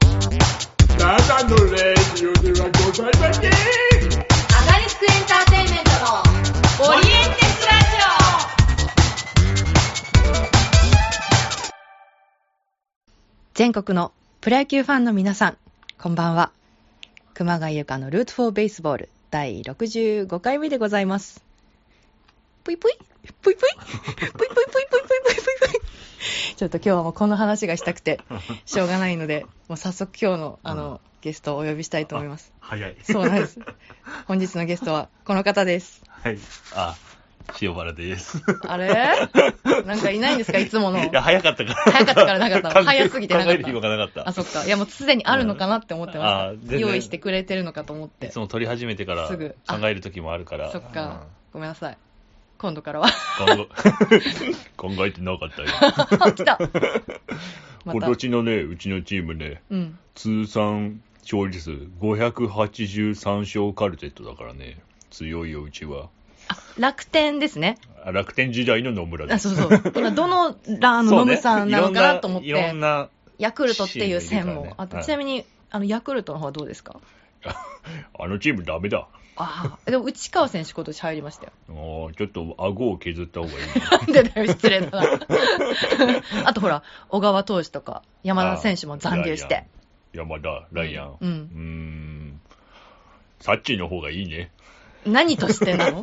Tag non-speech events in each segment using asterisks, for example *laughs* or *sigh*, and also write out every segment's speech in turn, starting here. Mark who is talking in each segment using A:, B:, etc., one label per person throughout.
A: ただのレディオではございません
B: アガリスクエンターテインメントのオリエンテスラジオ
C: 全国のプロ野球ファンの皆さん、こんばんは。熊谷由香のルートフォーベースボール第65回目でございます。ぷいぷいぷいぷいぷいぷいぷいぷいぷいぷいぷいぷいちょっと今日はもうこの話がしたくて、しょうがないので、もう早速今日のあの、
D: うん
C: ゲストをお呼びしたいと思います。
D: 早い。
C: そうなんです。本日のゲストはこの方です。
D: はい。あ、塩原 *laughs* です。
C: あれなんかいないんですかいつもの。
D: いや、早かったから。
C: 早かったからなかった
D: 考え
C: 早すぎてなかった
D: 考える暇がなか
C: あ、
D: っ
C: そっか。いやもうすでにあるのかなって思ってま
D: うんあ全
C: した。
D: 然。
C: 用意してくれてるのかと思ったて
D: いつ。も撮り始めてから
C: す
D: 考
C: ぐあ
D: える時もあるから。
C: そっか、ごめんなさい。今度からは。 *laughs*
D: うん。考え、考えてなかったよ。
C: あ、
D: *laughs*
C: 来た *laughs* ま
D: 今
C: た。
D: 年のね、うちのチームね、
C: うん。
D: 通算勝利数583勝カルテットだからね、強いよ、うちは。
C: 楽天ですね。
D: あ楽天時代の野村で
C: あ、
D: す。
C: そうそう。今どのラーの
D: そ
C: ノ
D: うね
C: ムさんなのかなと思っ
D: いろ
C: て
D: ん、な、
C: ヤクルトっていう線
D: シーンがいる
C: も。
D: から
C: あ
D: ね
C: と、ちなみに、あの、ヤクルトの方はどうですか
D: あのチームダメだ。
C: ああ。でも、内川
D: *laughs*
C: 選手今年入りましたよ。
D: もうちょっと顎を削った方がいい。
C: なんでだよ、失礼だな。 *laughs* あと、ほら、小川投手とか、山田選手も残留して。
D: あ。ライアン山田、ライアン。
C: う。
D: うんーん。サッチーの方がいいね。
C: 何としてなの *laughs*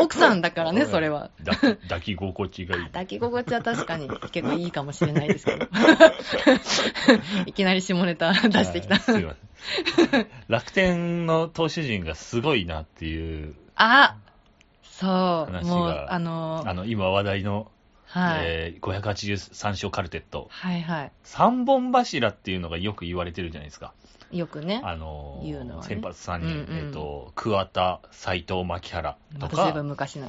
C: 奥さんだからね、それは。 *laughs*
D: だ抱き心地がいい。
C: 抱き心地は確
D: *laughs*
C: かに結構いいかもしれないですけど。いきなり下ネタ出してきた
D: あ。すいません。 *laughs* 楽天の投手陣がすごいなっていう、
C: あそう、
D: 話が
C: もう、あの
D: あの、今話題の、
C: はい、
D: えー583勝カルテット。
C: はいは
D: 三本柱っていうのがよく言われてるじゃないですか。
C: い。よくね、
D: あのー
C: 言うのはね
D: 先発3人、
C: うんうん
D: えっ、と、桑田、斎藤、牧原と
C: また
D: か
C: 随、分昔
D: *laughs*
C: な。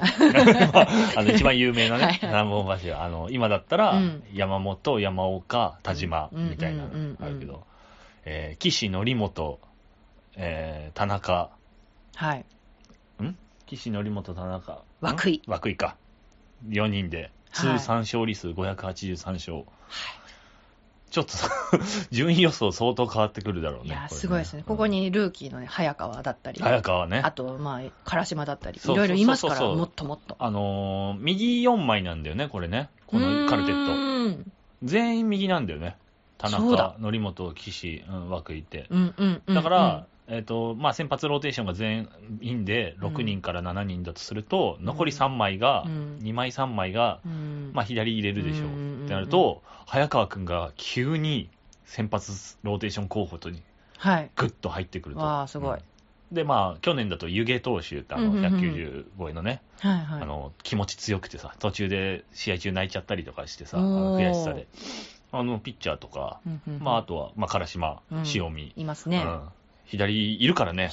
C: *laughs*
D: あの一番有名な
C: はい
D: ね、
C: はい
D: 南本柱。あの、今だったら
C: うん、
D: 山本、山岡、田島、
C: うん
D: みたいな
C: うんうんうんうん
D: のあるけど、えー岸則本、えー田中、
C: はい。
D: 岸則本、田中、ん
C: 涌井
D: 涌井か。4人で、
C: はい
D: 通算勝利数583勝。ちょっと、 *laughs* 順位予想相当変わってくるだろうね。
C: いや、
D: これ
C: すごいですね。ここ、にルーキーのね、早川だったり、
D: うん早川ね。
C: あと、まあ、唐島だったり、い
D: そうそう
C: ろいろいますか
D: そうそう
C: ら、
D: そう
C: もっともっと。
D: あのー右4枚なんだよね、これね。このカルテット。
C: ット。
D: 全員右なんだよね。田
C: そうだ
D: 中、則本、岸、うん、涌井って。
C: うんうんうん。
D: だから、えっ、と、まあ、先発ローテーションが全員で6人から7人だとすると、
C: ん
D: 残り3枚が、
C: うん
D: 2枚3枚が、
C: うん、うん
D: まあ、左入れるでし
C: うんう
D: ょ
C: んうんうん
D: う。ってなると、早川くんが急に先発ローテーション候補とに
C: はい。
D: グッと入ってくると。
C: わあすごい
D: うんで、まあ、去年だと湯気投手って、あの、
C: うんうんうん
D: 190超えのね、
C: はいはい。
D: あの気持ち強くてさ、途中で試合中泣いちゃったりとかしてさ、あ
C: お
D: の
C: ー
D: 悔しさで、あのピッチャーとか、
C: うんうんうん
D: まあ、あとは、まあ、唐島
C: うん、
D: 塩見、
C: います
D: う
C: ね。
D: ん左いるからね、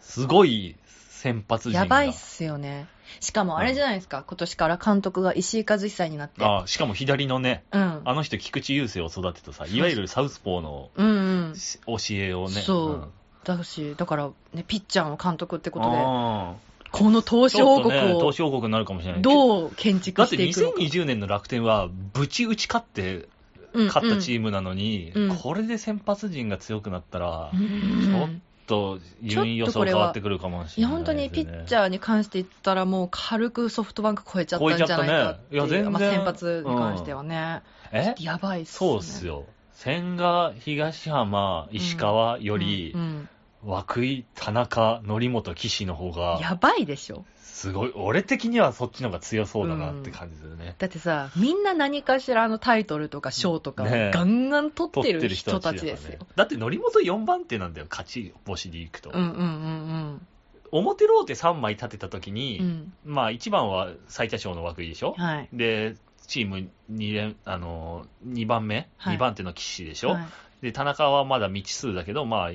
D: すごい先発陣が
C: やばいっすよね。しかもあれじゃないですか、今年から監督が石井和久になって。
D: あしかも左のね、
C: うん。
D: あの人、菊池雄星を育てたさ、いわゆるサウスポーの
C: うんうん。
D: し教えをね、
C: そうんだし、だから、ね、ピッチャーの監督ってことで、
D: あ
C: この投
D: ーち
C: 資
D: ょ
C: 王
D: っと
C: 国
D: ね
C: を
D: 投手王国になるかもしれない。
C: どう建
D: だ
C: 築
D: っ
C: してていくのか。
D: 2020年の楽天は、ぶち打ち勝って勝ったチームなのに、
C: うんうん
D: これで先発陣が強くなったら、ち
C: うんうん
D: ょっと順位予
C: ちょっとこ
D: 想
C: れ
D: 変
C: は
D: わってくるかもし
C: い
D: れ
C: や、
D: ない、
C: 本当にピッチ
D: ャー
C: ャーに関して言ったら、もう軽くソフトバンク超えちゃったんじゃないかっていう。
D: 超えちゃったねいや全然
C: まあ、先発に関してはね。
D: え
C: やばいっすね。
D: そうっすよ。千賀、東浜、石川より、
C: うんうん
D: 涌井、田中、則本、岸の方が、
C: やばいでしょ。
D: すごい、俺的にはそっちの方が強そうだなって感じするね。
C: だってさ、みんな何かしらのタイトルとか賞とかを
D: ねえ
C: ガンガン取っ
D: 取
C: て
D: って
C: る
D: る
C: 人
D: 人
C: た
D: た
C: ち
D: ち
C: で
D: ですす
C: よ
D: よ。。だって、則本4番手なんだよ、勝ち星でいくと。
C: うんうんうん
D: 表ローテ3枚立てた時
C: うん。う
D: に、
C: ん。
D: まあ、1番は最多勝の涌井でしょ、
C: はい。
D: で、チーム2連、あのー、2番目、
C: はい
D: 2番手の岸でしょ、
C: はい
D: で、田中はまだ未知数だけど、まあ、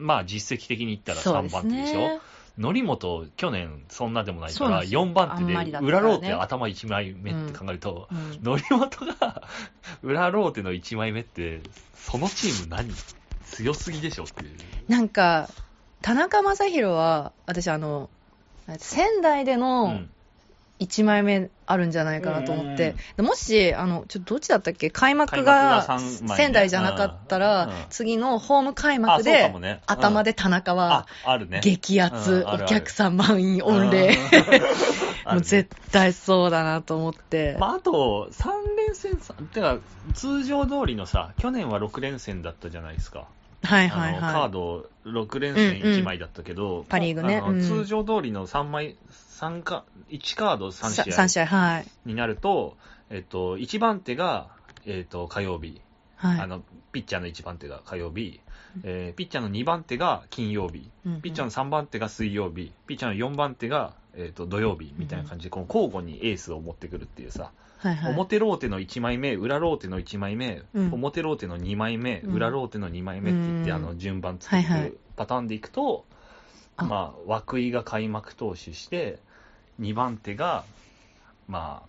D: まあ実績的に言ったら
C: そう
D: 3
C: す
D: 番手でしょ
C: ね
D: 則本、去年そんなでもない
C: そう
D: か
C: なん
D: ら、
C: ですよ
D: 4番手
C: あんまりだ
D: で、
C: ったから
D: 裏
C: ね
D: ローテ頭1枚目って考えると、
C: うん
D: 則本が *laughs* 裏ローテの1枚目って、そのチーム何強すぎでしょっていう。
C: なんか、田中将大は、私あの、仙台で
D: う
C: の
D: ん
C: 1枚目あるんじゃないかなと思って、でもし、あのちょっとどっちだったっけ、開幕が
D: 開幕が三枚ね
C: 仙台じゃなかったら、
D: うんうん
C: 次のホーム開
D: あ、
C: 幕
D: そうか
C: で、
D: もね。うん
C: 頭。で田中は
D: あ、あるね。
C: 激アツ、
D: うんあるある
C: お客さん満員御 *laughs* 礼、
D: うん。
C: もう絶対そうだなと思って、
D: まあ、あと、3連戦さ、てか、通常通りのさ、去年は6連戦だったじゃないですか。
C: はいはい
D: あのカー
C: は
D: ド6連戦1枚だったけど、
C: パリーグね
D: あの
C: うん
D: 通常通りの3枚、三か、1カード
C: い。
D: 3試
C: さ
D: 合
C: 三試合、はい。
D: になると、えっと、1番手が、えっと、火曜日。
C: はい、
D: あの、ピッチャーの1番手が火曜日、えーピッチャーの2番手が金曜日、ピッチャー
C: の、
D: の3番手が水曜日、ピッチャーの4番手が、えー、と土曜日みたいな感じで、この交互にエースを持ってくるっていうさ、
C: はいはい、
D: 表ローテの1枚目、裏ローテの1枚目、
C: うん
D: 表ローテの2枚目、
C: うん
D: 裏ローテの2枚目って言って、
C: うん
D: あの順番作って
C: はいはい
D: るパターンでいくと、
C: あ
D: まあ、涌井が開幕投手して、2番手が、ま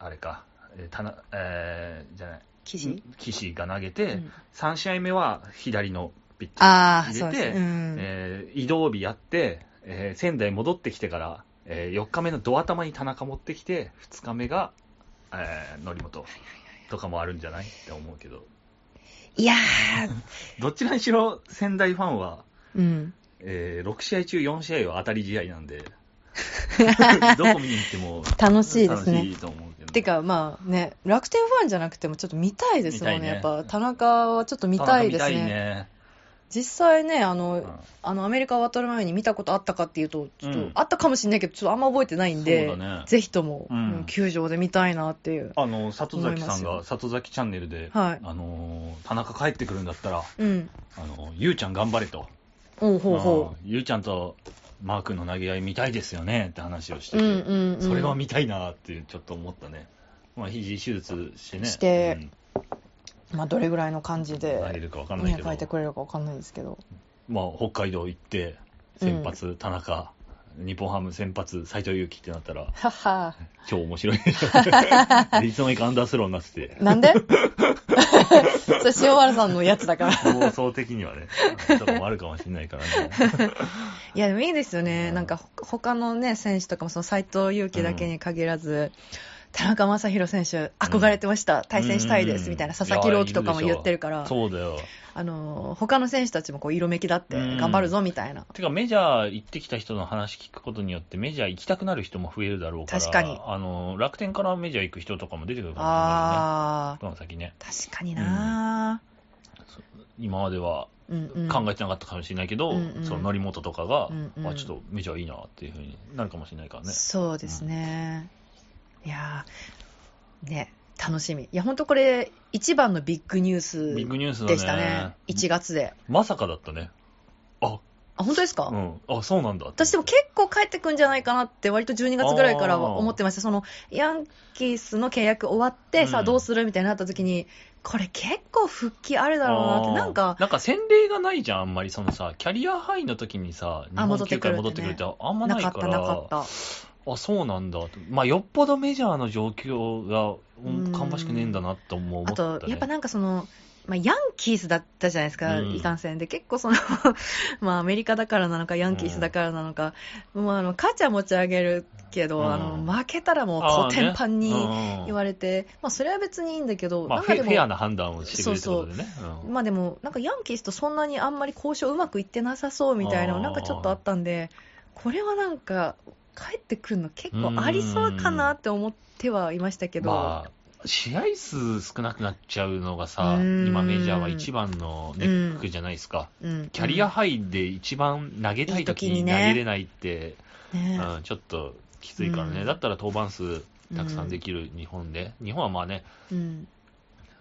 D: あ、あれか、えーたなえーじゃない、
C: 記事、
D: 岸が投げて、
C: うん
D: 3試合目は左のピッチャー、
C: ああ、
D: 入れて
C: そうですね。うん
D: えー移動日やって、えー仙台戻ってきてから、え4日目のド頭に田中持ってきて、2日目が、えー、則本とかもあるんじゃないって思うけど、
C: いや
D: どちらにしろ仙台ファンは、
C: ー、うん。
D: え6試合中4試合は当たり試合な
C: *laughs*
D: んで、どこ見に行っても
C: 楽しいですね
D: 楽しいと思うけど。
C: てか、まあね、楽天ファンじゃなくても、ちょっと見たいですもんね。
D: 見たいね
C: やっぱ、田中はちょっと見たいですね。
D: 田中見たいね
C: 実際ね、あの、
D: うん
C: あの、アメリカ渡る前に見たことあったかっていうと、ちょっと、
D: うん
C: あったかもしれないけど、ちょっとあんま覚えてないんで、
D: そうだね
C: ぜひとも、
D: うん
C: うん球場で見たいなっていう。
D: あの里崎さ
C: 思
D: ん
C: いますよ
D: が里崎チャンネルで、
C: はい
D: あのー田中帰ってくるんだったら、
C: うん。
D: あのゆうちゃん頑張れと、
C: おうほうほ
D: あーゆうちゃんとマー君の投げ合い見たいですよねって話をして
C: う。う
D: て、
C: んうんうん。
D: それは見たいなってちょっと思ったね、まあ、肘手術してね、
C: してまあ、どれぐらいの感じ
D: うん、投げ
C: で、
D: るか分かんない
C: ね
D: け、ど、
C: 書いてくれるかわかんないですけど。
D: まあ、北海道行って、先発、田中、日本ハム先発、斎藤佑樹ってなったら、
C: はは。
D: 超面
C: *laughs*
D: 白い、でいつの間にかアンダースローになってて。
C: なんで *laughs* それ、塩原さんのやつだから。
D: 放送的にはね、とかもあるかもしれないからね。
C: *laughs* いや、でもいいですよね。
D: うん
C: なんか、ほ他のね、選手とかも、その斎藤佑樹だけに限らず、田中将大選手、憧れてました。対戦したいです、みたいな、佐々木朗希とかも言ってるから、
D: そうだよ。
C: あの、他の選手たちもこう、色めきだって、
D: うん
C: 頑張るぞ、みたいな。
D: てか、メジャー行ってきた人の話聞くことによって、メジャー行きたくなる人も増えるだろうから、
C: 確かに
D: あの楽天からメジャー行く人とかも出てくるかもしれないね。
C: あ
D: この先ね、
C: ー、確かにな
D: 今までは
C: うんうん。
D: 考えてなかったかもしれないけど、
C: うんうん
D: その則本とかが、
C: うんうん
D: あちょっとメジャーいいなっていうふうになるかもしれないからね。
C: そうですね。いやーね、楽しみ。いや、本当これ、一番のビッグニュー
D: ビッグ
C: ス
D: ニュースだね。
C: でしたね。1月で。
D: まさかだったね。あ、
C: あ、本当ですか
D: うん。あ、そうなんだって思って。
C: 私でも結構帰ってくんじゃないかなって、割と12月ぐらいからは思ってました、そのヤンキースの契約終わって、
D: うん
C: さあどうするみたいになった時に、これ、結構復帰あるだろうなって、
D: あー
C: なんか、
D: なんか洗礼がないじゃん、あんまり。そのさ、キャリアハイの時にさ、日
C: あ戻
D: 本
C: って
D: 球
C: く
D: 界
C: るってね
D: 戻ってくるってあんま
C: な
D: ない
C: か
D: か
C: った、
D: ら。
C: なかった、
D: あ、そうなんだ。まあ、よっぽどメジャーの状況がうん芳しくねえんだなと思っ
C: あ
D: た、ね。
C: と、やっぱなんかその、まあ、ヤンキースだったじゃないですか、
D: うん
C: いかんせんで、結構その、 *laughs* まあ、アメリカだからなのか、ヤンキースだからなのか、もうあの、カチャ持ち上げるけど、
D: うん
C: あの負けたらもう、
D: あ
C: コ
D: ー
C: テンパン
D: ね
C: に
D: うん
C: 言われて、まあ、それは別にいいんだけど、
D: まあ
C: なん
D: フ
C: か
D: ェ、
C: で
D: フ
C: も
D: ェアな判断をしてくれるってことでね。うん
C: まあでも、なんかヤンキースとそんなにあんまり交渉うまくいってなさそうみたいなの
D: あー
C: なんかちょっとあったんで、これはなんか、帰ってくるの結構ありそうかなって思ってはいましたけど、
D: まあ試合数少なくなっちゃうのがさ、
C: うん
D: 今メジャーは一番のネックじゃないですか。
C: うん
D: キャリアハイで一番投げたい時
C: いい時に
D: に投
C: ね
D: げれないって、
C: ね
D: うんちょっときついからね。
C: うん
D: だったら登板数たくさんできる日本で、日本はまあね、
C: うん、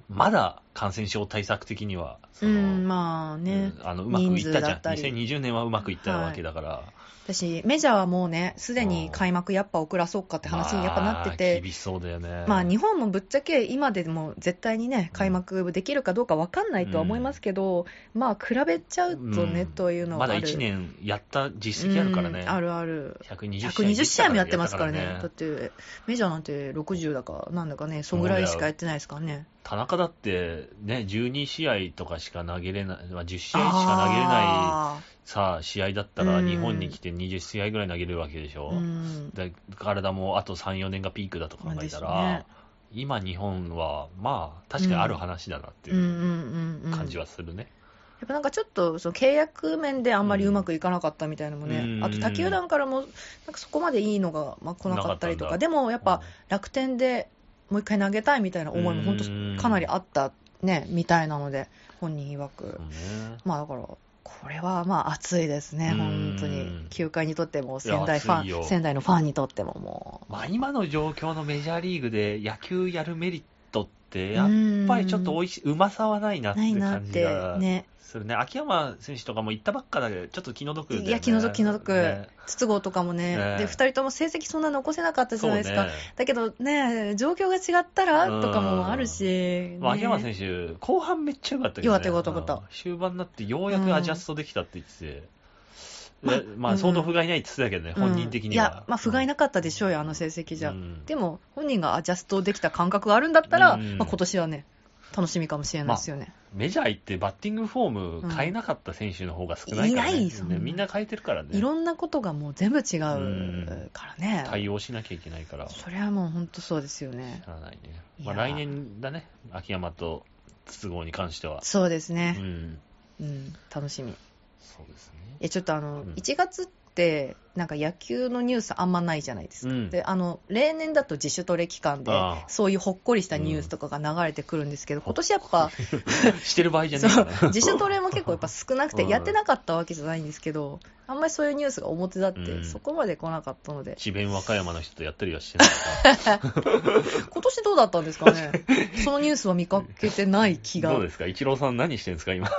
D: まだ感染症対策的には、そ
C: うん
D: の
C: まあね、
D: うんあのうまくいった
C: 人数
D: じ
C: だ
D: ゃん、
C: ったり
D: 2020年はうまくいったわけだから、
C: 私、メジャーはもうね、すでに開幕やっぱ遅らそうかって話にやっぱなって
D: まあ
C: て、
D: 厳しそうだよね。
C: まあ日本もぶっちゃけ今でも絶対にね、開幕できるかどうかわかんないとは思いますけど、まあ比べちゃうとね、
D: うん
C: というのは
D: ま
C: ある
D: だ1年やった実績あるからね、
C: うんあるある。
D: 120,
C: 120試合もやってますからね、
D: やった
C: だってメジャーなんて60だか、なんだかね、そんぐらいしかやってないですからね、
D: 田中だって、ね、12試合とかしか投げれない、まあ、10試合しか投げれな
C: あー
D: さあ、試合だったら日本に来て20試合ぐらい投げれるわけでしょ。
C: うん。
D: で体もあと3、4年がピークだと考えたら、
C: まあですね
D: 今、日本はまあ、確かにある話だなって
C: うんう
D: いうん
C: うんうん。
D: 感じはするね。
C: やっぱなんかちょっとその契約面であんまりうまくいかなかったみたいなのもね、
D: うん
C: あと他球団からもなんかそこまでいいのがまあ来なかったりと
D: なか
C: か、
D: ったんだ
C: でもやっぱ楽天でもう一回投げたいみたいな思いも本
D: うん
C: 当かなりあったね、みたいなので、本人曰く
D: う。んね
C: まあだから、これはまあ熱いですね、
D: うん
C: 本当に。球界にとっても、仙台フ
D: 熱い
C: ァ
D: よ
C: ン、仙台のファンにとってももう。
D: まあ、今の状況のメジャーリーグで野球やるメリットって、や
C: う
D: っ
C: ん
D: ぱりちょっとおいしうまさはないなって
C: ないなっ
D: 感じ
C: て
D: が、
C: ね、
D: するね。秋山選手とかも行ったばっかだけど、ちょっと気の毒だよね。
C: いや、気の毒、気の毒
D: ね、
C: 筒香とかも
D: ね
C: ね、で、2人とも成績そんな残せなかったじ
D: そ
C: ゃ
D: う
C: ない
D: ね
C: ですか、だけどね、状況が違った
D: う
C: ら
D: ん
C: とかもあるし、ね
D: まあ、秋山選手、後半めっちゃ良かったけど、ね。
C: 良かった良かった良かった
D: うん終盤になってようやくアジャストできたって言ってて。でま
C: う
D: あ、
C: ん
D: 相当不甲斐ないって言ってたけどね、
C: うん
D: 本人的に
C: い
D: は。
C: や、まあ、不甲斐なかったでしょうよ、あの成績じゃ。
D: うん
C: でも、本人がアジャストできた感覚があるんだったら、
D: うん
C: まあ、今年はね、楽しみかもしれないですよね。
D: メジャー行ってバッティングフォーム変えなかった選手の方が少ないから、ね
C: いないそんな
D: ねみんな変えてるからね。
C: いろんなことがもう全部違
D: ん
C: うからね。
D: 対応しなきゃいけないから、知
C: それはもう本当そうですよね。
D: らないね。
C: い
D: ま
C: や
D: あ、来年だね、秋山と筒香に関しては。
C: そうです
D: う
C: ね。
D: ん、
C: うん、楽しみ。
D: そうです
C: え、ちょっとあの、
D: うん
C: 1月って、なんか野球のニュースあんまないじゃないですか。
D: ね。うん、
C: であの例年だと自主トレ期間で
D: ああ
C: そういうほっこりしたニュースとかが流れてくるんですけど、
D: ん
C: 今年やっぱ
D: してる場合じゃ
C: そ
D: ないか
C: う
D: な。
C: 自
D: *laughs*
C: 主トレも結構やっぱ少なく
D: う
C: て
D: ん
C: やってなかったわけじゃないんですけどあんまりそういうニュースが表立っ
D: う
C: て
D: ん
C: そこまで来なかったので
D: 智弁和歌山の人とやったりはしてないか
C: 今年どうだったんですかね
D: *laughs*
C: そのニュース *laughs* は見かけてない気
D: ら。
C: が
D: どうですか一郎さん何してるんですか今。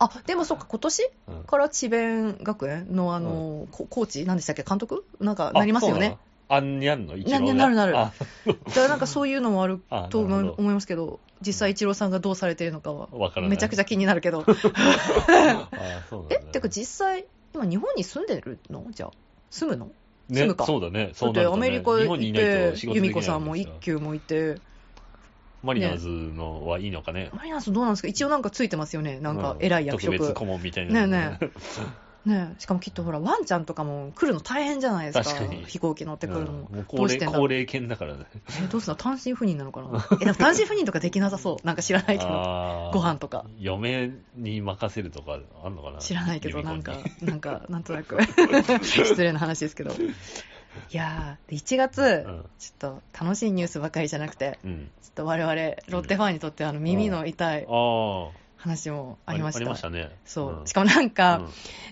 C: あでもそっか今年
D: うん
C: から智弁学園のあの、こコーチ何でしたっけ監督なんか
D: あ
C: *laughs* なりますよね。
D: そうなのあんにゃんの一郎
C: なん
D: が
C: にゃんなるなる
D: あ
C: だからなんかそういうのもある
D: あ
C: と
D: な
C: 思い
D: るほど
C: 思いますけど実際イチローさんがどうされてるのかは
D: わからない。
C: めちゃくちゃ気になるけど
D: あそうなんだ
C: えってか実際今日本に住んでるのじゃあ住むの
D: ね
C: 住むか
D: そうだね。
C: だ
D: そ
C: っ
D: うな
C: て
D: ると
C: ア
D: ね
C: メリカ
D: 日
C: 行
D: 本にい
C: っ
D: ない
C: て
D: と仕事で
C: 由美
D: きない
C: 子さんも
D: です
C: 一
D: よ
C: 級もいて
D: マリナーズのはいいのかね。
C: マリナーズどうなんですか一応なんかついてますよねなんか
D: う
C: 偉い役職、
D: 特別顧問みたい
C: ねえ
D: な。
C: ねえねえしかもきっとほらワンちゃんとかも来るの大変じゃないですか
D: 確かに
C: 飛行機乗ってくるのも,、
D: うんも
C: ど
D: う高
C: うし
D: 齢
C: てんだ
D: 高齢犬だからね。
C: えどうすんの単身赴任なのかなえでも単身赴任とかできなさそうなんか知らないけど
D: あー
C: ご飯とか
D: 嫁に任せるとかあんのかな
C: 知らないけど
D: ユミコ
C: な
D: に
C: んかなんかなんとな
D: *laughs*
C: く失礼な話ですけどいやーで1月、
D: うん
C: ちょっと楽しいニュースばかりじゃなくて
D: うん。
C: ちょっと我々ロッテファンにとってあの耳の痛い
D: あ
C: 話も
D: あ。
C: ありました。
D: ありましたね。
C: そう。
D: ん
C: しかもなん
D: うん
C: か、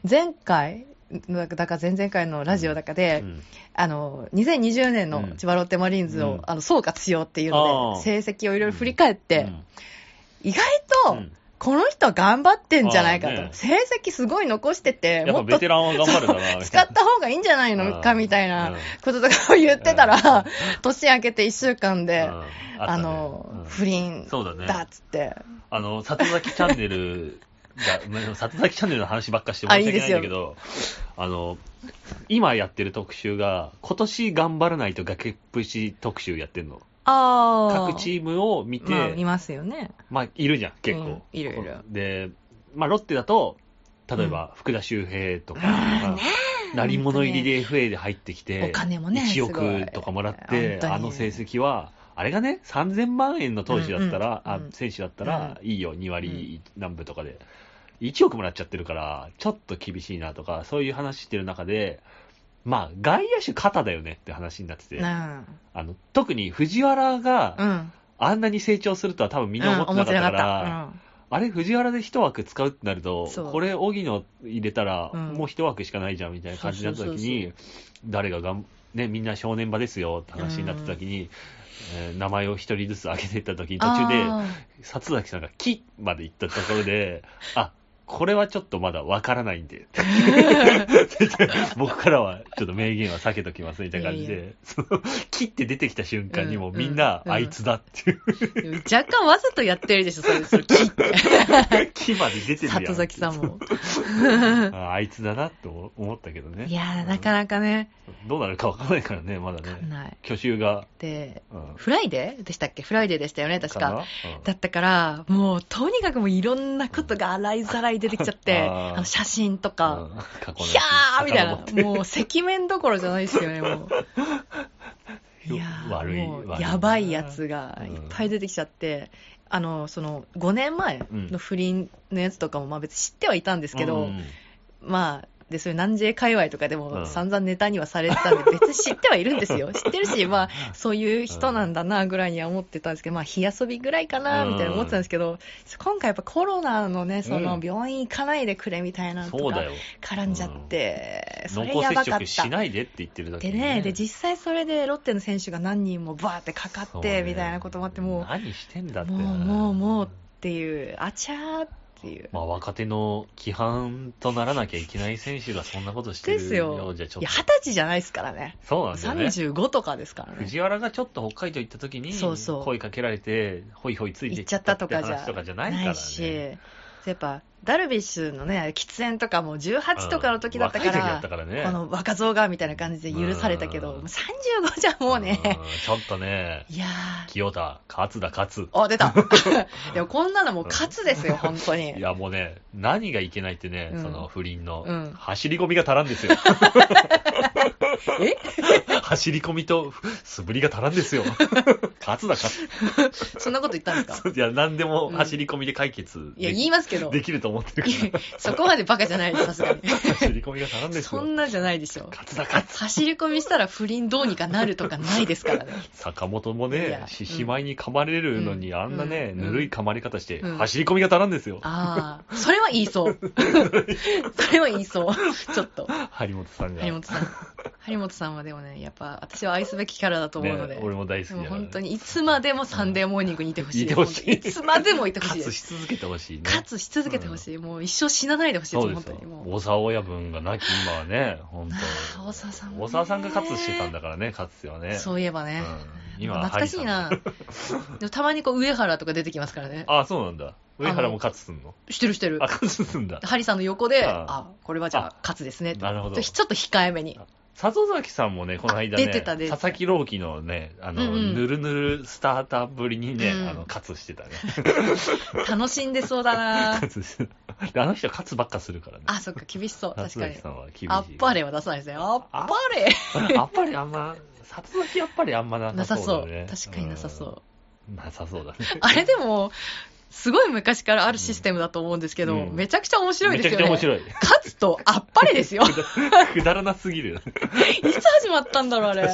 C: 前回、だから前々回のラジオだかで、
D: うん
C: あの、2020年
D: う
C: の
D: ん
C: 千葉ロッテマリーンズを、
D: うん
C: あの総括しようっていうの
D: あー
C: で、成績をいろいろ振り返って、意外と、
D: うん
C: この人頑張ってんじゃないか
D: あ
C: と。
D: ーね
C: 成績すごい残してて、
D: やっ
C: も
D: ぱ
C: っ
D: ベ
C: と
D: テランは頑張るだな、み
C: 使
D: たい
C: った方がいいんじゃない
D: な。
C: のかみたい
D: うん
C: な
D: うん
C: こととかを言ってた
D: うん
C: ら、年明けて1週間で、
D: うんったね
C: あの、
D: うん
C: 不倫
D: そうだね。
C: だっつって、
D: あの、里崎チャンネル
C: *laughs*
D: が、まあ里崎チャンネルの話ばっかして申し訳ないんだけど、あの、今やってる特集が、今年頑張らないと崖っぷち特集やってんの。
C: あー
D: 各チームを見て、
C: まあ、いますよね。
D: まあ、いるじゃん、結構。
C: うんいるいる
D: で、まあ、ロッテだと、例えば、福田周平とか、まあ成り物入りで FA で入ってきて、
C: お金もね
D: 1
C: すごい
D: 億とかもらって
C: 本、当に
D: あの成績は、あれがね、3000万円の投手だったら、
C: うんうんう
D: あ
C: ん
D: 選手だったら、いいよ、2割南部とかで。1億もらっちゃってるから、ちょっと厳しいなとか、そういう話してる中で、まあ、外野手肩だよねって話になってて、
C: な
D: あの特に藤原が、
C: あうん。
D: あんなに成長するとは多分みんな思ってなか
C: うん思っ
D: ったから、
C: てなかっ
D: あれ藤原で一枠使うってなると
C: そう、
D: これ荻野入れたら
C: うん
D: もう一枠しかないじゃんみたいな感じになった時に、誰ががん、ね、みんな正念場ですよって話になった時に、えー名前を一人ずつ挙げていった時に
C: た
D: 途中で、
C: あー
D: 里崎さんが木まで行ったとこ
C: *laughs*
D: ろで、あ、これはちょっとまだわからないんで。って言って僕からはちょっと名言は避けときますみたいな感じ
C: いや
D: で、その木って出てきた瞬間にもう
C: うん
D: みんな
C: うん
D: あいつだっていう。 *laughs*
C: 若干わざとやってるでしょ、それ、それ、切って。
D: 木まで出てるやん。
C: 里崎さんも。
D: ああいつだなって思思ったけどね。
C: いやー、なかなかね、
D: どうなるかわからないからね、まだ
C: わかん
D: ね。
C: ない。
D: 去就が。
C: で、
D: うん。
C: フライデーでしたっけフライデーでしたよね、確
D: な
C: か。。だったから、もう、とにかくもういろんなことが洗いざらい出てきちゃって、
D: あー
C: あの写真と
D: うんう
C: か、
D: ん過去のやつ
C: ひゃーみたい
D: 遡
C: な
D: っ、て
C: もう赤面どころじゃないですよね、もう。
D: *laughs*
C: いやー
D: 悪い
C: もう
D: 悪い
C: やばいやつがいっぱい出てきちゃって、あのその5年前の不倫のやつとかも、まあ、別に知ってはいたんですけど、
D: うん
C: まあでそういう南西界隈とかで
D: う
C: も
D: ん
C: 散々ネタにはされてたんで、
D: *laughs*
C: 別に知ってはいるんですよ、知ってるし、まあ、そういう人なんだなぐらいには思ってたんですけど、まあ、火遊びぐらいかなみたいな思ってたんですけど、今回、やっぱコロナのね、その
D: うん
C: 病院行かないでくれみたいなの
D: そ
C: と
D: うだ
C: か
D: よ。
C: 絡んじゃって、それ
D: 濃
C: や
D: 厚
C: ば
D: 接
C: かっ
D: 触
C: た
D: し。ないでって言ってるだけ
C: でね、で、実際それでロッテの選手が何人もバーってかか
D: そ
C: っ
D: う
C: て、
D: ね
C: みたいなこともあって、もう、っ
D: 何してんだって。
C: もうもうもうていう、あちゃーっていう。
D: まあ、若手の規範とならなきゃいけない選手がそんなことして
C: です
D: る
C: よ。
D: ようじゃちょっ
C: い
D: と
C: や、。二十歳じゃないですからね。
D: そうなんだよね。
C: 35とかですからね。
D: 藤原がちょっと北海道行った時に
C: そうそう
D: 声かけられてホイホイついて
C: 行っちゃったとかじ
D: って話とかじ
C: ゃ
D: ゃないからね
C: ないし、やっぱ、ダルビッシュのね、喫煙とかも18とかの時だったか
D: うん若い時だ
C: ら、
D: ったからね
C: この若造がみたいな感じで許されたけど、
D: うん
C: 35じゃもうね、
D: んちょっとね
C: いやー、
D: 清田勝つだ勝
C: お、
D: *laughs*
C: 出たでもこんなのもう勝つですよ、本当に。
D: ついやもうね何がいけないってね、
C: うん
D: その不倫の、
C: うん
D: 走り込みが足らんですよ
C: *laughs* え
D: 走り込みと素振りが足らんですよ勝つだ勝
C: そんなこと言ったんですか *laughs*
D: ついや何でも走り込みで解決
C: いや、言
D: でき,、
C: いますけど。
D: できると思ってるか
C: そこまでバカじゃないです、さすがに。
D: ら走り込みが足らんです
C: そ
D: よ
C: んなじゃないでしょ。
D: 勝つだ勝つ
C: 走り込みしたら不倫どうにかなるとかないですからね。
D: 坂本も
C: い
D: ね
C: や、
D: し
C: うん
D: しまいに噛まれるのに、
C: うん
D: あんなね、
C: うん
D: ぬるい噛まれ方して、
C: うん
D: 走り込みが足らんですよ。
C: ああ、それは言い
D: *laughs*
C: そう。それは言いそう。ちょっと。
D: 張本さんが。
C: 張本さん。張本さんはでもね、やっぱ私は愛すべきキャラだと思うので。
D: ね俺も大好き
C: も
D: だ
C: う
D: から。
C: 本当にいつまでもサンデーモーニングにいてほしい。
D: いてほし
C: 本
D: い
C: 当にいつまでもいてほしい
D: 勝
C: で
D: つ
C: す。
D: し続けてほしいね。
C: 勝つし続けてほしい。もう一生死なないでほしいです、
D: そうで
C: 本
D: す
C: 当
D: よ
C: に。も。う。
D: 大沢親分がなき今はね、本
C: あー
D: 当
C: 大沢さんもね
D: 大沢さんが勝つしてたんだからね、勝つよね。
C: そういえばね。
D: うん今は
C: 懐かしいな。でもたまにこう、上原とか出てきますからね。
D: あ、そうなんだ。上原も勝つすんの
C: してるしてる
D: あ、。勝つす
C: *laughs*
D: んだ。
C: ハリさんの横で、
D: あ
C: あ、これはじゃあ、勝つですねって。
D: なるほど
C: ちょっと控えめに。
D: 里崎さんもね、この間
C: あ出
D: ね、
C: てた出てた
D: 佐々木朗希のね、あの、
C: うんうん
D: ぬるぬるスターターぶりにね、
C: うん
D: あの、勝つしてたね。 *laughs*
C: 楽しんでそうだな
D: 勝つしてたであの人は勝つばっかするからね。
C: あ、そっか、厳しそう。確
D: 里
C: か
D: 崎
C: に。
D: さんは厳しい。
C: あっぱれは出さないですね。あっぱれ
D: やっぱ *laughs* りあんま、里崎やっぱりあんまな
C: な
D: さ
C: さ
D: そ
C: そう
D: だ
C: う
D: ね。。
C: 確かになさそう。
D: うん。なさそうだね。
C: あれでも、すごい昔からあるシステムだと思うんですけど、
D: うん
C: めちゃくちゃ面白い
D: め
C: です
D: ちゃく
C: よ
D: ちゃ
C: ね。
D: 面白い。
C: 勝つと、あっぱれですよ。 *laughs* い
D: *laughs* くだらなすぎる。
C: つ始まったんだろう、あ
D: *laughs*
C: れ。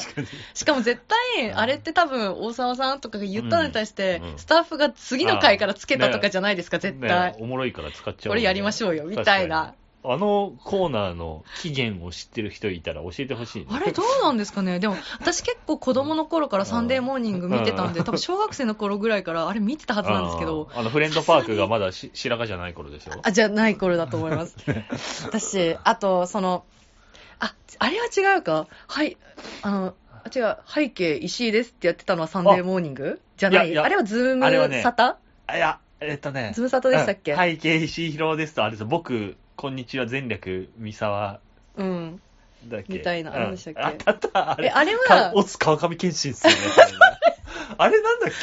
C: しかも絶対、あれって多分、大沢さんとかが言ったのに対して、
D: うんうん
C: スタッフが次の回からつけたとかじゃないですか、絶対。
D: ねおもろいから使っちゃおう。
C: これやりましょうよ、みたいな。
D: 確かに。あのコーナーの期限を知ってる人いたら教えてほしいね。
C: あれどうなんですかねでも、私結構子供の頃からサンデーモーニング見てたん
D: う
C: で、
D: ん
C: 多分小学生の頃ぐらいからあれ見てたはずなんですけど、
D: あーあの、フレンドパークがまだし白髪じゃない頃でしょ
C: あ、じゃない頃だと思います。私、あと、その、あ、あれは違うかはい、あの、あ違う、背景石井ですってやってたのはサンデーモーニングじゃない
D: いやいや
C: あれはズー
D: あれはね
C: ムサタ、
D: あいや、えっとね
C: ズームサタでしたっけ、
D: うん背景石井宏ですと、あれです。僕、こんにちは、前略、三沢
C: うん。
D: だっけ。
C: みたいなあれでしたっけ
D: うんあったあった、あ
C: え、
D: れ。
C: あれ
D: か
C: は、
D: オツ川上健信っす
C: *laughs*
D: よね。それねあれなんだっけ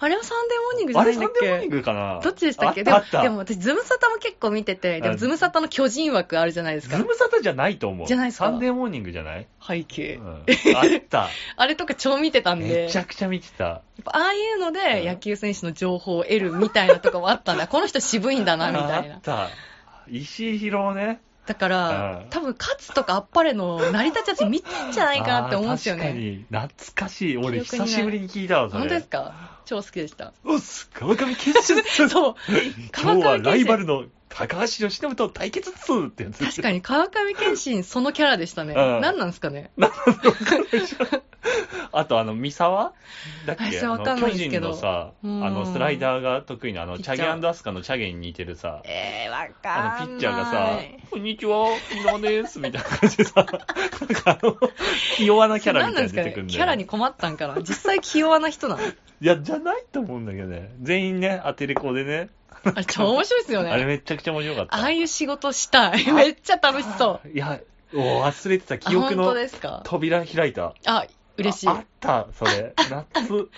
C: あれはサンデーモーニングじゃ
D: あ
C: な
D: れ
C: いん
D: サン
C: だっ
D: デーモーニン
C: け
D: グかな
C: どっちでしたっけ
D: あったあ
C: で
D: った
C: も、でも私、ズムサタも結構見てて、で
D: う
C: も
D: ん
C: ズムサタの巨人枠あるじゃないです
D: ズ
C: か。
D: ムサタじゃないと思う。
C: じゃないですか
D: サンデーモーニングじゃない、
C: 背
D: う
C: 景
D: ん、。
C: *laughs*
D: あった。
C: あれとか超見てたんで、
D: めち
C: や
D: ゃくちゃ見てた。
C: っぱああいうの
D: う
C: で
D: ん
C: 野球選手の情報を得るみたいなとかもあったん
D: *laughs*
C: だ。この人渋いんだな、みたい
D: あっ
C: な。
D: た。石井宏ね。
C: だから、
D: うん
C: 多分勝つとかあっぱれの成り立ちやつ見てんじゃないかなって思うんですよ
D: あ
C: ね。
D: ー確かに。懐かしい。俺、
C: 記憶にない
D: 久しぶりに聞いたわ、それ。
C: 本当ですか超好きでした。
D: うっす、川上健信っ
C: *laughs*
D: す。
C: そう。
D: 今日はライバルの高橋由伸と対決っすってやつ。
C: 確かに川上健信そのキャラでしたね。
D: うん
C: 何なんですかね
D: あと、あの、三沢だっけ
C: あそれ
D: あ
C: わか
D: の
C: んな
D: 巨
C: いんですけ
D: 人
C: ど
D: のさ、あ
C: うん
D: の、スライダーが得意な、あの、
C: ピッ
D: チ
C: チャー
D: ャゲアスカのチャゲに似てるさ、
C: えー、わ
D: あ
C: かんない。
D: の、ピッチャーがさ、こんにちは、ピノです、みたいな感じでさ、なんかあの、 *laughs* 気弱なキャラ
C: 何な
D: み
C: ん
D: た
C: で
D: いに
C: す
D: 出
C: か
D: てく
C: ね
D: んだよ。
C: キャラに困った
D: *laughs*
C: んかな実際気弱な人なの
D: いや、じゃないと思うんだけどね。全員ね、アテレコでね、
C: あれ超面白いですよね。
D: あれめちゃくちゃ面白かった。
C: ああいう仕事したい。めっちゃ楽しそう。
D: いや、お忘れてた。記憶
C: あ本当
D: の
C: ですか
D: 扉開いた。
C: あ、嬉しい
D: あ。あった、それ。
C: *laughs*
D: 夏。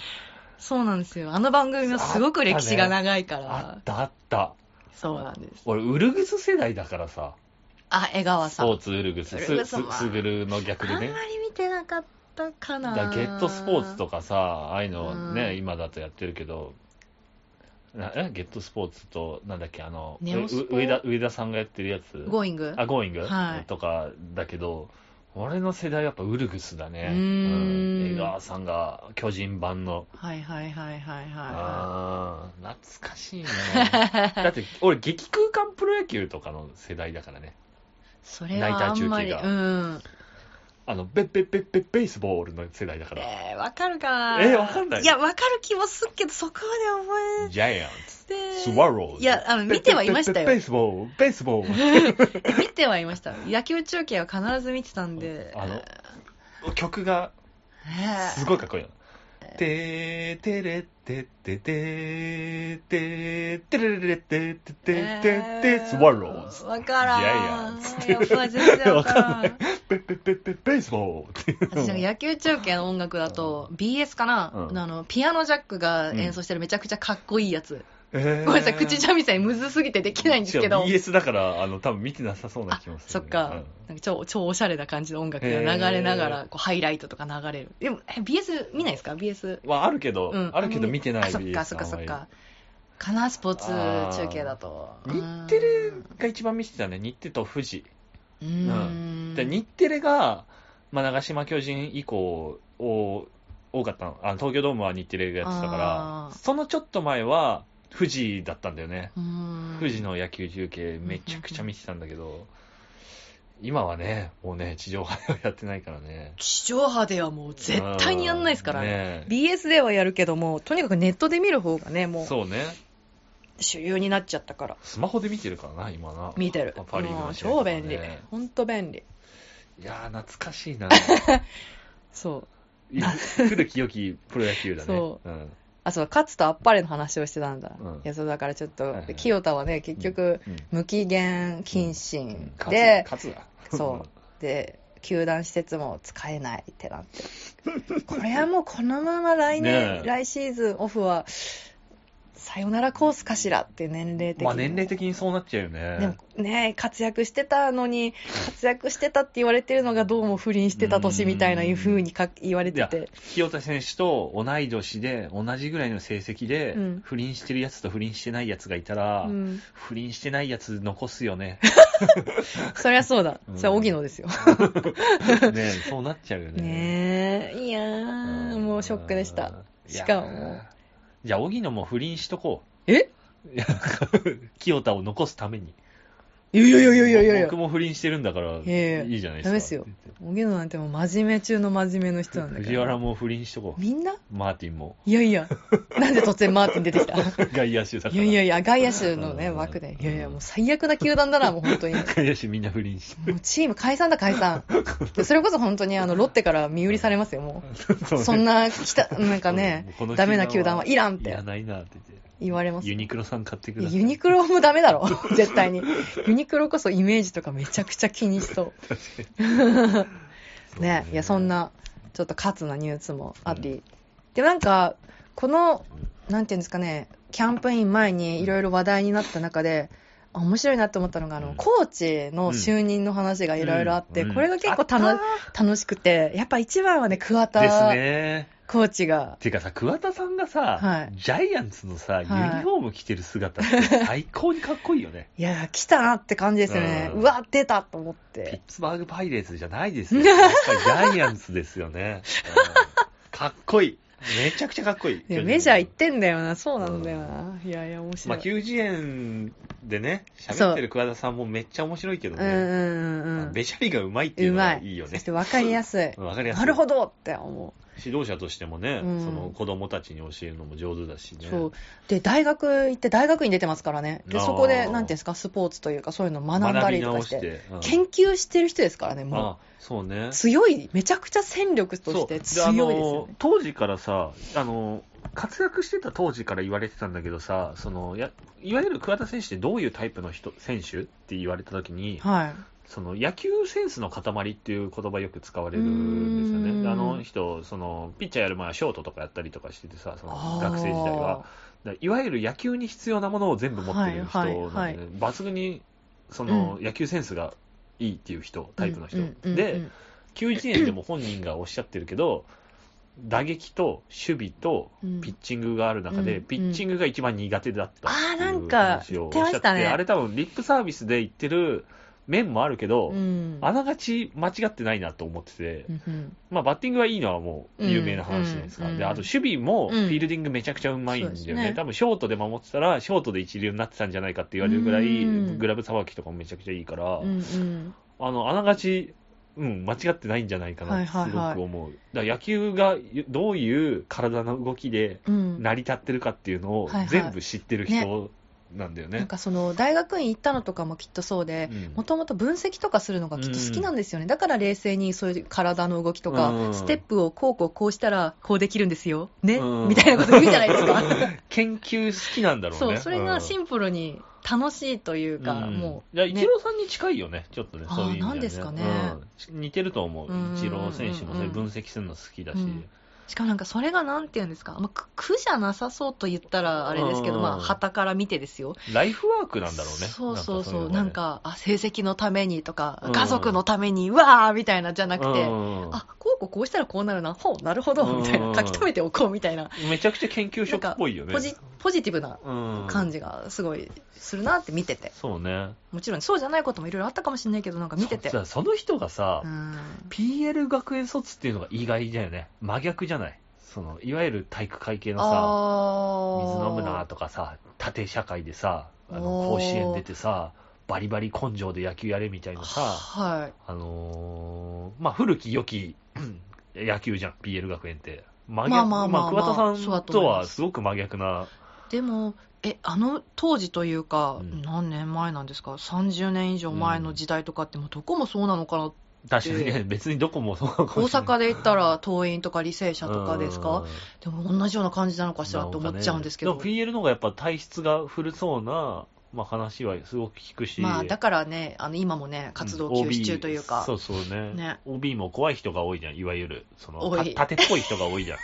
C: そうなんですよ。あの番組もすごく歴史が長いか
D: あ
C: ら
D: っ。た、あった。
C: そうなんです。
D: 俺、ウルグス世代だからさ。
C: あ、江川
D: ス
C: さん。
D: ポー
C: あ
D: ツウルグス。
C: ウルグ
D: す、
C: スは
D: す、すぐるの逆
C: ん
D: で
C: まり
D: ね。
C: 見てなかったか
D: だ
C: な。
D: からゲットスポーツとかさ、ああいうの
C: う
D: ね、
C: ん
D: 今だとやってるけど、なえゲットスポーツと、なんだっけ、あの、
C: ネオスポ
D: うう上田、上田さんがやってるやつ。
C: ゴーイング
D: あ、ゴーイング、
C: はい
D: とかだけど、俺の世代はやっぱウルグスだね。
C: うーん
D: 江川さんが巨人版の。
C: はいはいはいはいは
D: ああ、懐かしいね。だって、俺、激空間プロ野球とかの世代だからね。
C: い。それはあんまり、
D: ナイター中継
C: う
D: が
C: ん。
D: あの、ベッベッベッベッベースボールの世代だから。
C: えー、わかるかな
D: えーわかんない
C: いや、わかる気もすっけど、そこまで覚え
D: ジャイアン
C: て。
D: ツ、スワローズ。
C: いや、あの、見てはいました
D: ベッベッベッベ
C: よ
D: ー。スボール、ベースボール。
C: 見てはいました。野球中継は必ず見てたんで。
D: あの曲が
C: ねえ
D: すごいかっこいいの。てーてれってっててーてーてれれれってっててーてーてースワローズ。
C: わからん。
D: いやいやつって
C: やっぱ全然わ
D: *laughs*
C: からん。
D: ベッベッベッベッベースボールって。
C: 私なんか野球中継の音楽だと、BS かな、
D: うん
C: あの、ピアノジャックが演奏してるめちゃくちゃかっこいいやつ。
D: えー
C: ごめんなさい、口三味線むずすぎてできないんですけど。
D: しかも BS だから、あの、多分見てなさそうな
C: あ
D: 気もす
C: そ
D: る
C: っ
D: ね。
C: か、なんか超超おしゃれな感じの音楽が流れながら
D: へー
C: こうハイライトとか流れるでもえ BS 見ないですか BS、
D: うん。まあ、あるけど、
C: うん、
D: あるけど見てない
C: あそっ
D: BS
C: かそっかそっ
D: あんま
C: かかなスポーツ中継だと
D: り日テレが一番見てたね。日テと富士。
C: う
D: うんで日テレが、まあ、長島巨人以降を多かったのあの東京ドームは日テレがやってたか
C: あー
D: らそのちょっと前は富士だったんだよね、
C: うん
D: 富士の野球中継めちゃくちゃ見てたんだけど今はねもうね地上波ではやってないからね
C: 地上波ではもう絶対にやんないですから、
D: うん
C: ね
D: ね
C: BS ではやるけどもとにかくネットで見る方がねもう
D: そうね
C: 主流になっちゃったから
D: スマホで見てるからな今な
C: 見てる、
D: パパリーグ
C: も
D: の
C: う
D: 試合と
C: 超
D: かね
C: 便利ほんと便利
D: いやー懐かしいな
C: そう
D: 古き良きプロ野球だ
C: *laughs*
D: ね
C: そ
D: ん
C: あそう勝つとあっぱれの話をしてたんだ、
D: うん
C: いやそうだからちょっと、
D: はいはい
C: 清田はね結局、
D: うん
C: 無期限謹
D: うん
C: 慎
D: 勝つ
C: で、
D: 勝つわ
C: *laughs*
D: *laughs*
C: そうで球団施設も使えないってなってこれはもうこのまま来年、
D: ねえ
C: 来シーズンオフはさよならコースかしらっていう年齢的に、
D: まあ年齢的にそうなっちゃうよね。
C: でもね活躍してたのに活躍してたって言われてるのがどうも不倫してた年みたいないうふうにか言われ
D: い
C: て
D: や
C: て
D: 清田選手と同い年で、同じぐらいの成績で、
C: うん
D: 不倫してるやつと不倫してないやつがいたら、
C: うん
D: 不倫してないやつ残す
C: *laughs*
D: よね。
C: そりゃそうだ
D: うん
C: それは荻野ですよ
D: ねそうなっちゃうよね。
C: ねえいやー
D: ん
C: もうショックでした。しかも
D: いやー。じゃあ、荻野も不倫しとこ
C: え
D: う。いや清田を残すために。
C: いやいやいやいやいやいや
D: 僕も不倫してるんだか
C: い
D: ら、
C: やいや
D: いいじゃないですか。
C: ダメですよ荻野なんてもう真面目中の真面目の人なんだか
D: 藤
C: ら
D: 原も不倫しとこう。
C: みんな
D: マーティ
C: *laughs*
D: ンも。
C: いやいやなんで突然マーティン出てき
D: *laughs*
C: たい
D: 外野手だから。
C: やいやいや外野手のね
D: うん
C: 枠でいやいやもう最悪な球団だなもう本当に
D: *laughs*
C: も
D: 外野手みんな不倫して。
C: うチーム解散だ解散でそれこそ本当にあのロッテから見売りされますよもう *laughs* そんなきたなんか
D: *laughs*
C: ね
D: この
C: ダメな球団はいらんっ
D: い
C: て
D: らないなって言っ
C: 言われます
D: て。ユニクロさん買ってく
C: い
D: だ
C: や
D: さい。
C: ユニクロもダメだろ *laughs* 絶対にユニクロこそイメージとかめちゃくちゃ気にし
D: *laughs*
C: そう *laughs*
D: そう
C: ね、いやそん。なちょっとカツなニュースもあり、でもなんかこのなんていうんですかねキャンプイン前にいろいろ話題になった中であ面白いなと思ったのがあの、
D: うん
C: コーチの就任の話がいろいろあって、
D: うん
C: これが結構楽,、
D: あっ
C: 楽しくてやっぱ一番はね桑
D: です
C: 田
D: ね。
C: コーチが、
D: ていうかさ、桑田さんがさ、
C: はい
D: ジャイアンツの
C: い
D: さ、ユニフォーム着てる姿って最高にかっこいいよ
C: *laughs*
D: ね。
C: いや来たなって感じですよね、
D: う
C: うんわ出たと思っ
D: ピッ
C: て
D: ツバーグパイレーツじゃないですよ。
C: *laughs*
D: やっぱりジャイアンツですよね。うんかっこいい。めちゃくちゃかっこいい。
C: でメジャー行ってんだよなそうなんだよな、いやいや面
D: ま
C: 白
D: あ、
C: い、
D: 90円でね、喋ってる桑田さんもめっちゃ面白いけど
C: うんう
D: ね。
C: んうんうん
D: べしゃりがうまいっていううの
C: ま
D: が
C: い
D: いいよ
C: そ
D: ね *laughs*
C: し。て分かりやすい
D: わかりやすい。
C: なるほどって思う。
D: 指導者としてもね、
C: うん
D: その子供たちに教えるのも上手だしね。
C: そうで大学行って大学院出てますからねで
D: あー
C: そこでなんていうんですかスポーツというかそういうのを学んだりとかして
D: 学び直して。
C: 研究してる人ですからね
D: うん
C: も
D: あ、そうね
C: う。強いめちゃくちゃ戦力として強い
D: あ
C: ですよ
D: の
C: ね
D: 当時からさあの、活躍してた当時から言われてたんだけどさ、そのやいわゆる桑田選手ってどういうタイプの人選手って言われたときに、
C: はい
D: その野球センスの塊っていう言葉よく使われるんですよ
C: うーん
D: ね。あの人、そのピッチャーやる前はショートとかやったりとかしててさ、その
C: あー
D: 学生時代は。だからいわゆる野球に必要なものを全部持ってる人なんで、ね
C: はいはいは
D: 抜群にその野球センスがいいっていう人、タイプの人。
C: うんうんうんう
D: で
C: ん、
D: 91年でも本人がおっしゃってるけど、打撃と守備と
C: うん
D: ピッチングがある中
C: うんう
D: で、
C: ん
D: ピッチングが一番苦手だったって
C: あーないん
D: う
C: か
D: 話をおっしゃって
C: 言ってましたね
D: あれ多分リップサービスで言ってる面もあるけど、
C: うん
D: あながち間違ってないなと思ってて、
C: うんうん
D: まあ、バッティングはいいのはもう有名な話じゃないですか、
C: うんうん
D: であと守備もフ
C: うん
D: ィールディングめちゃくちゃうまいんだよ
C: そう
D: ね,、
C: ですね
D: 多分ショートで守ってたら、ショートで一流になってたんじゃないかって言われるぐらい、
C: うん
D: グラブさばきとかもめちゃくちゃいいから、
C: うんうん
D: あのあながち、うん、間違ってないんじゃないか
C: は
D: ないってす
C: はいはい
D: ごく思う、だから野球がどういう体の動きで
C: うん
D: 成り立ってるかっていうのを
C: はいはい
D: 全部知ってる人なんだよね。
C: なんかその大学院行ったのとかもきっとそうで、
D: うん
C: もともと分析とかするのがきっと好きなんですよね、だから冷静にそういう体の動きとか、
D: うん
C: ステップをこうこうこうしたらこうできるんですよ、ね、
D: うん
C: みたいなこと言うじゃない
D: *laughs*
C: ですか、
D: 研究好きなんだろうね。
C: *laughs* そうそれがシ
D: ン
C: ンプルに楽しいというか、もう、
D: いや、イチローさんに近いよね、ちょっとね、
C: あー
D: そういう意味は
C: なんですかね
D: うん似てると思う、
C: うん
D: イチロー選手もそれ分析するの好きだし、
C: うんしかもなんかそれがなんていうんですか、まあ、く苦じゃなさそうと言ったらあれですけど、
D: うん
C: まあ旗から見てですよ、
D: ライフワークなんだろうね。
C: そうそうそう、
D: な
C: なんんか、
D: か
C: あ成績のためにとか
D: う、ん
C: 家族のために、うわーみたいなじゃな
D: そう
C: く
D: いうのね
C: て。
D: うんうんうん
C: あこうこうこうしたらこうなるな、ほう、なるほ
D: う
C: ど、
D: ん
C: みたいな、書き留めておこうみたいな、
D: めちゃくちゃ研究
C: な
D: 所
C: んか
D: っぽいよね。
C: ポジポジティブな感
D: 感
C: じがすごいするなって見てて、
D: そうね。
C: もちろんそうじゃないこともいろいろあったかもしれないけど、なんか見てて、
D: そその人がさ、
C: うん
D: PL 学園卒っていうのが意外だよね。真逆じゃないその、いわゆる体育会系のさ、水飲むな
C: あー
D: とかさ、縦社会でさ、あの
C: おー
D: 甲子園出てさ、バリバリ根性で野球やれみたいなさ、
C: はい、
D: あのーまあ、古き良きうん野球じゃん、PL 学園って。真逆、
C: まあまあまあまあ
D: 桑田
C: そう
D: さ
C: だ
D: ん
C: と
D: と
C: 思います
D: はすごく真逆な、
C: でも、え、あの当時というか、
D: うん
C: 何年前なんですか、30年以上前の時代とかって、もうどこもそうなのかな、
D: 確かにね、別にどこもそうかも
C: 大
D: しれない
C: 阪で言ったら、桐蔭とか履正社とかです
D: うん
C: か、でも同じような感じなのかしらと思っちゃうんですけど
D: な。かねでも PL の方がやっぱ体質が古そうな、まあ、話はすごく聞くし、
C: まあ、だからね、あの今もね、活動休止中というか、
D: ん OB そうそうね
C: ね
D: OB も怖い人が多いじゃん、いわゆる。その、
C: 多い
D: た縦っぽい人が多いじ
C: *laughs*
D: ゃん。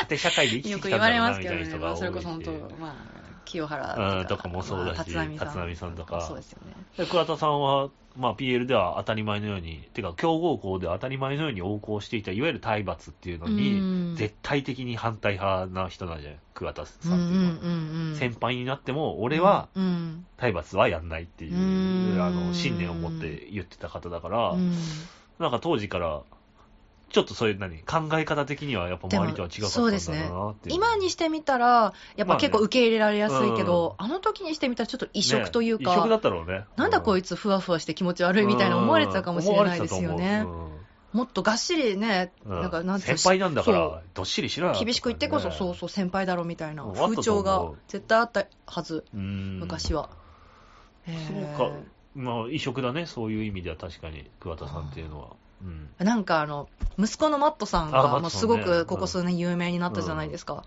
D: 縦社会で生きて
C: よ
D: き
C: く
D: たん
C: 言
D: だ
C: わ
D: ろ
C: れます
D: うな、み
C: けど
D: たいな
C: ね、まあ、
D: 人が多いし。
C: それこそ本当、まあ、清
D: う
C: 原
D: ん
C: と
D: と
C: か
D: かもそうだし
C: まあ立浪さん
D: 立浪さんとか
C: そうですよね。
D: で桑田さんは、まあ、PL では当たり前のように、てか、強豪校では当たり前のように横行していた、いわゆる体罰っていうのに、
C: うん
D: 絶対的に反対派な人なんじゃない桑田さ
C: うんうん
D: っていうのは。
C: うんうん、
D: 先輩になっても、
C: こ
D: 俺は
C: うん
D: 体罰はやんないっていう、
C: うん
D: あの信念を持って言ってた方だから、
C: うん
D: なんか当時から、ちょっとそういう何、考え方的にはやっぱ周りとは違かったんだろうなっていう。
C: 今にしてみたら、やっぱ結構
D: まあね
C: 受け入れられやすいけど、あの時にしてみたら、ちょっと異色という
D: ね異
C: か、
D: 色だったろうね。
C: なんだこ
D: い
C: いつ、ふわふわして気持ち悪いみたいな思われてたかもしれないですよね。もっとがっしりね、
D: うん
C: なんかなんていうの
D: 先輩なんだか
C: そう
D: ら、どっしりしろよ、
C: 厳しく言ってこそ、そう
D: う。
C: そう、先輩だろみたいな
D: うん
C: 風潮
D: あったと
C: が
D: 思う
C: 絶対あったはず、昔
D: 昔は。
C: は。えー
D: そうかまあ、異色だね、そういう意味では確かに、桑田さんっていうのは。うん。
C: なんかあの息子のマットさん
D: あマッ
C: が
D: トさんね
C: もうすごくここ数年有名になったじゃないですか、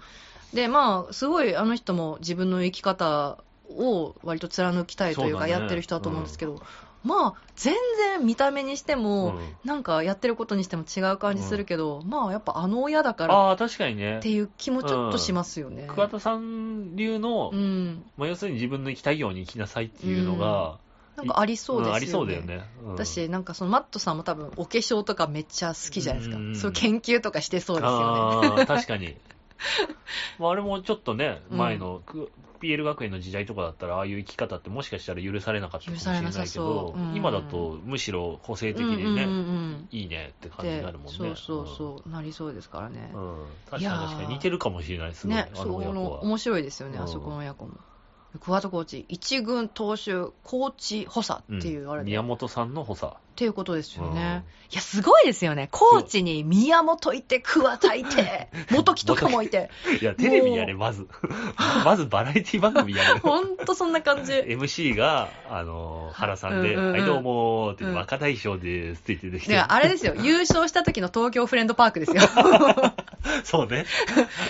C: でまあすごいあの人も自分の生き方を割と貫きたいという
D: そ
C: か
D: うだね
C: やってる人だと思うんですけど、まあ全然見た目にしても、
D: うん
C: なんかやってることにしても違う感じするけど、まあやっぱあの親だからっ
D: ああ、確かにね
C: て。いう気もちょっとしますよね、
D: 桑田さん流の、
C: うん、
D: まあ、要するに自分の生きたいように生きなさいっていうのが、
C: なんかありそうですよね、
D: んありそうだよね。うん
C: 私、なんかそのマットさんも多分お化粧とかめっちゃ好きじゃないですか
D: うんうんう。ん
C: そういう研究とかしてそうですよね。
D: ああー確
C: *laughs*
D: かに。まあ、あれもちょっとね、前の、く PL 学園の時代とかだったら、ああいう生き方ってもしかしたら許されなかったかもしれない
C: 許されなさ
D: け
C: そ
D: ど、
C: ううん
D: 今だとむしろ個性的
C: うん
D: にね、
C: うんうん
D: いいねって
C: うん
D: 感じに
C: で
D: なるもんね。
C: そうそうそう、なりそうですからね
D: う。ん。うん確か
C: い
D: に
C: やー
D: 確かに似てるかもしれない、すごい、
C: ね、
D: あ
C: そ
D: の
C: こ
D: 親
C: の
D: 子は。
C: 面白いですよね、
D: うん
C: あそこの親子も。桑田コーチ、一軍投手、コーチ補佐
D: うん
C: っていう、あれで、
D: 宮
C: っ
D: 本さんの補佐。
C: ていうことですよね。
D: う
C: いや、すごいですよね。コーチに宮本いて、桑田いて、元木とかもいて、
D: んいや、テレビやれ、まず。 *laughs* まずバラエティ番組やれ。
C: ほんとそんな
D: *laughs*
C: 感じ。
D: MC が、あの、原さんで、
C: うんうんうん
D: はい、どうもーって、
C: うん
D: 若大将でーすって言ってでき
C: で
D: て。
C: あれですよ、優勝した時の東京フレンドパークですよ。
D: そうね。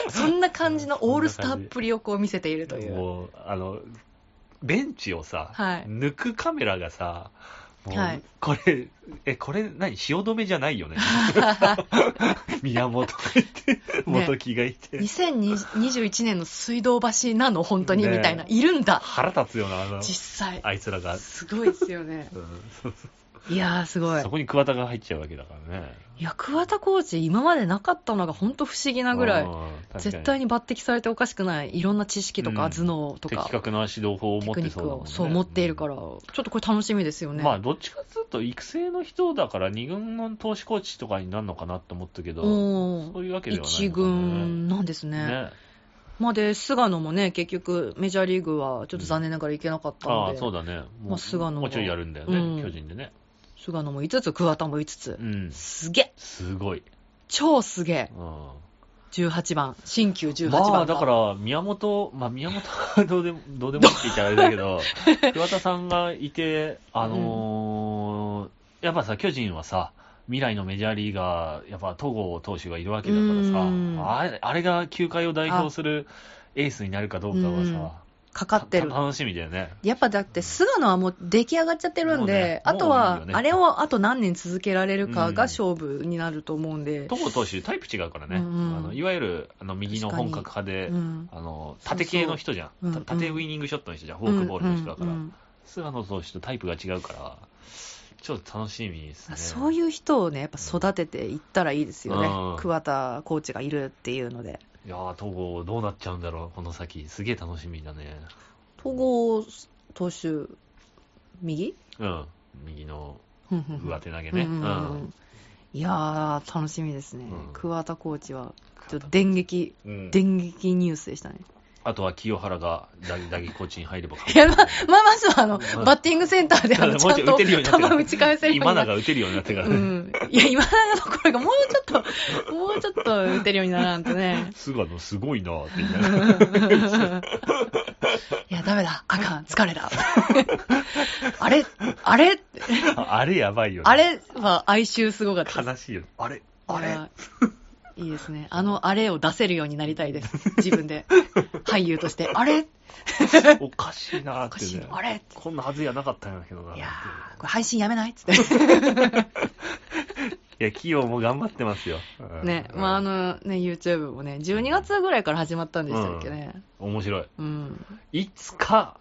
C: そんな感じのオールスターっぷりをこう見せているという。
D: もう、あの、ベンチをさ、
C: はい
D: 抜くカメラがさ、もう
C: はい
D: これ、え、これ何汐留じゃないよ
C: *laughs*
D: ね。宮本がいて、元木がいて。
C: 2021年の水道橋なの本当に
D: ねえ
C: みたいな。いるんだ
D: 腹立つよな、あの、
C: 実際。
D: あいつらが。
C: すごいですよ
D: *laughs*
C: ね。
D: うんそうそう
C: いやー、すごい
D: そ。こに桑田が入っちゃうわけだからね。
C: いや、桑田コーチ、今までなかったのが本当不思議なぐら
D: う
C: い。
D: ん確かに
C: 絶対に抜擢されておかしくない、いろんな知識と
D: う
C: か
D: ん
C: 頭脳とか
D: 的、確な指導法を持
C: テク
D: って
C: ニ
D: そ
C: ッ
D: うだ
C: ク
D: もん
C: を
D: ね。
C: そう持っているから、ちょっとこれ楽しみですよね。
D: まあ、どっちかというと、育成の人だから、二軍の投手コーチとかになるのかなと思ったけど、
C: うん
D: そういうわけではないのかね。
C: 一軍なんですね。
D: ね。
C: まあで、菅野もね、結局、メジャーリーグはちょっと残念ながら行けなかった
D: あ
C: の
D: あ、
C: で、
D: そうだね。もう
C: まあ菅野が
D: もうちょいやるんだよね、
C: うん
D: 巨人でね。
C: 菅野も5つ、桑田も5つ
D: う。ん。
C: すげえ
D: すごい。
C: 超すげえ
D: うん、ま
C: !18 番、新旧18番が。
D: あ、だから、宮本、まあ、宮本は *laughs* どうでも、どうでもいいって言ったらあれだけ
C: *laughs*
D: ど、桑田さんがいて、あのーやっぱさ、巨人はさ、未来のメジャーリーガー、やっぱ戸郷投手がいるわけだからさ、
C: うん
D: あれあれが球界を代表するエースになるかどうかは
C: うん
D: さ、
C: かかってる
D: た。楽しみだよね。
C: やっぱだって、菅野はもう出来上がっちゃってるん
D: もう
C: で、
D: ね
C: あと
D: もうい
C: は、
D: いよね
C: あれをあと何年続けられるかが
D: うん
C: 勝負になると思うんで、
D: 戸郷投手、タイプ違うからね、
C: うん
D: あのいわゆるあの右の本格派で、
C: うん
D: あの
C: そうそう
D: 縦系の人じゃん、
C: うん
D: た縦ウイニングショットの人じゃん、フォークボールの人だから、
C: うんうんうん
D: 菅野投手とタイプが違うから、ちょっと楽しみですね。
C: そういう人をね、やっぱ育てていったらいいですよね、
D: うん
C: 桑田コーチがいるっていうので。
D: いやー、戸郷、どうなっちゃうんだろう、この先、すげえ楽しみだね。
C: 統合投手、
D: *laughs*
C: 右
D: うん、右の
C: ふんふんふん
D: 上手投げね。
C: うんうんうん
D: うん
C: いやー、楽しみですね、
D: うん
C: 桑田コーチは、ちょっと電撃、
D: うん
C: 電撃ニュースでしたね。
D: あとは清原が打打撃コーチに入れば
C: *laughs* いや、ま、まあ、まずはあの、バッティングセンターで、あ
D: *laughs* も
C: の、
D: う
C: ちゃん
D: 打
C: と
D: てるようになってる
C: 球打ち返せるよう
D: 今
C: になっ
D: 永打てるようになってから
C: う
D: ね、
C: ん。いや、今永の声がもうちょっと、もうちょっと打てるようにならんとね。
D: 菅野、すごいなーって言いながら
C: いや、ダメだ。あかん。疲れた。 *laughs* あれ、あれ、 *laughs*
D: あれやばいよね。
C: あれは哀愁すごかったです。
D: 悲しいよね。あれ
C: いやいいですね。あの、あれを出せるようになりたいです。自分で。俳優として。あれ
D: おかしいな
C: お
D: ー
C: か
D: って
C: しい
D: ね。。
C: あれ
D: こんなはずやなかったんだけどな。
C: い
D: い
C: や
D: や
C: ー、これ配信やめないっつって。
D: 企業も頑張ってますよ。う
C: *laughs*
D: ん
C: ね、まあ、あ、のね、YouTube もね、12月ぐらいから始まったんでしたっけね。
D: うん面白い。
C: うん。
D: いつか、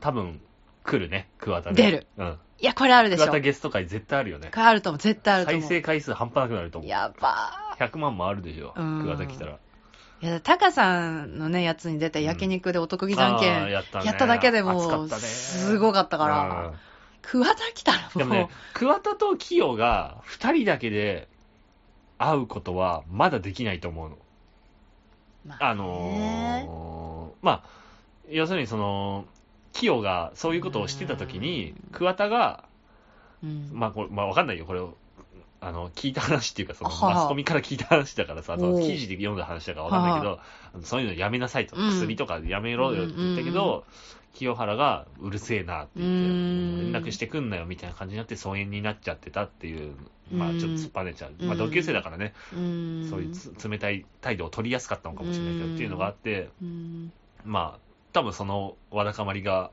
D: 多分、来るね、桑田ね。
C: 出る。
D: うん。
C: いや、これあるでしょ。
D: 桑田
C: こ
D: ゲスト会絶対あるよね。
C: れあると思う。絶対あると
D: 再
C: 思
D: 生回数半端なくなると
C: う。
D: 思う。
C: やば
D: 100万もあるでしょ、
C: うん
D: 桑田来たら。
C: ー。いや、タカさんのね、やつに出た焼肉でお得意じゃんけ
D: あ
C: ん、
D: ー
C: や
D: や
C: っ
D: ったね
C: ただけで
D: 熱か
C: も
D: っ
C: う、
D: たね
C: すごかったから、
D: うん
C: 桑田来たら
D: で
C: もう、
D: もね、桑田と清が2人だけで会うことはまだできないと思うの。
C: まあ
D: あのーまあ、要するにその、清がそういうことをしてたときに、桑田が、
C: うん
D: まあこれ、まあわかんないよ、これを。あの、聞いた話っていうか、その、
C: はは
D: マスコミから聞いた話だからさ、そ
C: おう
D: の記事で読んだ話だからわかんないけど、あのそういうのやめなさいと、
C: うん
D: 薬とかやめろよって言ったけ
C: うんうん
D: ど、清原がうるせえなって言って、
C: う
D: も
C: ん
D: う連絡してくんなよみたいな感じになって疎遠になっちゃってたっていう、まあちょっと突っぱねちゃう。ま
C: う
D: あ
C: ん
D: 同級生だからね、
C: うん
D: そういうつ冷たい態度を取りやすかったのかもしれないけど、
C: うん
D: っていうのがあって、
C: うん
D: まあ、多分そのわだかまりが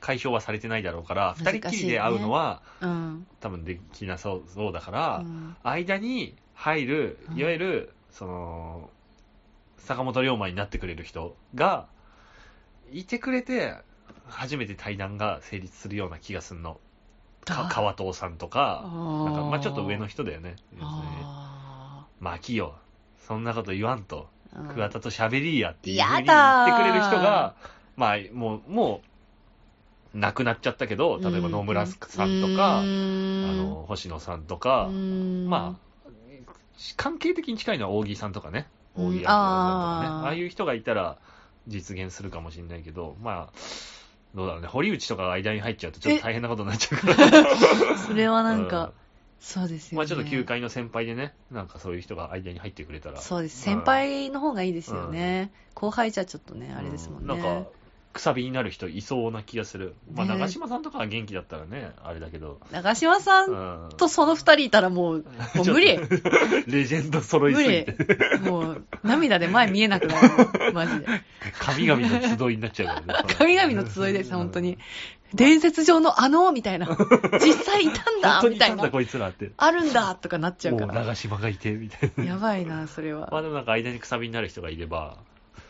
D: 解消はされてないだろうから、二、
C: 難しいね
D: 人っきりで会うのは
C: うん
D: 多分できなそうそうだから、
C: うん
D: 間に入る
C: う、ん
D: いわゆる、その、坂本龍馬になってくれる人が、いてくれて、初めて対談が成立するような気がするの。か川藤さんとか、なんか、まあちょっと上の人だよね。要するに
C: あ
D: まあ、きよ、そんなこと言わんと、
C: ーうん
D: 桑田と喋りやっていうふう
C: や
D: に言
C: だー
D: ってくれる人が、まあ、もう、もう、亡くなっちゃったけど、例えば野村さんと
C: う
D: か、あ
C: ん
D: の、星野さんとか、
C: うん
D: まあ、関係的に近いのは扇さんとかね、
C: うん
D: 扇明さんとかね、
C: あー
D: ああいう人がいたら実現するかもしれないけど、まあ、どうだろうね、堀内とかが間に入っちゃうと、ちょっと大変なことになっちゃうから。
C: それは *laughs* なんか、
D: うん
C: そうですよね。
D: まあちょっと球界の先輩でね、なんかそういう人が間に入ってくれたら。
C: そうです。先輩の方がいいですよね。後輩じゃちょっとね、あれですもんね。
D: うんなんか、くさびになる人いそうな気がする。まあ
C: ね
D: 長嶋さんとかは元気だったらね、あれだけど。
C: 長嶋さん
D: *laughs* ん
C: とその二人いたらもう、もう無
D: *laughs*
C: 理。
D: レジェンド揃い
C: 無
D: すぎ
C: 理
D: て、。
C: もう、涙で前見えなくな
D: *laughs*
C: る。マジで。
D: 神々の集いになっち
C: *laughs*
D: ゃうからね。
C: 神々の集いです、本当に。伝説上のあの、みたい
D: *laughs*
C: な。実際いたん
D: 本
C: だ、
D: 当
C: み
D: に
C: た
D: た
C: い
D: んだ
C: な。
D: こいつらって。
C: あるんだ、とかなっちゃう
D: も
C: か
D: う長
C: ら。
D: 島がいて、みたいな。
C: やばいな、それは。
D: まあでもなんか間にくさびになる人がいれば、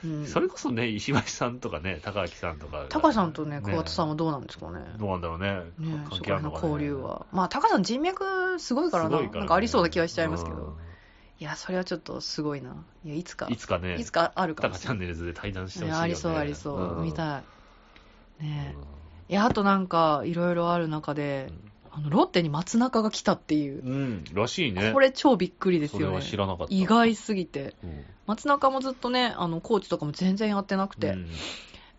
C: うん
D: それこそね、石橋さんとかね、高木さんとか。
C: タカさんとね、桑田さん
D: も。
C: はどうなんですかね。
D: どうなんだろうね。
C: ね
D: 関
C: そ
D: 係
C: こら
D: あるの
C: の
D: かね
C: 交流。は。まあ、タカさん人脈すごいから
D: す
C: な。
D: ごいからね
C: なんかありそうな気はしちゃいますけ
D: うん
C: ど。いや、それはちょっとすごいな。いや、いつか。
D: いつかね、
C: いつかあるか
D: タ
C: も
D: カ
C: し
D: チ
C: れ
D: ャ
C: な
D: ンネルズで対談し
C: い
D: てほしい
C: ね。
D: よね。
C: ありそう、ありそう。見
D: い。
C: たい。
D: うん
C: ねいや、あとなんか、いろいろある中で、あの、ロッテに松中が来たっていう。
D: うん、らしいね。
C: これ超びっくりです
D: それ
C: よ
D: は
C: ね。
D: 知らなかった。
C: 意外すぎて。
D: うん。
C: 松中もずっとね、あの、コーチとかも全然やってなくて。
D: うん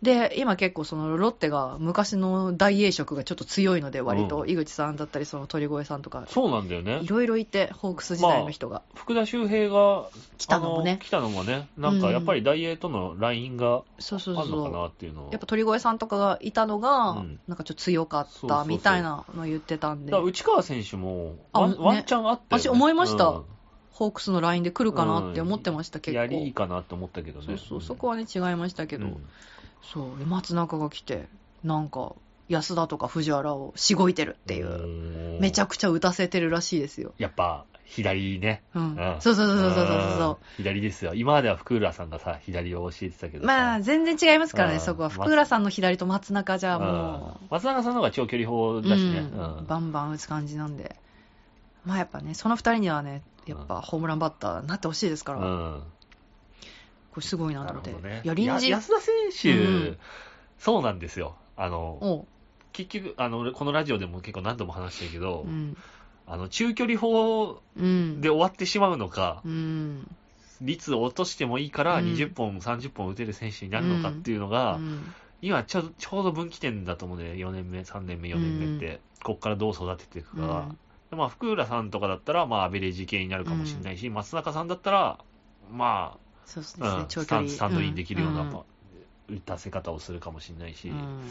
C: で、今結構そのロッテが昔の大栄色がちょっと強いので、割と、
D: う
C: 井口さんだったり、その鳥越さんとか、
D: そうなんだよね
C: い。ろいろいて、ホークス時代の人が。
D: 福田周平が
C: 来たのもね
D: あ来たのもね、なんかやっぱりダイエーとのラインが
C: そう
D: あ
C: そ
D: る
C: う
D: のか
C: そ
D: なっていうの
C: う。
D: を。
C: やっぱ鳥越さんとかがいたのが、
D: うん
C: なんかちょっと強か
D: そ
C: っ
D: うそうそ
C: た
D: う
C: みたいなの言ってたんで
D: だから、内川選手も
C: あ
D: ワン,、
C: ね
D: ワンチャンあったよ、
C: 私
D: ね、
C: 思いました
D: うん
C: ホークスのラインで来るかなって思ってました、結
D: やりいい
C: 構。
D: かなって思ったけどね。
C: そうそう、
D: ん
C: そこはね、違いましたけど、
D: うん
C: そう、で松中が来て、なんか、安田とか藤原をしごいてるっていう、
D: う
C: めち
D: ゃ
C: ゃくちゃ打たせてるらしいですよ。
D: やっぱ、左ね。
C: うん
D: う。ん
C: そうそうそうそうそうそうそう。
D: ん左ですよ。今までは福浦さんがさ、左を教えてたけどさ。
C: まあ、全然違いますから
D: う
C: ね、
D: ん
C: そこは。
D: ま
C: 福浦さんの左と松中じゃも
D: うん松永さんの方が長距離砲
C: う、
D: だしね。
C: うん
D: うん
C: バンバン打つ感じなんで。まあやっぱね、その二人にはね、やっぱホームランバッターになってほしいですから、こ
D: うん
C: れすごいなと
D: なる
C: 思っ
D: ほ
C: て。
D: どね。
C: いや、臨時、
D: 安田選手、
C: うん
D: そうなんですよ。あの、
C: おう
D: 結局、あの、俺このラジオでも結構何度も話してるけど、
C: うん。
D: あの、中距離砲
C: うん。
D: で終わってしまうのか
C: う、ん。
D: 率を落としてもいいから
C: うん
D: 20本、30本打てる選手になるのかっていうのが、
C: うん
D: 今ちょちょうど分岐点だと思うね。4年目、3年目、4年目って、こっからどう育てていくかが。でまあ、福浦さんとかだったら、まあ、アベレージ系になるかもしれないし、松中さんだったら、ま
C: そうです
D: あ、
C: ね
D: うん、
C: 長距
D: スタン
C: 離。
D: スタンドインできるような、
C: ん
D: まあ打たせ方をするかもしれないし、
C: うん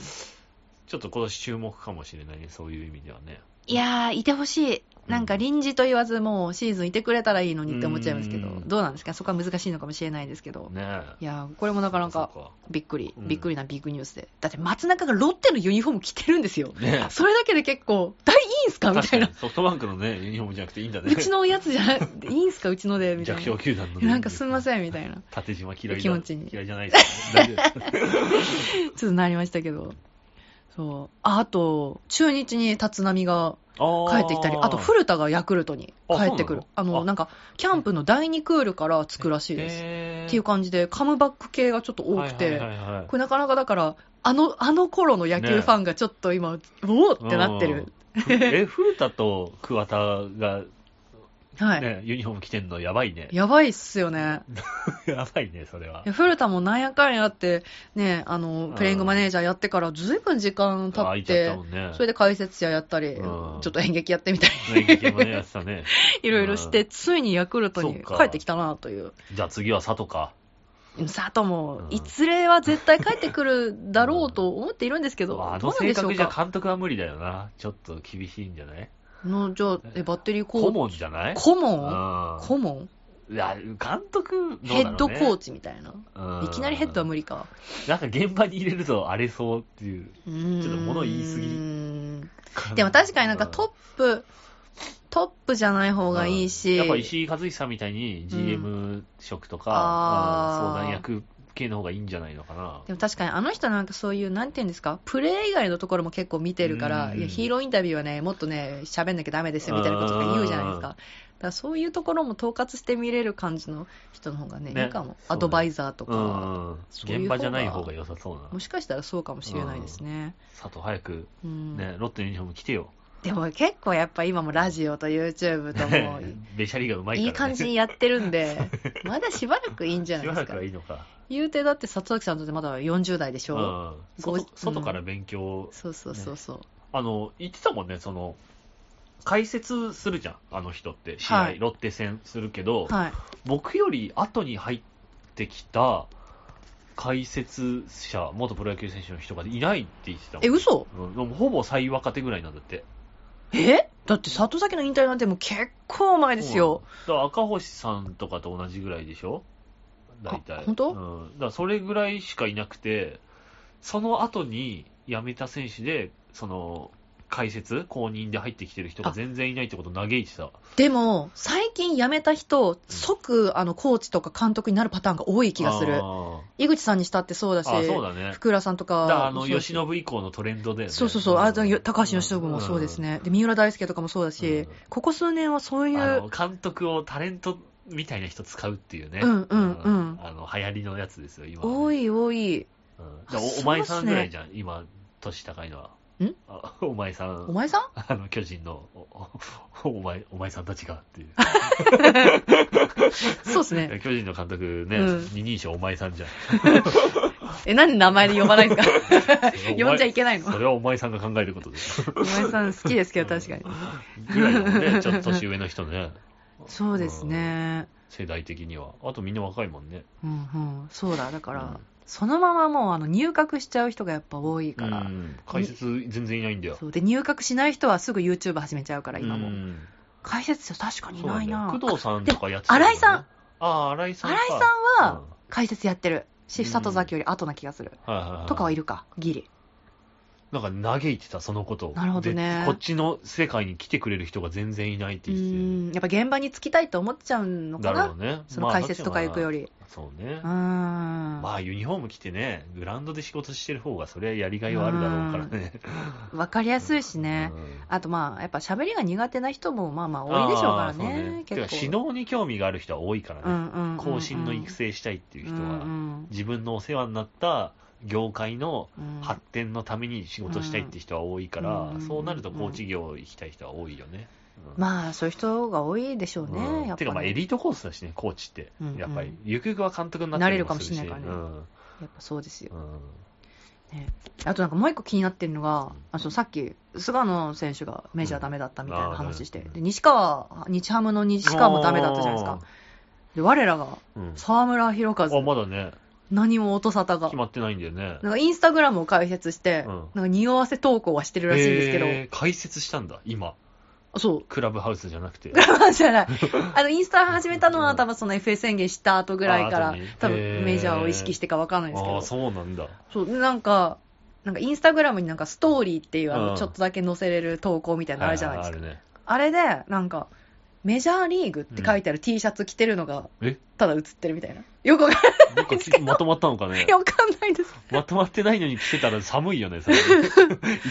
D: ちょっと今年注目かもしれないね、そういう意味ではね。
C: いやー、いてほしい。なんか臨時と言わず、もうシーズンいてくれたらいいのにって思っちゃいますけど、
D: うん
C: どうなんですかそこは難しいのかもしれないですけど。
D: ね
C: いやー、これもなかなか
D: そうか
C: びっくり、
D: うん
C: びっくりなビッグニュースで。だって松中がロッテのユニフォーム着てるんですよ。
D: ね
C: それだけで結構、大いいんすか *laughs* み
D: 確
C: た
D: か
C: いな
D: に。ソフトバンクのね、ユニフォームじゃなくていいんだね。
C: うちのやつじゃない、いいんすかうちので、みた
D: 弱
C: いな
D: 小。球団のね。
C: なんかすんません、みたいな。
D: 縦島嫌いだ
C: 気持ちに
D: 嫌いじゃないで
C: *laughs*
D: すよね。大丈夫です
C: ちょっとなりましたけど。そう。あ、あと、中日に立浪が帰ってきたり、あと古田がヤクルトに帰ってくる。あ
D: あそうなの
C: の、
D: あ
C: なんか、キャンプの第2クールからつくらしいです。
D: へー
C: っていう感じで、カムバック系がちょっと多くて。
D: はいはいはいはい
C: これなかなかだから、あの、あの頃の野球ファンがちょっと今、おおってなってる。
D: うんえ、古田と桑田が、
C: はい。
D: ね、ユニフォーム着てんのやばいね。
C: やばいっすよね。
D: やばいね、それはい
C: や。古田もなんやかんやって、ね、あの、プレイングマネージャーやってからずいぶん時間経
D: あ
C: っ
D: いちゃった
C: て
D: も、んね。
C: それで解説者やったり、ち
D: うん
C: ょっと演劇やってみたり、
D: ね劇もね、やってたね。
C: いろいろして、ついにヤクルト
D: そ
C: に
D: うか
C: 帰ってきたなという。
D: じゃあ次は佐
C: *laughs*
D: 藤か。
C: でも佐藤も
D: う、ん
C: いずれは絶対帰ってくるだろうと思っているんですけど、
D: まああ
C: どう
D: の
C: なん
D: 性
C: でしょ
D: 格
C: う
D: じゃ
C: か。
D: 監督は無理だよな。ちょっと厳しいんじゃない
C: の、じゃあ、え、バッテリーコ
D: 顧
C: ーチ。
D: 問じゃない
C: 顧問
D: 顧
C: 顧問
D: 問いや、監督、
C: ヘッドコー
D: チ。
C: チみたいな。
D: うん
C: いきなりヘッドは無理か。
D: なんか現場に入れると荒れそうっていう。
C: ちょ
D: っと物言いすぎ
C: でも確かになんか
D: ッ
C: トップ、トップじゃない方がいいし、
D: やっぱ石井和久みたいに GM 職とか、
C: あー
D: うん相談役系の方がいいんじゃないのかな。
C: でも確かにあの人なんかそういう、なんていうんですか、プレー以外のところも結構見てるから、
D: うん
C: いやヒーローインタビューはね、もっとね、喋んなきゃダメですよみたいなこととか言うじゃないですか。
D: う
C: だからそういうところも統括して見れる感じの人の方がね、
D: ね
C: いいかも。
D: そう
C: アドバイザーと
D: う
C: か、
D: ん。
C: そういう方が
D: 現場じゃない方が良さそうな
C: も。しかしたらそうかもしれないですね。
D: 佐藤早く、
C: うん
D: ね、ロッテのユニフォーム着てよ。
C: でも結構やっぱ今もラジオと YouTube と
D: *laughs*
C: もう
D: べしゃりがうまいから、ね。
C: いい感じにやってるん
D: *laughs*
C: で、まだしばらくいいんじゃな
D: し
C: い
D: ば
C: で
D: ら
C: す
D: く
C: か
D: は。いいのか。
C: 言うてだって里崎さんとってまだ40代でし
D: う
C: ょ、
D: ん。
C: そう
D: 外外から勉強を、
C: そうそうそうそう。
D: あの、言ってたもんね、その、解説するじゃん、あの人って。試合、
C: はい
D: ロッテ戦するけど、
C: はい。
D: 僕より後に入ってきた解説者、元プロ野球選手の人がいないって言ってたもん
C: え、嘘
D: うんでもほぼ最若手ぐらいなんだって。
C: えだって里崎の引退なんてもう結構前ですよ。
D: そうなんだだから赤星さんとかと同じぐらいでしょ大体。
C: あ本当
D: うん。だからそれぐらいしかいなくて、その後に辞めた選手で、その、解説公認で入ってきてる人が全然いないってことを嘆いてた。
C: でも、最近辞めた人、即、あの、コーチとか監督になるパターンが多い気がする
D: あ。ー
C: 井口さんにしたってそうだし、
D: あ、そうだね。
C: 福浦さんと
D: だ
C: か。
D: からあの、
C: そうだし
D: 吉信以降のトレンドだよね。
C: そうそうそう、あだよ高橋由伸もそうです
D: ね
C: ね、で三浦大輔とかもそうだし、
D: うん
C: ここ数年はそうい
D: あ
C: う
D: の、監督をタレントみたいな人使うっていうね、
C: うんうんうん
D: あの流行りのやつですよ、今はね、
C: 多い多い、
D: うんだから
C: そうっす
D: お
C: ね
D: お前さんぐらいじゃん、今、年高いのは。
C: ん
D: あお前さ
C: お
D: ん、
C: 前さん
D: *laughs* あの巨人のおおお前お前さんたちがっていう、
C: そうですね、
D: 巨人の監督ね、
C: うん
D: 二人称お前さんじゃん。
C: え、なんで名前で呼ばないん
D: *laughs*
C: ですか、 *laughs* 呼んじゃい
D: け
C: けないの
D: そ、れはお前さんが考えること
C: *laughs*
D: です。
C: お前さん好きですけど、確かに、
D: ぐらいだもんね、ちょっと年上の人ね、
C: そうですね、
D: 世代的には。あとみんな若いもんね。
C: うんうん、そうだ、だから、
D: うん
C: そのままもうあの入閣しちゃう人がやっぱ多いから、
D: うん解説全然いないんだよ。
C: そうで入閣しない人はすぐ YouTube 始めちゃうから、今も、
D: うん
C: 解説者、確かにいない
D: そう
C: な
D: だね、工藤さんとかやってた
C: 新井さん、
D: ん。ああ、新井さん
C: 新
D: か。
C: 井さんは解説やってるし、里崎より後な気がする、
D: うん、はいはいはい、
C: とかはいるか、ギリ。
D: なんか嘆いてた、そのことを。
C: なるほどね
D: でこっちの世界に来てくれる人が全然いないって
C: う
D: 言ってて。
C: んやっぱ現場に着きたいと思っちゃうのか
D: だ
C: な、
D: ろうね。
C: その解説とか行くより。
D: まあ。そうね
C: う。ん。
D: まあ、ユニフォーム着てね、グラウンドで仕事してる方が、それはやりがいはあるだろうからね。
C: わかりやすいしね。
D: うん
C: あとまあ、やっぱ喋りが苦手な人もまあまあ多いでしょうから
D: あー
C: ね。
D: そうてか、
C: 結
D: 指
C: 構。
D: 導に興味がある人は多いからね。
C: うんうんうんうん
D: 後進の育成したいっていう人は、
C: うんうん
D: 自分のお世話になった業界の
C: うん
D: 発展のために仕事したいって人は多いから、
C: うん
D: そうなると高知業行きたい人は多いよね。うん
C: まあ、そういう人が多いでしょうね。
D: う
C: やっ
D: ん
C: ぱ
D: てかまあエ
C: ね
D: リートコースだしね、高知って
C: うんうん。
D: やっぱり、ゆくゆくは監督になった
C: な
D: りす
C: れるかもしれないからやっぱそうですよ
D: う。んうん
C: あとなんかもう一個気になってるのが
D: うん、
C: あそうさっき、菅野選手がメジャーダメだったみたいな話して、
D: うんあーはい
C: で西川、日ハムの西川もダメだったじゃないですか。で、我らが、
D: うん。
C: 沢村博
D: あ、
C: 和、
D: まだね、
C: 何も音沙汰が
D: 決。まってないんだよね。
C: なんかインスタグラムを開設して、
D: うん
C: なんか匂わせ投稿はしてるらしいんですけど、
D: えー解説したんだ、今。
C: あそう。
D: クラブハウスじゃなく
C: *laughs*
D: て。
C: じゃない。あの、インスタ始めたのは多分その FA 宣言した後ぐらいか
D: あ
C: ら
D: 後に、
C: 多
D: へ
C: 分
D: ー
C: メジャーを意識してかわかんないですけ
D: ああ、
C: ど、
D: そうなんだ。
C: そう、でなんか、なんかインスタグラムになんかストーリーっていうあ
D: う
C: の、
D: ん
C: ちょっとだけ載せれる投稿みたいなのあるじゃないですか。
D: あるね。
C: あれで、なんか、メジャーリーグって書いてある T シャツ着てるのが、
D: え
C: ただ写ってるみたいな。よくわかん
D: なんかきまとまったのかね。
C: ない、わかんないです。
D: まとまってないのに着てたら寒いよ
C: *laughs*
D: ね、それ。い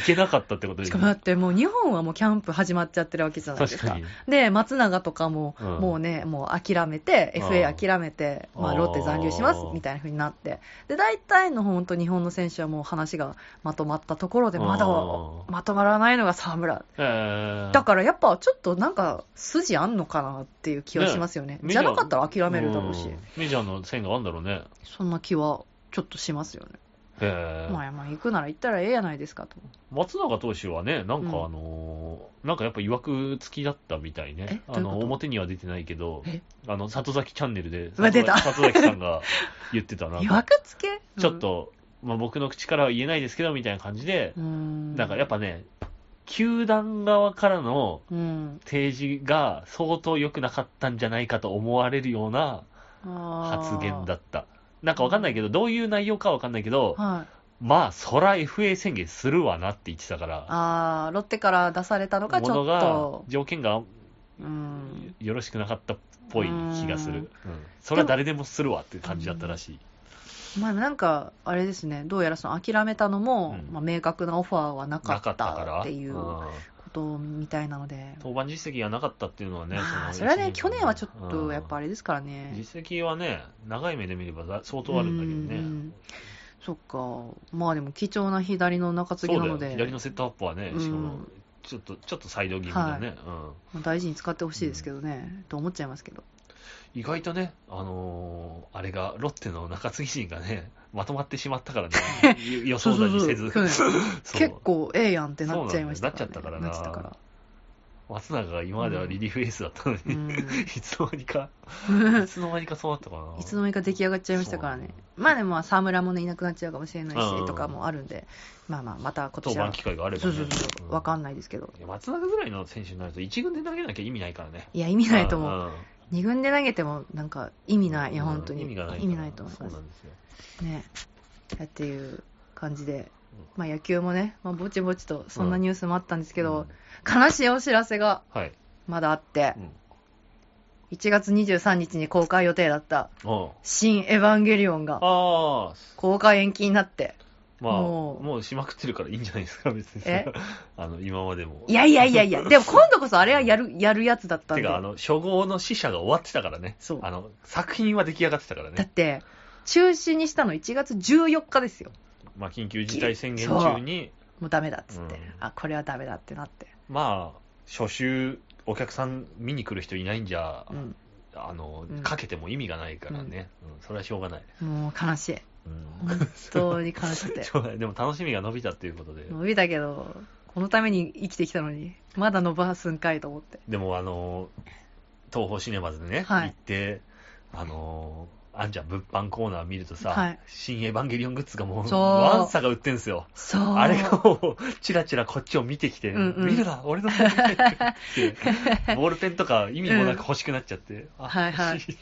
D: けなかったってことで
C: し
D: す
C: かもだってもう日本はもうキャンプ始まっちゃってるわけじゃないです
D: 確
C: か
D: か。に。
C: で、松永とかも、
D: うん
C: もうね、もう諦めて、
D: うん
C: FA 諦めて、まあ、
D: あー
C: ロッテ残留しますみたいな風になって、で、大体の本当、日本の選手はもう話がまとまったところで、まだ
D: うん
C: まとまらないのが沢村。
D: えー
C: だからやっぱちょっとなんか筋あんのかなっていう気はしますよね。
D: ね
C: じゃなかったら諦めるだろうし、
D: んメジャーの線があるんだろうね。
C: そんな気はちょっとしますよね。
D: へえ
C: まあまあ行くなら行ったらええやないですかと。
D: 松永投手はね、なんか
C: うん
D: あのーなんかやっぱ曰く付きだったみたいね。
C: えどうい
D: あ
C: う
D: の、
C: こと
D: 表には出てないけど
C: え、
D: あの、里崎チャンネルで、
C: うわ出た
D: 里崎さんが言ってた
C: *laughs*
D: な。
C: いわくつけ
D: ちょっ、と、まあ僕の口からは言えないですけど、みたいな感じで、
C: うん、
D: なんかやっぱね、球団側からの
C: うん、
D: 提示が相当良くなかったんじゃないかと思われるような
C: 発
D: 発言だった。なんかわかんないけど、どういう内容かはわかんないけど、
C: はい。
D: まあ、そら FA 宣言するわなって言ってたから、
C: あーロッテから出されたのがちょ
D: の
C: っ
D: が
C: と、、
D: 条件が
C: うん、
D: よろしくなかったっぽい気がす
C: う
D: る
C: ん。
D: うんそれは誰でもするわっていう感じだったらしい。
C: まあなんか、あれですね、どうやらその諦めたのも、
D: うん
C: まあ、明確なオファーはなか
D: な
C: っ
D: かったか
C: た
D: ら。
C: っていう
D: うん
C: こ。とみたいなので、
D: 登板実績がなかったっていうのはね、
C: まあ、
D: の
C: それはね、去年はちょっとやっぱあ
D: り。
C: れですから
D: うん
C: ね、
D: 実績はね、長い目で見ればだ相当あるんだけ
C: う
D: どね
C: ん。そっか、まあでも貴重な左の中継
D: そ
C: ぎ
D: う
C: な
D: だ
C: の
D: よ
C: で、
D: 左のセットアップはね、しか
C: う
D: も
C: ん
D: ちょっと、ちょっと裁量気味だね、うん。
C: まあ大事に使ってほしいですけどね、と思っちゃいますけど。
D: 意外とね、あのーあれが、ロッテの中継ぎ陣がね、まとまってしまったからね、
C: *laughs*
D: ゆ予想だにせず、
C: そうそうそう
D: そう
C: 結構ええやんってなっちゃいましたから、ね。
D: そうなんだよ
C: な
D: な
C: っ
D: っ
C: ち
D: ち
C: ゃっ
D: ゃったた
C: か
D: からら。松永が今まではリリーフエースだったのに、
C: うん
D: いつの間にか、いつの間にかそうだったかな。
C: いつの間にか出来上がっちゃいましたからね
D: そう。
C: まあでもまあ、沢村もね、いなくなっちゃうかもしれない
D: うん
C: し、とかもあるんで、まあまあ、また今
D: 当
C: 年
D: 番
C: は。
D: 機会があれば、
C: そう
D: ね。
C: そうそう、わか
D: ない
C: んないですけど。
D: や。松永ぐらいの選手になると、1軍で投げなきゃ意味ないからね。
C: いや、意味ないと思う。
D: 思うん。
C: 2軍で投げても、なんか、意味ない。いや、
D: うん
C: 本当に。
D: 意味がないから。
C: 意味ないと思い
D: そ
C: ま
D: う
C: す
D: な。んですよ。
C: ね。やっていう感じで。まあ野球もね、まあ、ぼちぼちと、そんなニュースもあったんですけど、
D: うん
C: 悲しいお知らせが
D: はい。
C: まだあって
D: う、ん。
C: 1月23日に公開予定だった、
D: おう
C: 新エヴァンゲリオンが、
D: ああ、
C: 公開延期になって、
D: まあ、
C: も
D: も
C: う
D: うしまくってるからいいんじゃないですか、別に。
C: え
D: あの、今までも。
C: いやいやいや
D: *laughs*
C: いや、でも今度こそあれはやる、やるやつだったん
D: て
C: で。
D: か、あの、初号の死者が終わってたからね。
C: そう
D: あの、作品は出来上がってたから
C: だっ
D: ね。
C: て、中止にしたの1月14日ですよ。
D: まあ、緊急事態宣言中に、
C: もうダメだっつって、
D: うん
C: あ、これはダメだってなって。
D: まあ、初週、お客さん見に来る人いないんじゃ、
C: うん。
D: あの
C: うん、
D: かけても意味がないからね。うん、それはしょうがない。
C: もう悲しい。
D: うん。
C: 本当に悲しく
D: *laughs*
C: て
D: し。ょうがないでも楽しみが伸びたっていうことで。
C: 伸びたけど、このために生きてきたのに、まだ伸ばすんかいと思って。
D: でも、あの、東宝シネマズでね、
C: はい
D: 行って、あの、あんじゃん、物販コーナー見るとさ、
C: はい
D: 新エヴァンゲリオングッズがもう、
C: そう
D: ワンサが売ってんすよ。
C: そう。
D: あれがもう、チラチラこっちを見てきて、
C: うんうん
D: 見るな、俺のボールペン
C: *laughs*
D: って、ボールペンとか意味もなく欲しくなっちゃって、あ
C: はいはい
D: *laughs* 欲し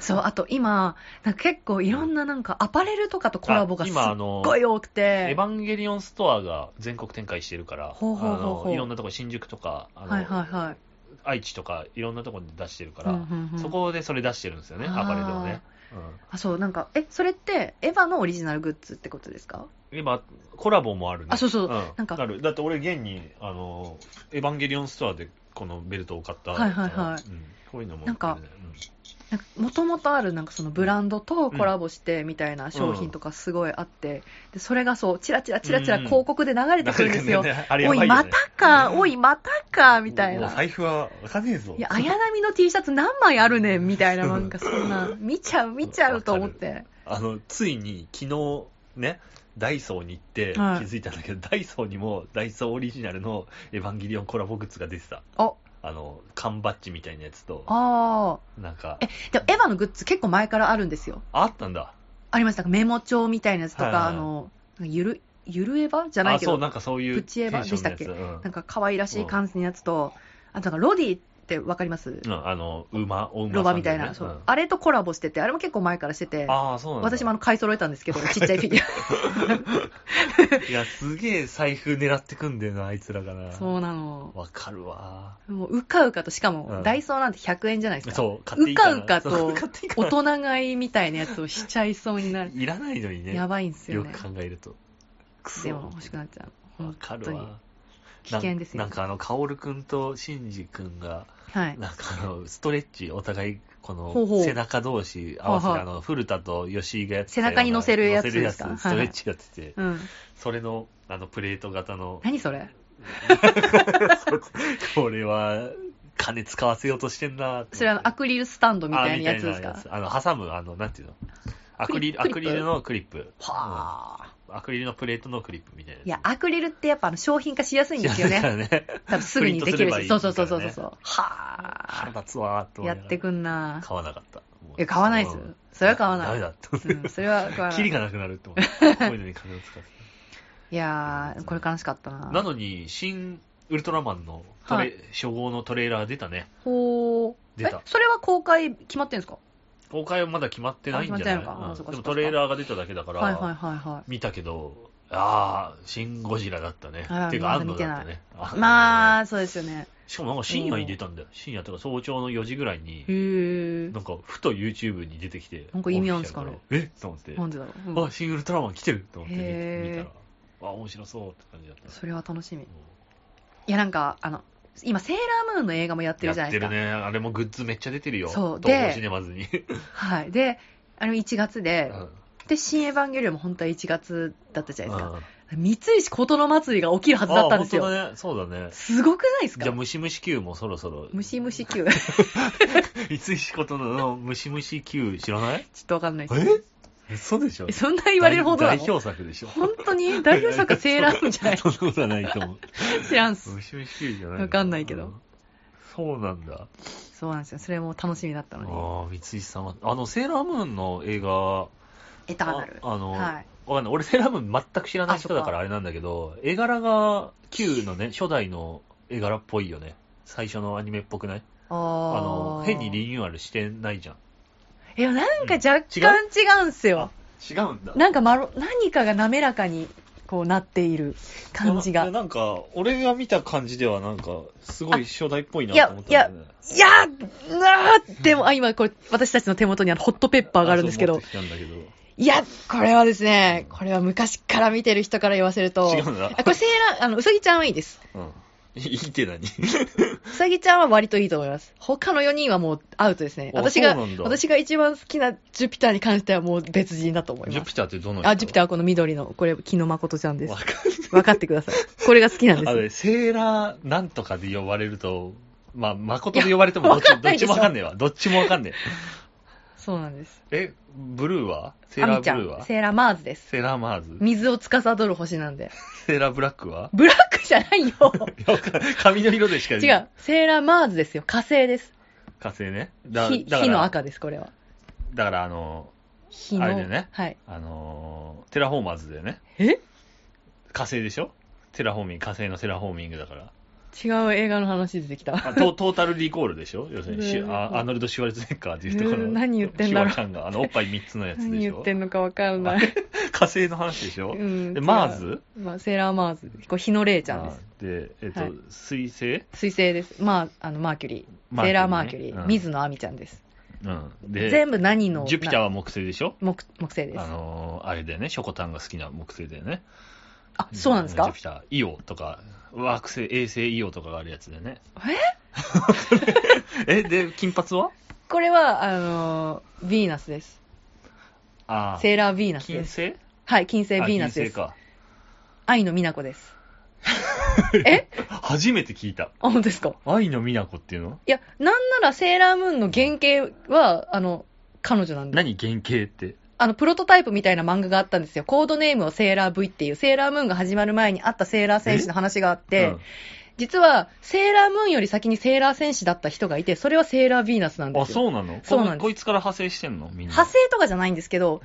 C: そう、あと今、なんか結構いろんななんかアパレルとかとコラボが
D: あ
C: すっ
D: 今あの
C: ごい多く
D: エ
C: て
D: ヴ、ァンゲリオンストアが全国展開してるから、
C: ほうほうほうほう
D: あのいろんなとこ、新宿とか、あの
C: はいはいはい。
D: 愛知とか、いろんなとこで出してるから、
C: うんうんうん
D: そこでそれ出してるんですよね、アパレルをね。うん
C: あ、そう、なんか、え、それって、エヴァのオリジナルグッズってことですか
D: 今、コラボもあるね。
C: あそうそうんなんか
D: ある。だって俺、現に、あの、エヴァンゲリオンストアでこのベルトを買った。
C: はいはいはい
D: うんこういうのも、
C: なんか、なんか、もともとあるなんかそのブランドとコラボしてみたいな商品とかすごいあって、で、それがそう、チラチラチラチラ
D: うん
C: 広告で流れ
D: うん、
C: てくるんですよ。
D: なんかねあれや
C: お
D: ばいよ、
C: い、
D: ね。
C: またか、おい、またか、みたい
D: もう
C: な。
D: 財布は開かねえぞ。
C: いや、綾波の T シャツ何枚あるねん、みたいな、なんかそんな、見ちゃう、見ちゃうと思って。
D: あの、ついに昨日、ね、ダイソーに行って気
C: はい
D: づいたんだけど、ダイソーにもダイソーオリジナルのエヴァンゲリオンコラボグッズが出てた。
C: あ、
D: あの、缶バッジみたいなやつと、
C: ああ。
D: なんか、
C: でも、エヴァのグッズ結構前からあるんですよ。
D: あったんだ。
C: ありました。メモ帳みたいなやつと
D: はいはい
C: か、
D: は
C: あ
D: い
C: の、ゆる、ゆるエヴァじゃない
D: あ、
C: け
D: そう、
C: ど、
D: なんかそういう
C: プチエヴァ
D: テンションのやつ
C: でした
D: うん
C: なんか可愛らしい感じのやつと、あとなんかロディってわかります
D: うん、あの、馬、お馬
C: ロバみたいな。
D: さ
C: そ
D: んだよ
C: う
D: ね。
C: あれとコラボしてて、あれも結構前からしてて
D: うん、ああ、そうなんだ。
C: 私もあの、買い揃えたんですけ
D: *laughs*
C: ど、ちっちゃいフィギュ
D: いや、すげえ財布狙ってくんだよな、あいつらがな。
C: ア。そうなの。
D: わかるわ。
C: もう、うかうかと、しか
D: う
C: も、
D: ん
C: ダイソーなんて100円じゃないですか。
D: そう、買っていうい
C: か
D: かな。
C: うか
D: そ
C: と
D: う買っていい、か
C: 大
D: な。
C: 人買いみたいなやつをしちゃいそうになる
D: いらないのに *laughs* ね。
C: やばいんですよ
D: よ
C: ね。
D: く考えると。く
C: でも欲しくなっちゃう。
D: わかる
C: 本当に
D: わ。
C: 危険ですよ
D: なんかあの、カオルくんとシンジくんが、
C: はい。
D: なんかあの、ストレッチ、お互い、こ
C: ほうほう
D: の、背中同士合わせて、
C: はいはい
D: あの、古田と吉井がやってた
C: 背中に乗せるやつ
D: 乗せる
C: ですか
D: ストレッチやってて、
C: うん。
D: それの、あの、プレート型の、
C: 何それ
D: これは、金使わせようとしてんな
C: それあの、ア
D: ク
C: クリルスタンドみたいなやつですか
D: あの、挟む、あの、なんていうのアクリル、
C: ク
D: ア
C: リップ
D: クリルのクリップ。
C: はあ。
D: アクリルのプレートのクリップみたいなつ。
C: いや、アクリルってやっぱあの商品化しやすいんですよ
D: 幸せ
C: ね。
D: だからね。
C: 多分すぐにできる
D: プ
C: し。
D: リン
C: そ
D: ト
C: う
D: す
C: そうそう
D: ればいい
C: そうそう。は
D: 腹
C: あ。
D: 立つわーって思
C: や
D: いながら
C: ってくんな。
D: 買わなかった。もう
C: いや、買わないですよ
D: うん。
C: それは買わない。
D: ダメだって思っ
C: うん、それは買わ
D: *laughs*
C: な
D: て。
C: い。
D: キリがなくなるって思
C: *laughs*
D: って。こういうのに金を使って
C: いやー、これ悲しかった
D: た。
C: な。
D: なのに、新ウルトラマンのトレ、
C: はい
D: 初号のトレーラー出たね。
C: ほー。
D: 出た
C: え、それは公開決まってんですか
D: 公開はまだ決まってないんじゃない
C: あ決まってないのかあ
D: うん
C: そっか
D: で
C: そっ
D: も
C: か
D: トレーラーが出ただけだから、
C: はいはいはいはい。
D: 見たけど、あー、シン・ゴジラだったね。
C: あー
D: っていう
C: ま
D: か、
C: だ
D: アンドだったね。
C: ま
D: あ
C: あ、そうですよね。
D: ー。しかもなんか深夜に出たんだよ。深夜とか早朝の4時ぐらいに
C: へ、ー
D: な。んかふと YouTube に出てきて。
C: なんか意味あるんすかね
D: オフィシャルからえと思って。
C: なんでだろう。うん
D: あ、シングルトラマン来てると思って見見
C: へー
D: たら、あ、面白そうって感じだった。
C: それは楽しみ。い
D: うん
C: や、なんか、あの、今、セーラームーンの映画もやってるじゃ
D: や
C: な
D: っ
C: いで
D: て
C: すか。
D: るね。あれもグッズめっちゃ出てるよ。
C: そうで
D: 東宝シネマズに。
C: はい。で、あれも1月
D: う
C: で、
D: ん
C: で、新エヴァンゲリオンも本当は1月だったじゃないですか。三石琴の祭りが起きるはずだったんです
D: あ
C: よ。
D: 本当だね。そうだね。
C: すごくないです
D: じゃあ、
C: か
D: ムシムシ Q もそろそろ。
C: ムシムシ *laughs* 級。ちょ
D: いつしことのムシムシ Q 知らない
C: っとわかんないです。
D: え嘘でしょ
C: えそんな言われるほどな
D: 代
C: の
D: 表作でしょ。
C: 本当に代表作セーラームーンじゃ *laughs* ない
D: そんなことはない
C: *laughs*
D: と思う。
C: 知らんっす。
D: ムシムシ Q じゃないの
C: わかんないけど。
D: そうなんだ。
C: そうなんですよ。それも楽しみだった
D: ああ
C: の
D: ー、三石さんは。あの、セーラームーンの映画、
C: に。エターナル。
D: ああの
C: はい。
D: わかんない。俺、セーラームーン全く知らない人だからあれなんだけど、絵柄が Q のね、
C: *laughs*
D: 初代の絵柄っぽいよね。最初のアニメっぽくない
C: あ
D: あ
C: あ
D: の、変にリニューアルしてないじゃん。
C: いや、なんか若
D: 違
C: 干違うんすよ。
D: 違うんだ
C: なんかまろ、何かが滑らかに、こうなっている感じが。
D: いや
C: い
D: なんか、俺が見た感じではなんか、すごい初代っぽいな
C: あ
D: と思ったんだよね。
C: やーなーでも、あ、今これ、私たちの手元にあの、ホットペッパーがあるんですけ
D: そ
C: ど
D: う。持ってきたんだけど
C: いや、これはですね、これは昔から見てる人から言わせると。
D: 違うんだ
C: あこれセーラー、あの、うさぎちゃんはいいです。
D: うん。 *laughs* いいって何
C: うさぎちゃんは割といいと思います。他の4人はもうアウトですね。
D: あ
C: 私が
D: そうなん、だ
C: 私が一番好きなジュピターに関してはもう別人だと思い
D: ジュ
C: ます。
D: ピターってどの人
C: あ、ジュピターはこの緑の、これ、木野誠ちゃんです
D: わ。か
C: 分かってください。これが好きなん
D: ん
C: で
D: あ
C: す。
D: れ、セーラーなんとかで呼ばれると、まあ、誠で呼ばれてもどっ
C: いや
D: ち
C: わかん
D: ど
C: ない
D: っ
C: で
D: ち
C: しょ
D: もわかんねえわ。どっちもわかんね
C: そうなんです。
D: え。え、ブルーはセー
C: ア
D: ラ
C: ミ
D: ー
C: ちゃ
D: ブルー
C: ん、
D: は
C: セーラーマーズです。
D: セーラーマーズ
C: 水を司る星なんで。
D: セーラーブラックは *laughs*
C: ブラックじゃないよ
D: いやわかん髪の色でしか
C: 違う。セーラーマーズですよ。火星です。
D: 火星ね。だ
C: 火
D: だから
C: 火の赤です、これは。
D: だから、あの、
C: 火
D: あれ
C: の。
D: だよね
C: はい。
D: あのーテラフォーマーズだよね。
C: え
D: 火星でしょテラフォーミング、火星のテラフォーミングだから。
C: 違う映画の話出てきた。
D: あトトータルリコールでしょ要するにシュ、
C: うん
D: あアーノルド・シュワルツェネッカーっていうところの。
C: うん何言ってんだろう
D: シュワちゃんが、あの、おっぱい3つのやつでしょ
C: 何言って
D: ん
C: んのか分かんない。
D: *laughs* 火星の話でしょ、
C: *laughs* うん
D: で、
C: 違う
D: マーズ
C: まあ、セーラーマーズ。これ日の霊ちゃんです。
D: あで、えっ、と、
C: はい
D: 水星
C: 水星です。まあ、あの、マーキュリー。
D: マーキュリーね
C: セーラーマーキュリー。
D: うん
C: 水野亜美ちゃんです。
D: うん。で、
C: 全部何の
D: ジュピタ
C: な
D: ーは木星でしょ
C: 木木星です
D: あ。のーあれだよね、ショコタンが好きな木星だよね。
C: あ、そうなんです
D: ジュ
C: か
D: ピター、イオとか、惑星、衛星イオとかがあるやつだよね。
C: え *laughs*
D: え、で、金髪は
C: これは、あのー、ヴィーナスです。
D: あー
C: セーラーヴィーナス
D: 金
C: です。
D: 星
C: はい、金星
D: あ
C: ヴィーナスで
D: 金
C: す。
D: 星か。
C: 愛の美奈子
D: *laughs*
C: です。え
D: 初めて聞いた。
C: あ、本当ですか
D: 愛の美奈子っていうの
C: いや、なんならセーラームーンの原型は、あの、彼女なんで。
D: 何原型って。
C: あの、プロトタイプみたいな漫画があったんですよ。コードネームをセーラー V っていう、セーラームーンが始まる前にあったセーラー戦士の話があって、実は、セーラームーンより先にセーラー戦士だった人がいて、それはセーラーヴィーナスなん
D: う
C: です
D: ん、
C: よ。
D: あ、そうなの
C: そうなんです
D: ここいつから派生してんのみんな。
C: 派生とかじゃないんですけ
D: *laughs*
C: ど、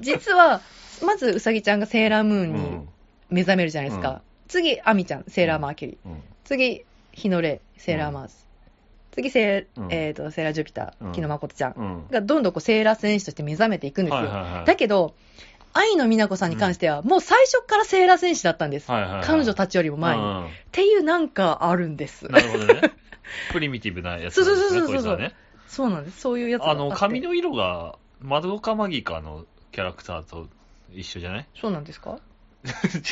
C: 実は、まずうさぎちゃんがセーラームーンに目覚めるじゃないですか。
D: うん
C: 次、アミちゃん、セーラーマーキュリー。
D: うん。うん
C: 次、日の霊、セーラーマーズ。次、セー,、
D: うん
C: えー、とセーラージュピタ
D: う
C: ー、
D: ん
C: 木野誠ちゃん。
D: うん。
C: がどんどんこうセーラー戦士として目覚めていくんですよ。
D: はいはいはい
C: だけど、愛の美奈子さんに関しては、もう最初からセーラー戦士だったんです。
D: はいはいはい
C: 彼女たちよりも前に。っていうなんかあるんです
D: うん。なるほどね。プリミティブなやつな
C: そう
D: んですね、
C: そうそうそうそう
D: こいつはね。
C: *laughs* そうなんです。そういうやつがっ
D: あ
C: て
D: の、髪の色が、マドカマギカのキャラクターと一緒じゃない *laughs*
C: そうなんですか、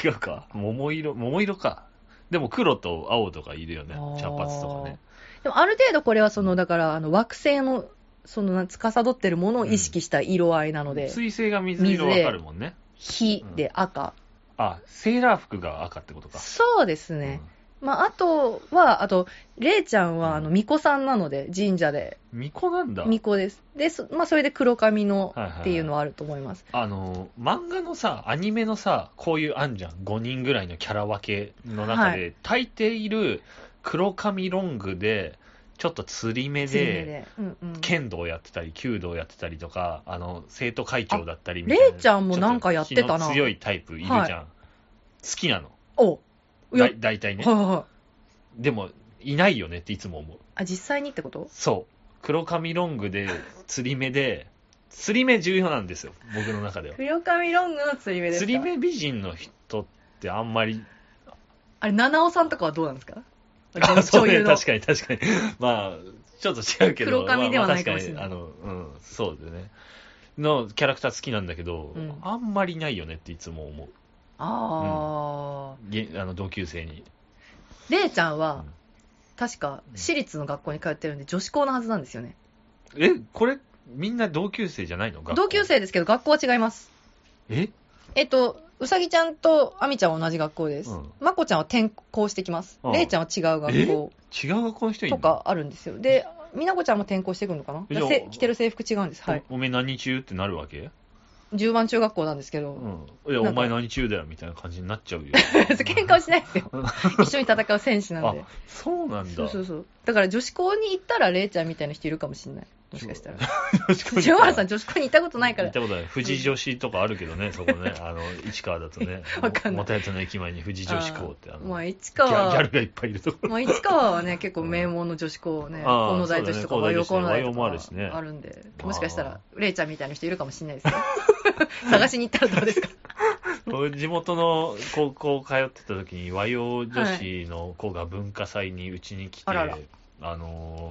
D: 違うか。桃色、桃色か。でも黒と青とかいるよね
C: あー。
D: 茶髪とかね。
C: でもある程度これはその、だから、あの、惑星の、その、なん司ってるものを意識した色合いなので、
D: 水星が水色わかるもんね。
C: 火で赤。
D: あ、セーラー服が赤ってことか。
C: そうですね。まあ、あとは、あと、れいちゃんは、あの、巫女さんなので、神社で、
D: うん。巫女なんだ。
C: 巫女です。で、そまあ、それで黒髪の
D: はいはいはい
C: っていうのはあると思います。
D: あの、漫画のさ、アニメのさ、こういうあんじゃん。5人ぐらいのキャラ分けの中で、大抵いる黒髪ロングで、ちょっと釣り目
C: 釣り
D: で、
C: 目で。うんうん。
D: 剣道やってたり、弓道やってたりとか、あの、生徒会長だったりみたいな。
C: れいちゃんもなんかやってたな
D: ちょっと気の強いタイプいるじゃん。
C: はい
D: 好きなの。
C: おや
D: だ大体ね
C: は。いはいはい。
D: でも、いないよねっていつも思う。
C: あ、実際にってこと
D: そう。黒髪ロングで、釣り目で、釣り目重要なんですよ、僕の中では。
C: 黒髪ロングの釣り目ですか
D: 釣り目美人の人ってあんまり、
C: あれ、七尾さんとかはどうなんですか
D: あそうね、確
C: か
D: かに確かに。まあ、ちょっと違うけど、
C: 黒髪ではないかもしれない
D: まあまあ確かにあの、うん、そうだよね。のキャラクター好きなんだけど、
C: うん
D: あんまりいないよねっていつも思う。
C: ああ。
D: げあの同級生に。
C: れいちゃんは
D: うん、
C: 確か、私立の学校に通ってるんで、女子校のはずなんですよね。
D: え、これ、みんな同級生じゃないの学校
C: 同級生ですけど、学校は違います。
D: え
C: えっと、うさぎちゃんとあみちゃんは同じ学校です。
D: うん
C: まこちゃんは転校してきます。
D: うん
C: れいちゃんは違う学校
D: 違う学校の人いん
C: と
D: の
C: かあるんですよ。で、みなこちゃんも転校してくるのかな
D: じゃあ
C: せ着てる制服違うんです。はい。
D: おおめえ何中ってなるわけ
C: 十番中学校なんですけど、
D: うん。い
C: な
D: や、お
C: んか
D: 前何中だよみたいな感じになっちゃうよ。
C: *laughs* 喧嘩はしない
D: *laughs*
C: ですよ。一緒に戦う戦士なん
D: あ
C: で。、
D: そうなんだ。
C: そうそうそう。だから女子校に行ったら、れいちゃんみたいな人いるかもしれない。もしか
D: *laughs*
C: したら。
D: 藤
C: 藤原さん、女子校に行ったことないか
D: 行
C: ら
D: っ。たことない。富士女子とかあるけどね、そこね。あの、市川だ
C: *laughs*
D: とね。
C: わかんない
D: 元やつの駅前に富士女子校って、あの、
C: まあ、
D: ギ
C: 市
D: ャギャ
C: 川
D: ル、がいっぱいいるところ。
C: まあ、市川はね、結構名門の女子校をね、
D: ああ
C: 河野大女子とか、
D: そうだ
C: 和
D: ね
C: 洋河野大
D: 河野大とかもある
C: と
D: しね
C: かあるんで、
D: ああ
C: もしかしたら、れいちゃんみたいな人いるかもしれないですね。探しに行ったらどうです
D: *laughs*
C: か *laughs*
D: 地元の高校通ってた時に和洋女子の子が文化祭にうちに来て、
C: あらら
D: あの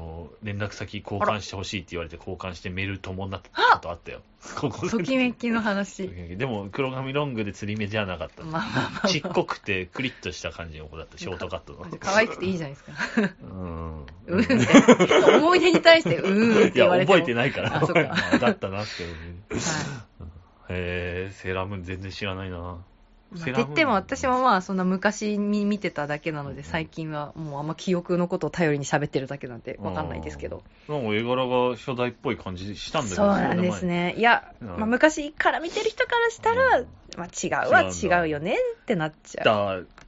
D: ー連絡先交換してほしいって言われて交換してメール友になったことあったよ。高校生
C: と
D: の
C: き
D: 時
C: めきの話。
D: でも黒髪ロングで釣り目じゃなかった。
C: まあまあまあ。
D: ちっこくてクリッとした感じの子だった、ショートカット *laughs* の。
C: 可愛くていいじゃないですか。
D: うん。
C: うーんって。思い出に対して、うーんって
D: いや
C: 言わ、れても。
D: 覚えてないから。
C: あ
D: *laughs*
C: そっか
D: だったなって思う。
C: はい
D: へえ、セーラームーン全然知らないな。
C: まあ、
D: セ
C: て
D: ーラームーン
C: 言っても私もまあそんな昔に見てただけなので最近はもうあんま記憶のことを頼りに喋ってるだけなんでわかんないですけど、
D: なんか絵柄が初代っぽい感じしたんだけど
C: そうなんです。ねいや、
D: うん
C: まあ、昔から見てる人からしたら、
D: うん
C: まあ、違うは
D: 違うんだ
C: 違うよねってなっちゃう
D: だ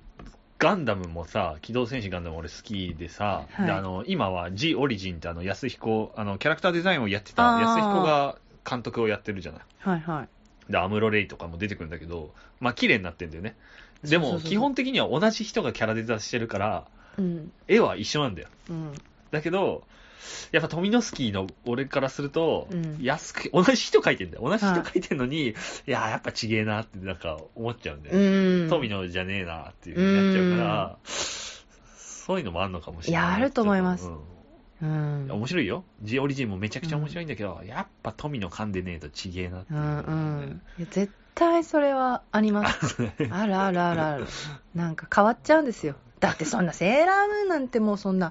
D: ガンダムもさ、機動戦士ガンダム俺好きでさ、
C: はい
D: であの今は G オリジンってあの安彦、あのキャラクターデザインをやってた
C: あー
D: 安彦が監督をやってるじゃない。
C: はいはい
D: で、アムロレイとかも出てくるんだけど、まあ綺麗になってんだよね。で
C: そうそ
D: も
C: うそう
D: 基本的には同じ人がキャラデザしてるから、
C: うん
D: 絵は一緒なんだよ。
C: うん
D: だけど、やっぱトミノスキーの俺からすると、
C: うん
D: 安く、同じ人書いてんだよ。同じ人書いてんのに、い、やー、やっぱちげえなってなんか思っちゃうんだよ
C: う
D: ね。
C: ん
D: トミノじゃねえなっていう風になっちゃうから、そういうのもあるのかもしれないな。
C: いやあると思います
D: うん
C: うん
D: 面白いよ。ジオリジンもめちゃくちゃ面白いんだけど、やっぱトミノ噛んでねえとちげえなって
C: う
D: い
C: ん
D: う
C: うんいや絶対それはあります
D: *laughs*
C: あるあるあるあるなんか変わっちゃうんですよだってそんなセーラームーンなんてもうそんな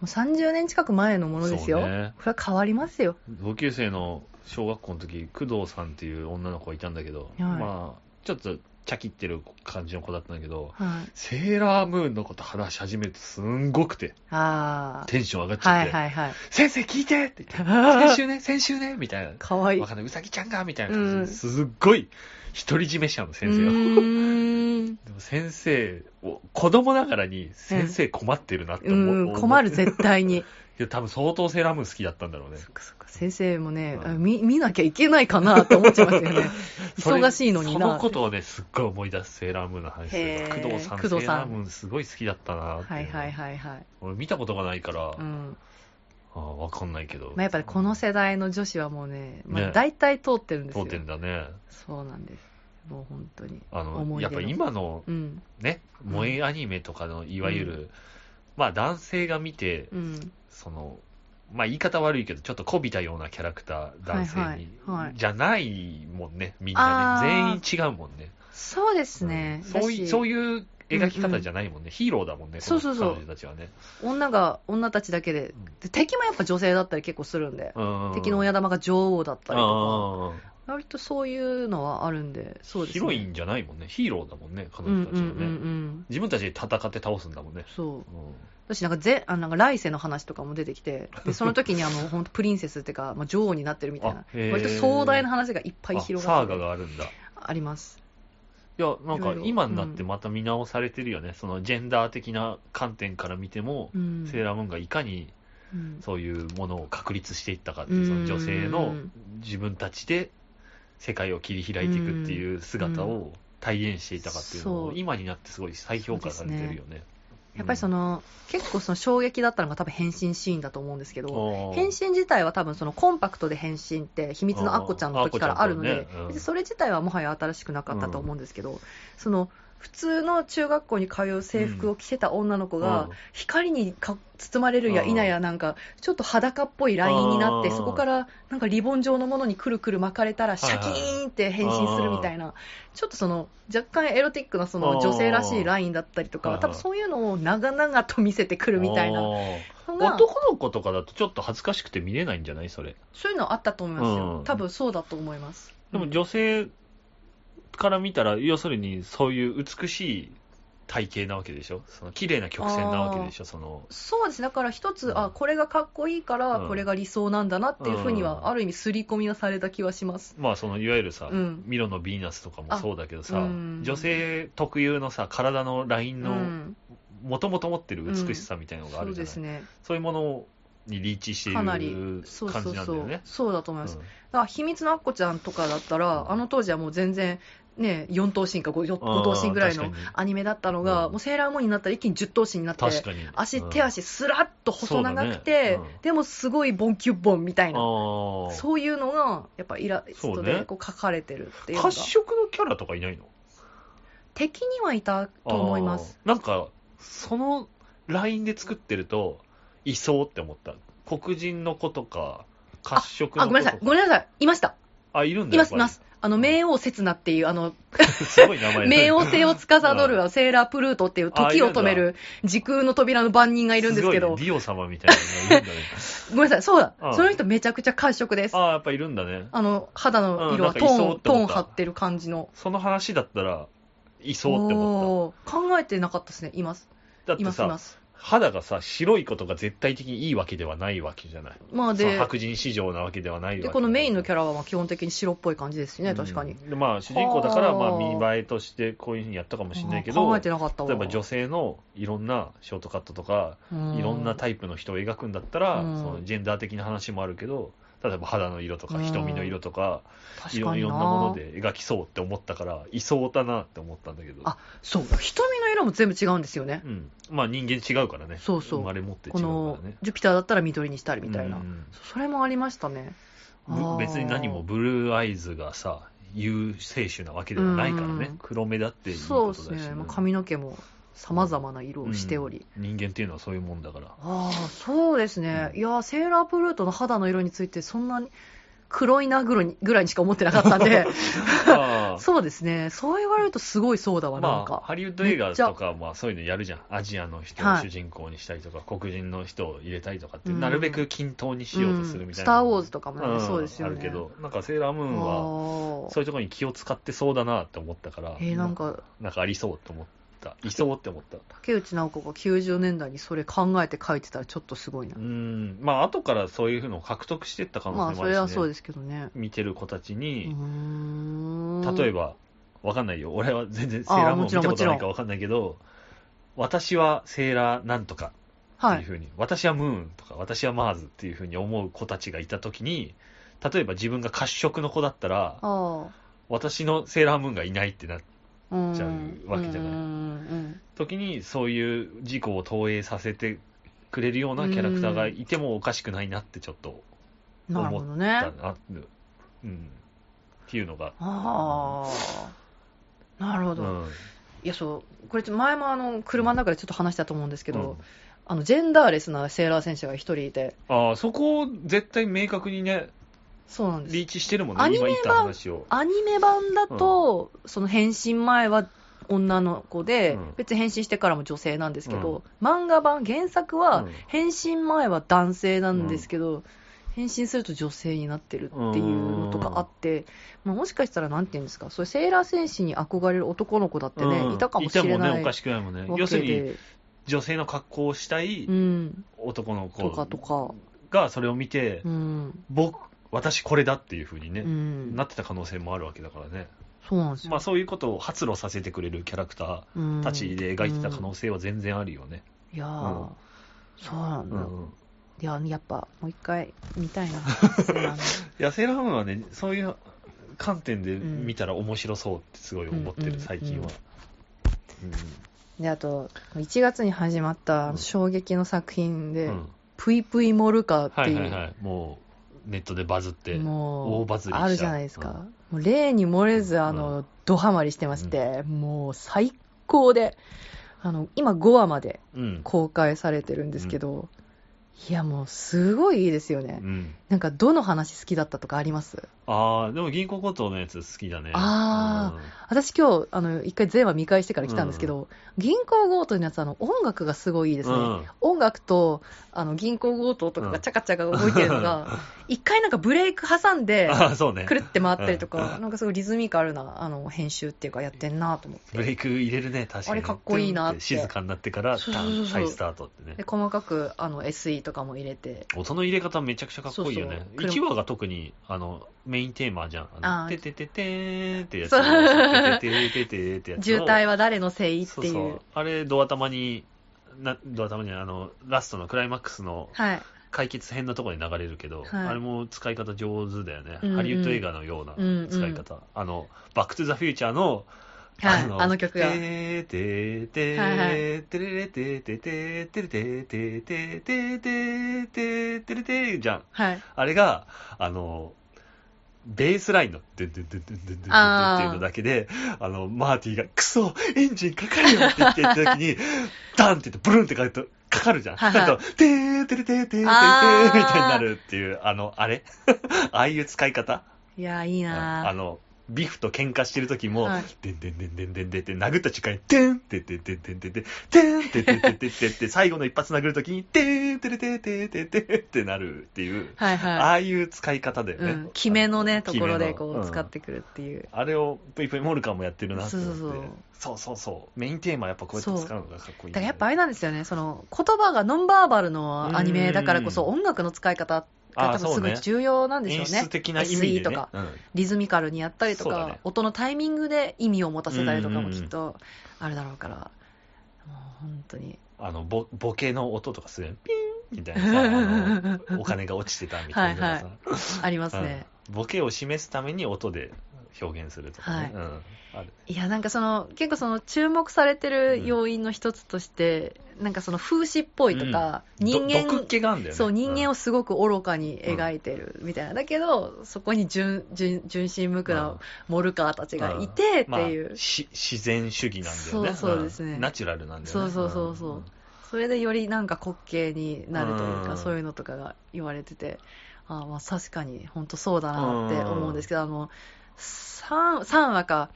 C: もう30年近く前のものですよ、
D: そうね
C: これは変わりますよ
D: 同級生の小学校の時工藤さんっていう女の子がいたんだけど、
C: い
D: まあちょっとチャキってる感じの子だったんだけど
C: はい
D: セーラームーンのこと話し始めるとすんごくて
C: あ
D: テンション上がっち
C: あ
D: ゃっ
C: は
D: て、
C: いはいはい
D: 先生聞いて
C: *laughs*
D: って言って先週ね先週ねみたいな
C: かわいい
D: わかんない、うさぎちゃんがみたいな感じで
C: うん
D: すっごい独り占めしちゃうの先生
C: う
D: を
C: ーん
D: でも先生を子供ながらに先生困ってるなって
C: う
D: 思う、
C: ん困る
D: い
C: 絶対
D: *laughs*
C: に
D: や多分相当セーラームーン好きだったんだろうね
C: そっかそっか先生もね、
D: うん
C: 見見なきゃいけないかなって思っちゃいます
D: *laughs*
C: よね
D: それ
C: 忙しいのに
D: そ
C: な
D: のことをね、すっごい思い出すセーラームーンの話で
C: へー
D: 工藤さん、
C: 工藤さん
D: セーラームーンすごい好きだったなって
C: はいはいはいはい、
D: 俺見たことがないから、
C: うん
D: あーわかんないけど。
C: まあ、やっぱりこの世代の女子はもうね、ま
D: ね
C: あ、大体通ってるんです
D: 通
C: よ、
D: ってんだね。
C: そうなんですもう本当に
D: あの、
C: 思い
D: や
C: 出
D: っ
C: の
D: ぱ今の
C: うん
D: ね、
C: うん
D: 萌えアニメとかの、いわゆる、
C: う
D: まあ男性が見て、
C: うん
D: その、まあ言い方悪いけど、ちょっとこびたようなキャラクター、男性
C: は
D: に、
C: いはいはい
D: じゃないもんね、みんな
C: あ
D: ね。
C: ー
D: 全員違うもんね。
C: そうですね、
D: うんそうい
C: だし
D: そういう描き方じゃないもんね。ヒーローだもんね、
C: そうそうそう
D: この彼女たちはね。
C: 女が女たちだけで
D: うん
C: で敵もやっぱ女性だったり結構するんで、
D: うん
C: 敵の親玉が女王だったりと
D: ああ
C: か割とそういうのはあるんでそうです、ね、
D: ヒロインじゃないもんね。ヒーローだもんね、彼
C: うん
D: 女
C: う
D: た
C: んう
D: ち
C: ん
D: は
C: う
D: ね。
C: ん
D: 自分たちで戦って倒すんだもんね。
C: そう
D: うん
C: 私なんかぜあなんか来世の話とかも出てきてでその時にはもう本当プリンセスっていうか、まあ、女王になってるみたい
D: あ
C: な
D: へー
C: 割と壮大な話がいっぱい
D: あ
C: 広
D: サ
C: がっ
D: ー
C: て
D: ガ
C: て
D: があるんだ。い
C: あります
D: や、なん
C: いろ
D: か
C: いろ
D: 今になってまた見直されてるよね。そのジェンダー的な観点から見ても、
C: うん
D: セーラームーンがいかに
C: うん
D: そういうものを確立していったかっていうう、
C: ん
D: その女性の自分たちで世界を切り開いていくっていう姿を体現していたかっていうの
C: そ
D: を、
C: う
D: 今になってすごい再評価されてるよね。
C: やっぱりその、結構その衝撃だったのが多分変身シーンだと思うんですけど
D: うん、
C: 変身自体は多分そのコンパクトで変身って秘密のアッコちゃんの時からあるの
D: あーアッ
C: で
D: コちゃんとねうん、
C: 別にそれ自体はもはや新しくなかったと思うんですけど、その普通の中学校に通う制服を着てた女の子
D: う
C: が
D: ん、
C: 光にか包まれるや否や、なんかちょっと裸っぽいラインになって、
D: あー
C: そこからなんかリボン状のものにくるくる巻かれたら、シャキーンって変身するみたいな、ちょっとその若干エロティックなその女性らしいラインだったりと
D: あ
C: か
D: ー、
C: 多分そういうのを長々と見せてくるみたいな。
D: あー
C: のが
D: 男の子とかだとちょっと恥ずかしくて見れないんじゃないそれ。
C: そういうのあったと思いますよ、
D: うん
C: 多分そうだと思います
D: でも女性から見たら、要するにそういう美しい体型なわけでしょ、その綺麗な曲線なわけでしょ、その
C: そうですねだから一つ、
D: うん
C: あこれがかっこいいから、
D: うん
C: これが理想なんだなっていうふうには、
D: うん
C: ある意味刷り込みはされた気はします
D: まあそのいわゆるさ、
C: うん
D: ミロのヴィーナスとかもそうだけどさ、
C: あうん
D: 女性特有のさ、体のライン
C: う
D: の、
C: ん、
D: もともと持ってる美しさみたいなのがあ
C: そう
D: るじゃ
C: で
D: ない、
C: すね
D: そういうものにリーチしている
C: かな
D: 感
C: り
D: じなん
C: そうそう
D: だ
C: そ
D: よ
C: う、
D: ね。
C: そうだと思います、
D: うん
C: だから秘密のアッコちゃんとかだったら、あの当時はもう全然、ね、4頭身か 5,
D: あー
C: 頭身ぐらいの
D: 確かに
C: アニメだったのが、
D: うん
C: もうセーラームーンになったら一気に10頭身になって、
D: 確かに。
C: 足、
D: うん
C: 手足、すらっと細長くて、
D: そうだねうん
C: でもすごいボンキュッボンみたいな、
D: ああ。
C: そういうのがやっぱイラスト
D: そう
C: で
D: ね
C: こう描かれてるっていうのが、
D: 褐色のキャラとかいないの
C: 敵にはいたと思います。。
D: あーなんか、そのラインで作ってると、いそうって思った。黒人の子とか、褐色
C: あ、
D: の
C: ごめ
D: 子
C: ん
D: と
C: な
D: か。
C: さい、ごめんなさい、いました、
D: あ、いるんだ
C: います、いま。す、あの、冥王刹那っていう、あの、
D: やっぱりすごい名前だね
C: 冥王星を司るはセーラープルートっていう時を止める時空の扉の番人がいるんですけ
D: ご
C: ど
D: いね、ディオ様みたいなのがいるんだね。
C: ごめんなさい、そうだ
D: う、ん
C: その人めちゃくちゃ褐色です。
D: ああ、やっぱいるんだね。
C: あの、肌の色は
D: う
C: ト
D: んなんかい
C: ー
D: そ
C: ン、
D: うって
C: トー
D: 思
C: ン
D: った
C: 張ってる感じの。
D: その話だったら、いそうって思っ
C: おー考えてなかったですね、います。
D: た。だっ
C: い
D: て
C: ます、い
D: さ
C: ま、す。
D: 肌がさ、白いことが絶対的にいいわけではないわけじゃない。
C: まあ
D: その
C: で、
D: 白人市場なわけではないわけ
C: で、このメインのキ
D: ャ
C: ャラはまあ基本的に白っぽい感じですしね、確かに。
D: まあ、主人公だから、ま
C: は
D: あ、
C: あ
D: 見栄えとしてこういうふうにやったかもしれないけ
C: あー
D: ど、
C: 考え
D: 例
C: てなかったわ。
D: えば女性のいろんなショートカットとか、いろんな
C: イ
D: タイプの人を描くんだったら、
C: うん
D: そのジェンダー的な話もあるけど、例えば肌の色と
C: う
D: か
C: ん
D: 瞳の色とか、
C: プ
D: いろいろんなもの。で描きそうって思ったから、いそうだなって思ったんだけど、
C: あそう、瞳の色も全部違うんですよね。
D: うん、まあ人間違うからね、
C: そうそう
D: 生まれ持って違う
C: この
D: からね。
C: ジュピターだったら緑にしたりみたいな。
D: うん
C: それもありましたね。あー
D: ぶ別に何もブルーアイズがさ、優勢種なわけではないからね、
C: うん
D: 黒目だっていい
C: そう
D: こ
C: で
D: と
C: す
D: だし、
C: ね、まあ、
D: うん
C: 髪の毛もさまざまな色をしており、
D: うん人間っていうのはそういうもんだ
C: *laughs*
D: から、
C: ああそうですね、
D: うん
C: いやーセーラープルートの肌の色についてそんなに黒いなぐらいにぐらいにしか思ってなかったん
D: *laughs*
C: で
D: あ
C: そうですねそう言われるとすごいそうだわ、
D: ーま
C: なん
D: あ、
C: か
D: ハリウッド映画とか、まあ、そういうのやるじゃん、アジアの人を主人公にしたりとか、黒人の人を入れたりとかって、
C: うん
D: なるべく均等にしようとするみた
C: うんス
D: いな、
C: ター・ウォーズとかもね、
D: ん
C: そうですよね
D: あるけど、なんかセーラームー
C: あ
D: ンは、
C: ー
D: そういうところに気を使ってそうだなって思ったから、
C: えーなんか
D: なんかありそうって思った、いそうって思った。
C: 竹内直子が90年代にそれ考えて書いてたらちょっとすごいな、
D: うん、まあ後からそういうふうのを獲得していった可能性
C: ま
D: もあ
C: あ
D: るし、ね
C: それはそうですけどね
D: 見てる子たち
C: うー
D: に、
C: ん
D: 例え
C: ば
D: ば、わかんないよ、俺は全然セ
C: あー
D: ーラーム
C: も
D: ーン見
C: ちろ
D: た
C: ん
D: ことな
C: も
D: い
C: ち
D: か
C: ろ
D: わかんないけど、私はセーラーなんとかって
C: は
D: いう
C: い
D: ふうに、私はムーンとか、私はマーズっていうふうに思う子たちがいたときに、例えば自分が褐色の子だったら、
C: あ
D: 私のセーラームーンがいないってな
C: あうん
D: じゃあわけじゃない
C: うんうん
D: 時にそういう事故を投影させてくれるようなキャラクターがいてもおかしくないなってちょっと
C: うんなるほど
D: だ
C: ね
D: なうんっていうのが、
C: ああ、なるほ
D: う
C: ど、
D: ん
C: いやそう、これ、前もあの車の中でちょっと話したと思うんですけど、
D: うん
C: あのジェンダーレスなセーラー選手が一人いて、
D: ああそこを絶対明確にね
C: そうなんで
D: リ
C: す、
D: ーチしてるもん
C: ア
D: ね
C: ニメ版
D: 今言った話を
C: アニメ版だと、その変身前は女の子で、
D: うん
C: 別に変身してからも女性なんですけど、漫画版、原作は
D: うん
C: 変身前は男性なんですけど、変身すると女性になってるっていうのとかあって、まあ、もしかしたら、なんていうんですか、そういうセーラー戦士に憧れる男の子だってね、
D: うん
C: いたかもしれ
D: いたもん
C: な
D: ね
C: い
D: おかしくないもんね
C: わ
D: 要す
C: け
D: るに
C: で、
D: 女性の格好をしたい
C: うん、
D: 男の
C: と
D: 子
C: かとか、
D: がそれを見て、
C: うん、
D: 僕私これだっていうふうにね、
C: うん
D: なってた可能性もあるわけだからね、
C: そうなんですよ、
D: まあ、そういうことを発露させてくれるキャラクタ
C: うん
D: ーたちで描いてた可能性は全然あるよね、
C: いやー、
D: うん
C: そうなん
D: う
C: だ、
D: ん
C: いややっぱもう一回見たい
D: *laughs*
C: なそうなんだ
D: いやセーラームーンはねそういう観点で見たら面白そうってすごい思って
C: うん
D: る最近は、
C: であと1月に始まった
D: うん
C: 衝撃の作品で「
D: うんうん
C: ぷいぷいモルカー」って、
D: はいいうはいはいもうネットでバズって
C: も
D: 大バズ
C: う
D: りした
C: あるじゃないですか、もう例に漏れずあの、
D: う
C: ドハマりしてまして、もう最高であの今5話まで
D: うん、
C: 公開されてるんですけど、いやもうすごいいいですよね、
D: うん、
C: なんかどの話好きだったとかあります
D: ああでも銀行強盗のやつ好きだね
C: あ私今日あの一回全話見返してから来たんですけど、銀行強盗のやつあの音楽がすごいいいですね、
D: うん
C: 音楽とあの銀行強盗とかがチャカチャカ動いてるのが、一回なんかブレイク挟んで、
D: ああ、そうね
C: く。るって回ったりとか、
D: うん
C: なんかすごいリズミカルなあの編集っていうかやってんなと思っ
D: ブレ
C: て。
D: イク入れるね、確かに。
C: あれかっこいいなって
D: 静かになってから、
C: そう
D: タ
C: そうそう
D: ーン、再スタートってね
C: で。細かくあの SE とかも入れて、
D: 音の入れ方めちゃくちゃかっこいいよね。
C: そうそう
D: 1話が特に、あの、メインテーマじゃん。あ
C: あー
D: のててててーんってやつ。
C: そう
D: てててててーってやつ。
C: 渋滞は誰のせいっていう。
D: そうそう。あれ、ドア玉に、なドア玉にあの、ラストのクライマックスの
C: はい。
D: 解決編のところに流れるけど、
C: はい
D: あれも使い方上手だよね、
C: うんうん
D: ハリウッド映画のような使い方、あの「バック・トゥ・ザ・フューチャーの」
C: はいあの曲が
D: てーてーて
C: はい
D: ーてれれてーてーてーてれてーてーてーてーてーてーてれてーじゃん
C: はい。
D: あれがあのベースラインのドゥンドゥンドゥンドゥンドゥンドゥンドゥンっていうのだけであのマーティが「クソエンジンかかるよ」って言って言った時にダンって言ってブルンってかかるとかかるじゃん。
C: はいはい
D: だと「てーてれてーてーてーてー」み
C: あー
D: たいになるっていうあのあれああいう使い方
C: いやー、いいなー
D: あのビフと喧嘩してる時も
C: はい
D: 「でんでんでんでんでんでん」って殴った時間に「てん」ってててててててんってててててて最後の一発殴る時に「てんてれてーてーてーてーってなるっていう。
C: はいは
D: ああいう使い方だよ
C: い。う
D: ね。
C: ん。決めのね、ところでこ
D: 決め
C: う
D: の
C: 使っ。てくるっていう。
D: んあれをプイプイモルカーもやってるなって思って
C: そうそう
D: そうそうそうメインテーマやっぱこうやって使うのがかっこいいん
C: だから
D: よね、
C: やっぱあれなんですよね、その言葉がノンバーバルのアニメだからこそ、
D: うん
C: 音楽の使い方
D: あ
C: が多
D: ー
C: 分
D: そ
C: す
D: う
C: ご
D: ね
C: い重要なんでしょう
D: 演
C: ね。
D: 出的な意味で、ね、
C: SE とか、
D: うん
C: リズミカルにやったりと
D: そうだ
C: か、
D: ね
C: 音のタイミングで意味を持たせたりとか
D: うん
C: も
D: うんう
C: き
D: ん
C: っとあるだろうから、もう本当
D: *laughs*
C: に。
D: あのボボケの音とかするやんピーンみたいなさあのお金が落ちてたみたいなさ、
C: はいありますね。
D: うんボケを示すために音で表現するとかね、うんある
C: いや、なんかその、結構その、注目されてる要因の一つとして、なんかその、風刺っぽいとか、人
D: ど毒
C: 間
D: っ、気があるんだよね
C: そう、人間
D: を
C: をすごく愚かに描いてるみたいな。だけど、そこに純、純、純真無垢なモルカーたちがいて、っていう
D: まあ、。し自然主義なんだよね
C: そうそうですね
D: んナチュラルなんだよね
C: そうそうそうそうんそれでよりなんか滑稽になるという
D: う
C: か、
D: ん
C: そういうのとかが言われてて、あーまあ確かに本当そうだなって思うんですけど、あの、3, 3話か、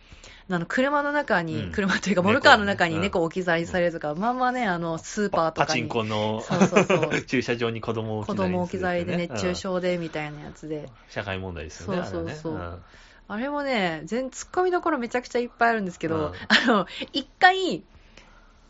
C: あの車の中に、
D: うん
C: 車というか、
D: 猫
C: モルカーの中に
D: ねうん
C: 猫置き去りされるとか、まあまあね、あの、スーパーと
D: パ
C: か
D: チン
C: に
D: コの
C: そうそうそう
D: *laughs* 駐車場に子供を
C: 子供置き去りで熱中
D: うん
C: 症でみたいなやつで、
D: 社会問題ですよね
C: そうそうそう
D: あれはね
C: あれもね、全ツッコミどころめちゃくちゃいっぱいあるんですけど、
D: うん
C: あの、一回、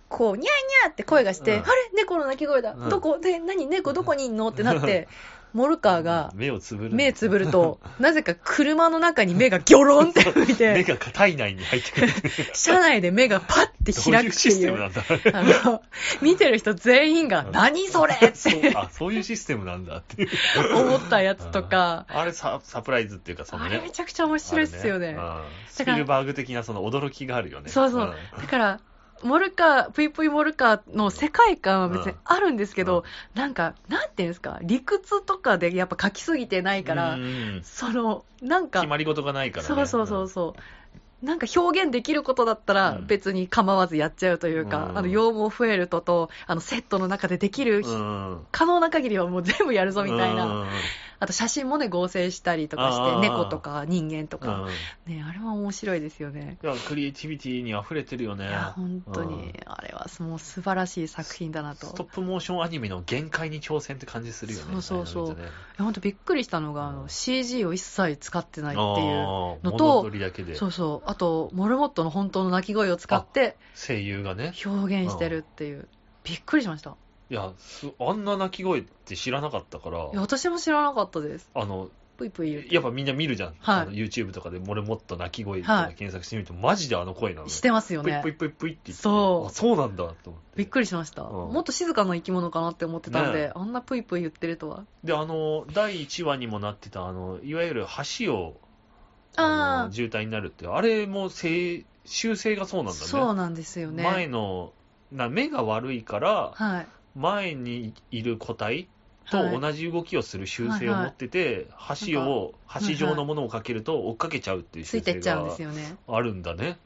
C: こう、にゃーにゃーって声がして、
D: うん
C: あれ猫の鳴き声だ、
D: うん
C: どこで、何猫どこにいんのってなって、モルカーが
D: うん目をつぶる
C: 目つぶると、なぜか車の中に目がギョロンって見
D: 目
C: て、
D: が体内に入ってくる
C: *laughs* 車内で目がパッて
D: どう
C: 開
D: いう
C: くって
D: シス
C: い
D: テムな
C: う。
D: んだ
C: あの、見てる人全員が、
D: うん
C: 何それっ
D: そう
C: て
D: あそういうシステムなんだっていう
C: 思ったやつとか、
D: あれササプライズっていうかその
C: あ
D: ね
C: れめちゃくちゃ面白いっすよね
D: あ。れねうんスピルバーグ的なその驚きがあるよね
C: そうそうだから、モルカー、ぷいぷいモルカーの世界観は別にあるんですけど、
D: うん
C: なんか、なんていうんですか、理屈とかでやっぱ書きすぎてない
D: だ
C: から、その、なんか、
D: 決まり事がないからね
C: そうそうそうそう、なんか表現できることだったら
D: うん
C: 別に構わずやっちゃうというか、
D: うん
C: あの、羊毛増えるとと、あの、セットの中でできる、
D: うん
C: 可能な限りはもう全部やるぞみたいな、
D: うん
C: あと写真もね、合成したりとかし
D: あ
C: て、
D: ー
C: 猫とか人間と
D: うん
C: か、ね、あれは面白いですよね。
D: いやクリエイティビティに溢れてるよね
C: いや、本当
D: うん
C: に、あれはもう素晴らしい作品だなと。
D: ストップモーションアニメの限界に挑戦って感じするよね。
C: そうそうそう
D: ああいうの見てね
C: 本当びっくりしたのが、あ
D: う
C: の
D: ん
C: CG を一切使ってないっていう。
D: あー
C: のと
D: 物撮りだけで
C: そうそう。あと、モルモットの本当の鳴き声を使って
D: 声優がね。
C: 表現してるっていう。びっくりしました。
D: いや、すあんな鳴き声って知らなかったから
C: いや、私も知らなかったです。
D: あの、
C: ぷいぷい言うて
D: やっぱみんな見るじゃん。
C: はい
D: あの YouTube とかでもれもっと鳴き声とか検索してみると、マジであの声なの。
C: してますよ
D: ぷい
C: ね
D: ぷ。いぷいぷいって言って
C: そう
D: あそうなんだと思って。
C: びっくりしました。
D: うん
C: もっと静かな生き物かなって思ってたんで、
D: ね
C: あんなぷいぷい言ってるとは。
D: で、あの、第1話にもなってた、あの、いわゆる橋を、
C: あ
D: の
C: ー
D: 渋滞になるって、あれもせ修正がそうなんだね。
C: そうなんですよね。
D: 前の、な目が悪いから、
C: はい。
D: 前にいる個体
C: はい
D: と同じ動きをする習性を持ってて、橋
C: い
D: を、
C: はい
D: 橋状のものをかけると追っかけちゃうっていう
C: つ
D: 習
C: いて
D: 性
C: っちゃうんで
D: が
C: すよね。
D: あるんだね。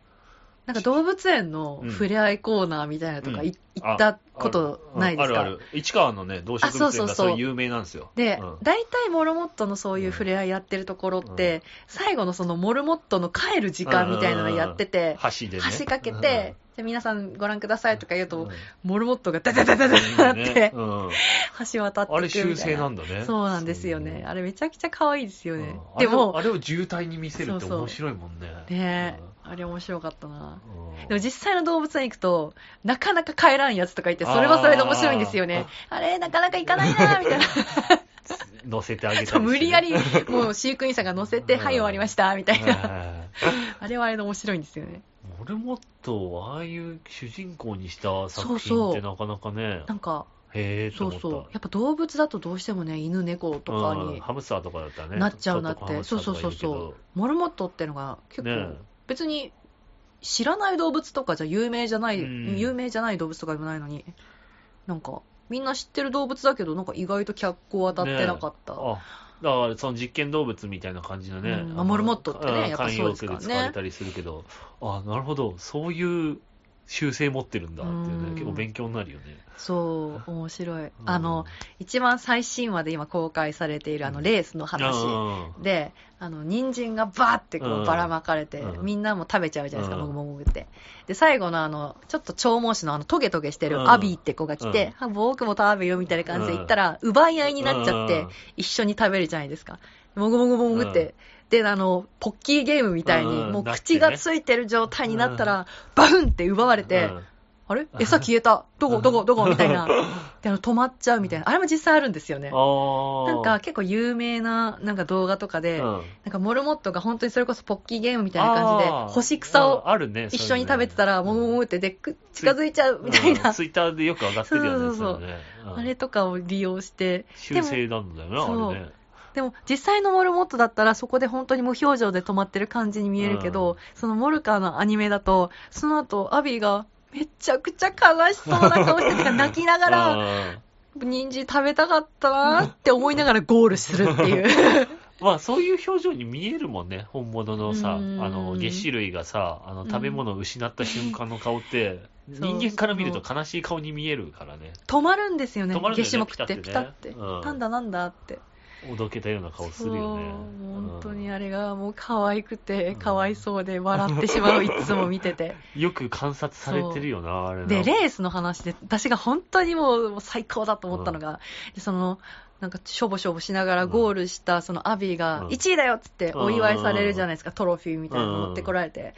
C: なんか動物園の触れ合いコーナーみたいなのとかい、
D: うん
C: 行ったことないですか
D: あるある。市川のね、同色
C: あそうそ
D: 店
C: うそ
D: が
C: う
D: それ有名なんですよ。
C: で、
D: うん
C: 大体モルモットのそういう触れ合いやってるところって、最後のそのモルモットの帰る時間みたいなのやってて、
D: 橋でね。
C: 橋かけて、じゃあ皆さんご覧くださいとか言う
D: うん、
C: と、
D: うん
C: モルモットがダダダダダダっ
D: ね
C: て、
D: うん
C: 橋渡ってく
D: あれ
C: みたいな
D: 修正なんだね。
C: そうなんですよね。あれめちゃくちゃ可愛いですよ
D: そう。
C: ね。
D: うん
C: でも、
D: あれをあれを渋滞に見せるっ
C: そ
D: て
C: うそう
D: 面白いもんね。
C: ねえ、あれ面白かったな。
D: うんうん
C: でも実際の動物園行くと、なかなか帰らんやつとかいて、それはそれで面白いんですよね。あれ、なかなか行かないなーみたいな。
D: 乗せてあげたりし
C: そ
D: て
C: う、
D: ね
C: 無理やり、もう飼育員さんが乗せて、
D: うん
C: はい、終わりました、みたいな。
D: はい
C: あれはあれで面白いんですよね。
D: モルモットをああいう主人公にした作
C: そう
D: 品っ
C: そう
D: てなかなかね、
C: なんか、
D: へえと
C: そ
D: 思
C: う
D: った。
C: そう。やっぱ動物だとどうしてもね、犬、猫とか
D: うん
C: に
D: ハムスターとかだったらね。
C: なっちゃうなっ
D: ちょ
C: て。
D: と
C: そう
D: ハ
C: そ
D: ム
C: う
D: ス
C: そ
D: タ
C: う
D: ーと
C: そ
D: か
C: う。モルモットってのが結
D: 言うけど
C: 構、別に知らない動物とかじゃ有名じゃない、
D: うん
C: 有名じゃない動物とかでもないのに、なんか、みんな知ってる動物だけど、なんか意外と脚光当たってなかった。
D: ねあ、だからその実験動物みたいな感じのね。
C: うんまあ
D: あの
C: モルモットってね
D: ん
C: やっぱそうですからね
D: 慣用句で使われたりするけど、あ、なるほど、そういう習性持ってるんだっていう
C: う
D: ね
C: ん、
D: 結構勉強になるよね。
C: そう、面白い。
D: うん
C: あの、、一番最新話で今公開されているあのレースの話。
D: あー
C: で、あの、人参がバーってこ
D: う
C: うんばらまかれて、
D: うん
C: みんなも食べちゃうじゃないですか、
D: う
C: も
D: ん
C: ぐもぐって。で、最後のあの、ちょっと長毛種のあの、トゲトゲして
D: う
C: る
D: ん
C: アビーって子が来て、あ僕も食べよみたいな感じで言ったら、奪い合いになっちゃって、一緒に食べるじゃないですか。もぐもぐもぐって。で、あの、ポッキーゲームみたいに、
D: うん
C: もう
D: なってね
C: 口がついてる状態になったら、バフンって奪われて、
D: うん
C: あれ餌消えたどこど
D: *laughs*
C: こどこみたいな。で、あの、止まっちゃうみたいな。あれも実際あるんですよね。
D: あ
C: なんか結構有名ななんか動画とかで、
D: ー、うん
C: なんかモルモットが本当にそれこそポッキーゲームみたいな感じで、
D: あー
C: 干し草
D: う
C: を
D: んあるね、
C: 一緒に食べてたら、もぐもぐもぐってで、く近づいちゃうみたいな、
D: ツイッターでよく上がってるよね、
C: そうそうそう
D: れねうん
C: あれとかを利用して、で
D: 修
C: も、
D: 正なんだよ
C: そう
D: な、あれね。
C: でも実際のモルモットだったらそこで本当に無表情で止まってる感じに見えるけど、
D: うん
C: そのモルカーのアニメだと、その後アビーがめちゃくちゃ悲しそうな顔しててか、泣きながら、
D: ら、
C: 人参食べたかったなーって思いながらゴールするっていう。
D: まあそういう表情に見えるもんね、本物のさ、あ
C: うん
D: の、下種類がさ、あ
C: う
D: の、
C: ん
D: 食べ物を失った瞬間の顔って、
C: そう
D: 人間から見ると悲しい顔に見えるからね。
C: *laughs* 止まるんですよね、
D: 止まるんだよね
C: 下種目って、ピ
D: ピ
C: タ
D: タ
C: っ。
D: っててねうん
C: なんだなんだって。
D: おどけたような顔するよね。
C: そう
D: うん
C: 本当にあれがもう可愛く
D: う
C: て
D: ん、
C: 可哀想で笑ってしまう、いつも見てて。
D: よく観察されてるよな、あれな
C: で、レースの話で、私が本当にもうもう最高だと思ったのが、その、なんか、しょぼしょぼしながらゴールした、そのアビー
D: う
C: が、
D: ん
C: 1位だよっつってお祝いされるじゃないですか、トロフィーみたいなの持ってこられて。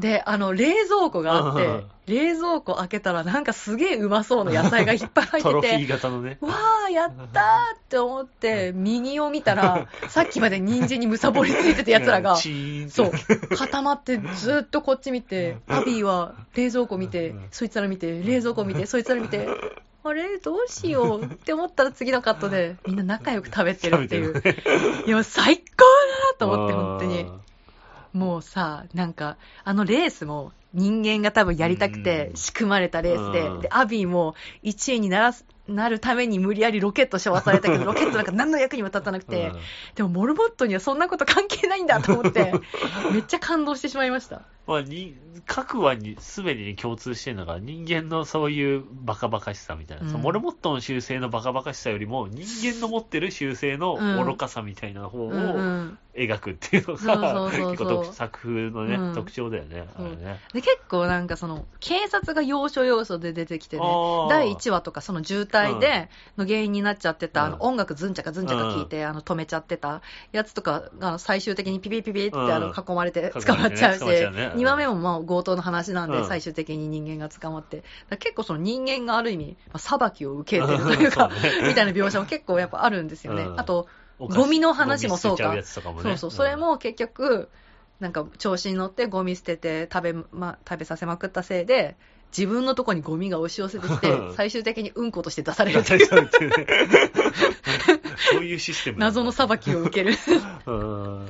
C: で、あの、冷蔵庫があって、冷蔵庫開けたらなんかすげえうまそうな野菜がいっぱい入ってて。
D: *laughs* トロフィー型
C: *laughs*
D: のね。
C: わー、やったーって思って、右を見たら、さっきまで人参にむさぼりついてた奴ら
D: *laughs*
C: が、
D: チーンって
C: そう、固まってずっとこっち見て、アビーは冷蔵庫見て、そいつら見て、冷蔵庫見て、そいつら見て、あれどうしようって思ったら次のカットで、みんな仲良く食べてるっていう。
D: 食べてる
C: いや、最高だなと思って、本当に。もうさ、なんか、あのレースも人間が多分やりたくて
D: うん
C: 仕組まれたレースで、
D: うん
C: で、アビーも1位にならす、なるために無理やりロケット処和された
D: *laughs*
C: けど、ロケットなんか何の役にも立たなくて、
D: うん
C: でもモルモットにはそんなこと関係ないんだと思
D: *laughs*
C: って、めっちゃ感動してしまいました。
D: まあ、に各話に全てに共通してるのが人間のそういうバカバカしさみたいな、
C: うん
D: そのモルモットの習性のバカバカしさよりも人間の持ってる習性の
C: うん
D: 愚かさみたいな方
C: うん
D: を
C: うん。
D: 描くっていうのが、
C: そうそうそうそう
D: 結構特作風のね、
C: うん
D: 特徴だよね。
C: そう
D: あれね
C: で、結構なんかその、警察が要所要所で出てきてね
D: あ、ー
C: 第1話とかその渋滞での原因になっちゃってた、
D: うん
C: あの音楽ずんちゃかずんちゃか聞いて、あの止めちゃってたやつとかが最終的にピピピピって
D: うん
C: あの囲まれて
D: 囲
C: 捕ま
D: ま
C: っ
D: れてね
C: ちゃうし、
D: 捕まっちゃうねうん
C: 2話目もまあ強盗の話なんで
D: うん
C: 最終的に人間が捕まって、だから結構その人間がある意味、まあ、裁きを受けてるというか、
D: そうね
C: *laughs* みたいな描写も結構やっぱあるんですよね。
D: うん
C: あと、
D: お菓子
C: ゴミの話もそうか
D: ゴミ捨てちゃうやつとかもね。
C: そうそう、それも結局、なんか調子に乗ってゴミ捨てて食べ、ま、食べさせまくったせいで、自分のとこにゴミが押し寄せてきて、最終的にうんことして出され
D: うん。
C: るという
D: そういうシステムなんだ。
C: 謎の裁きを受
D: *laughs*
C: ける。
D: うん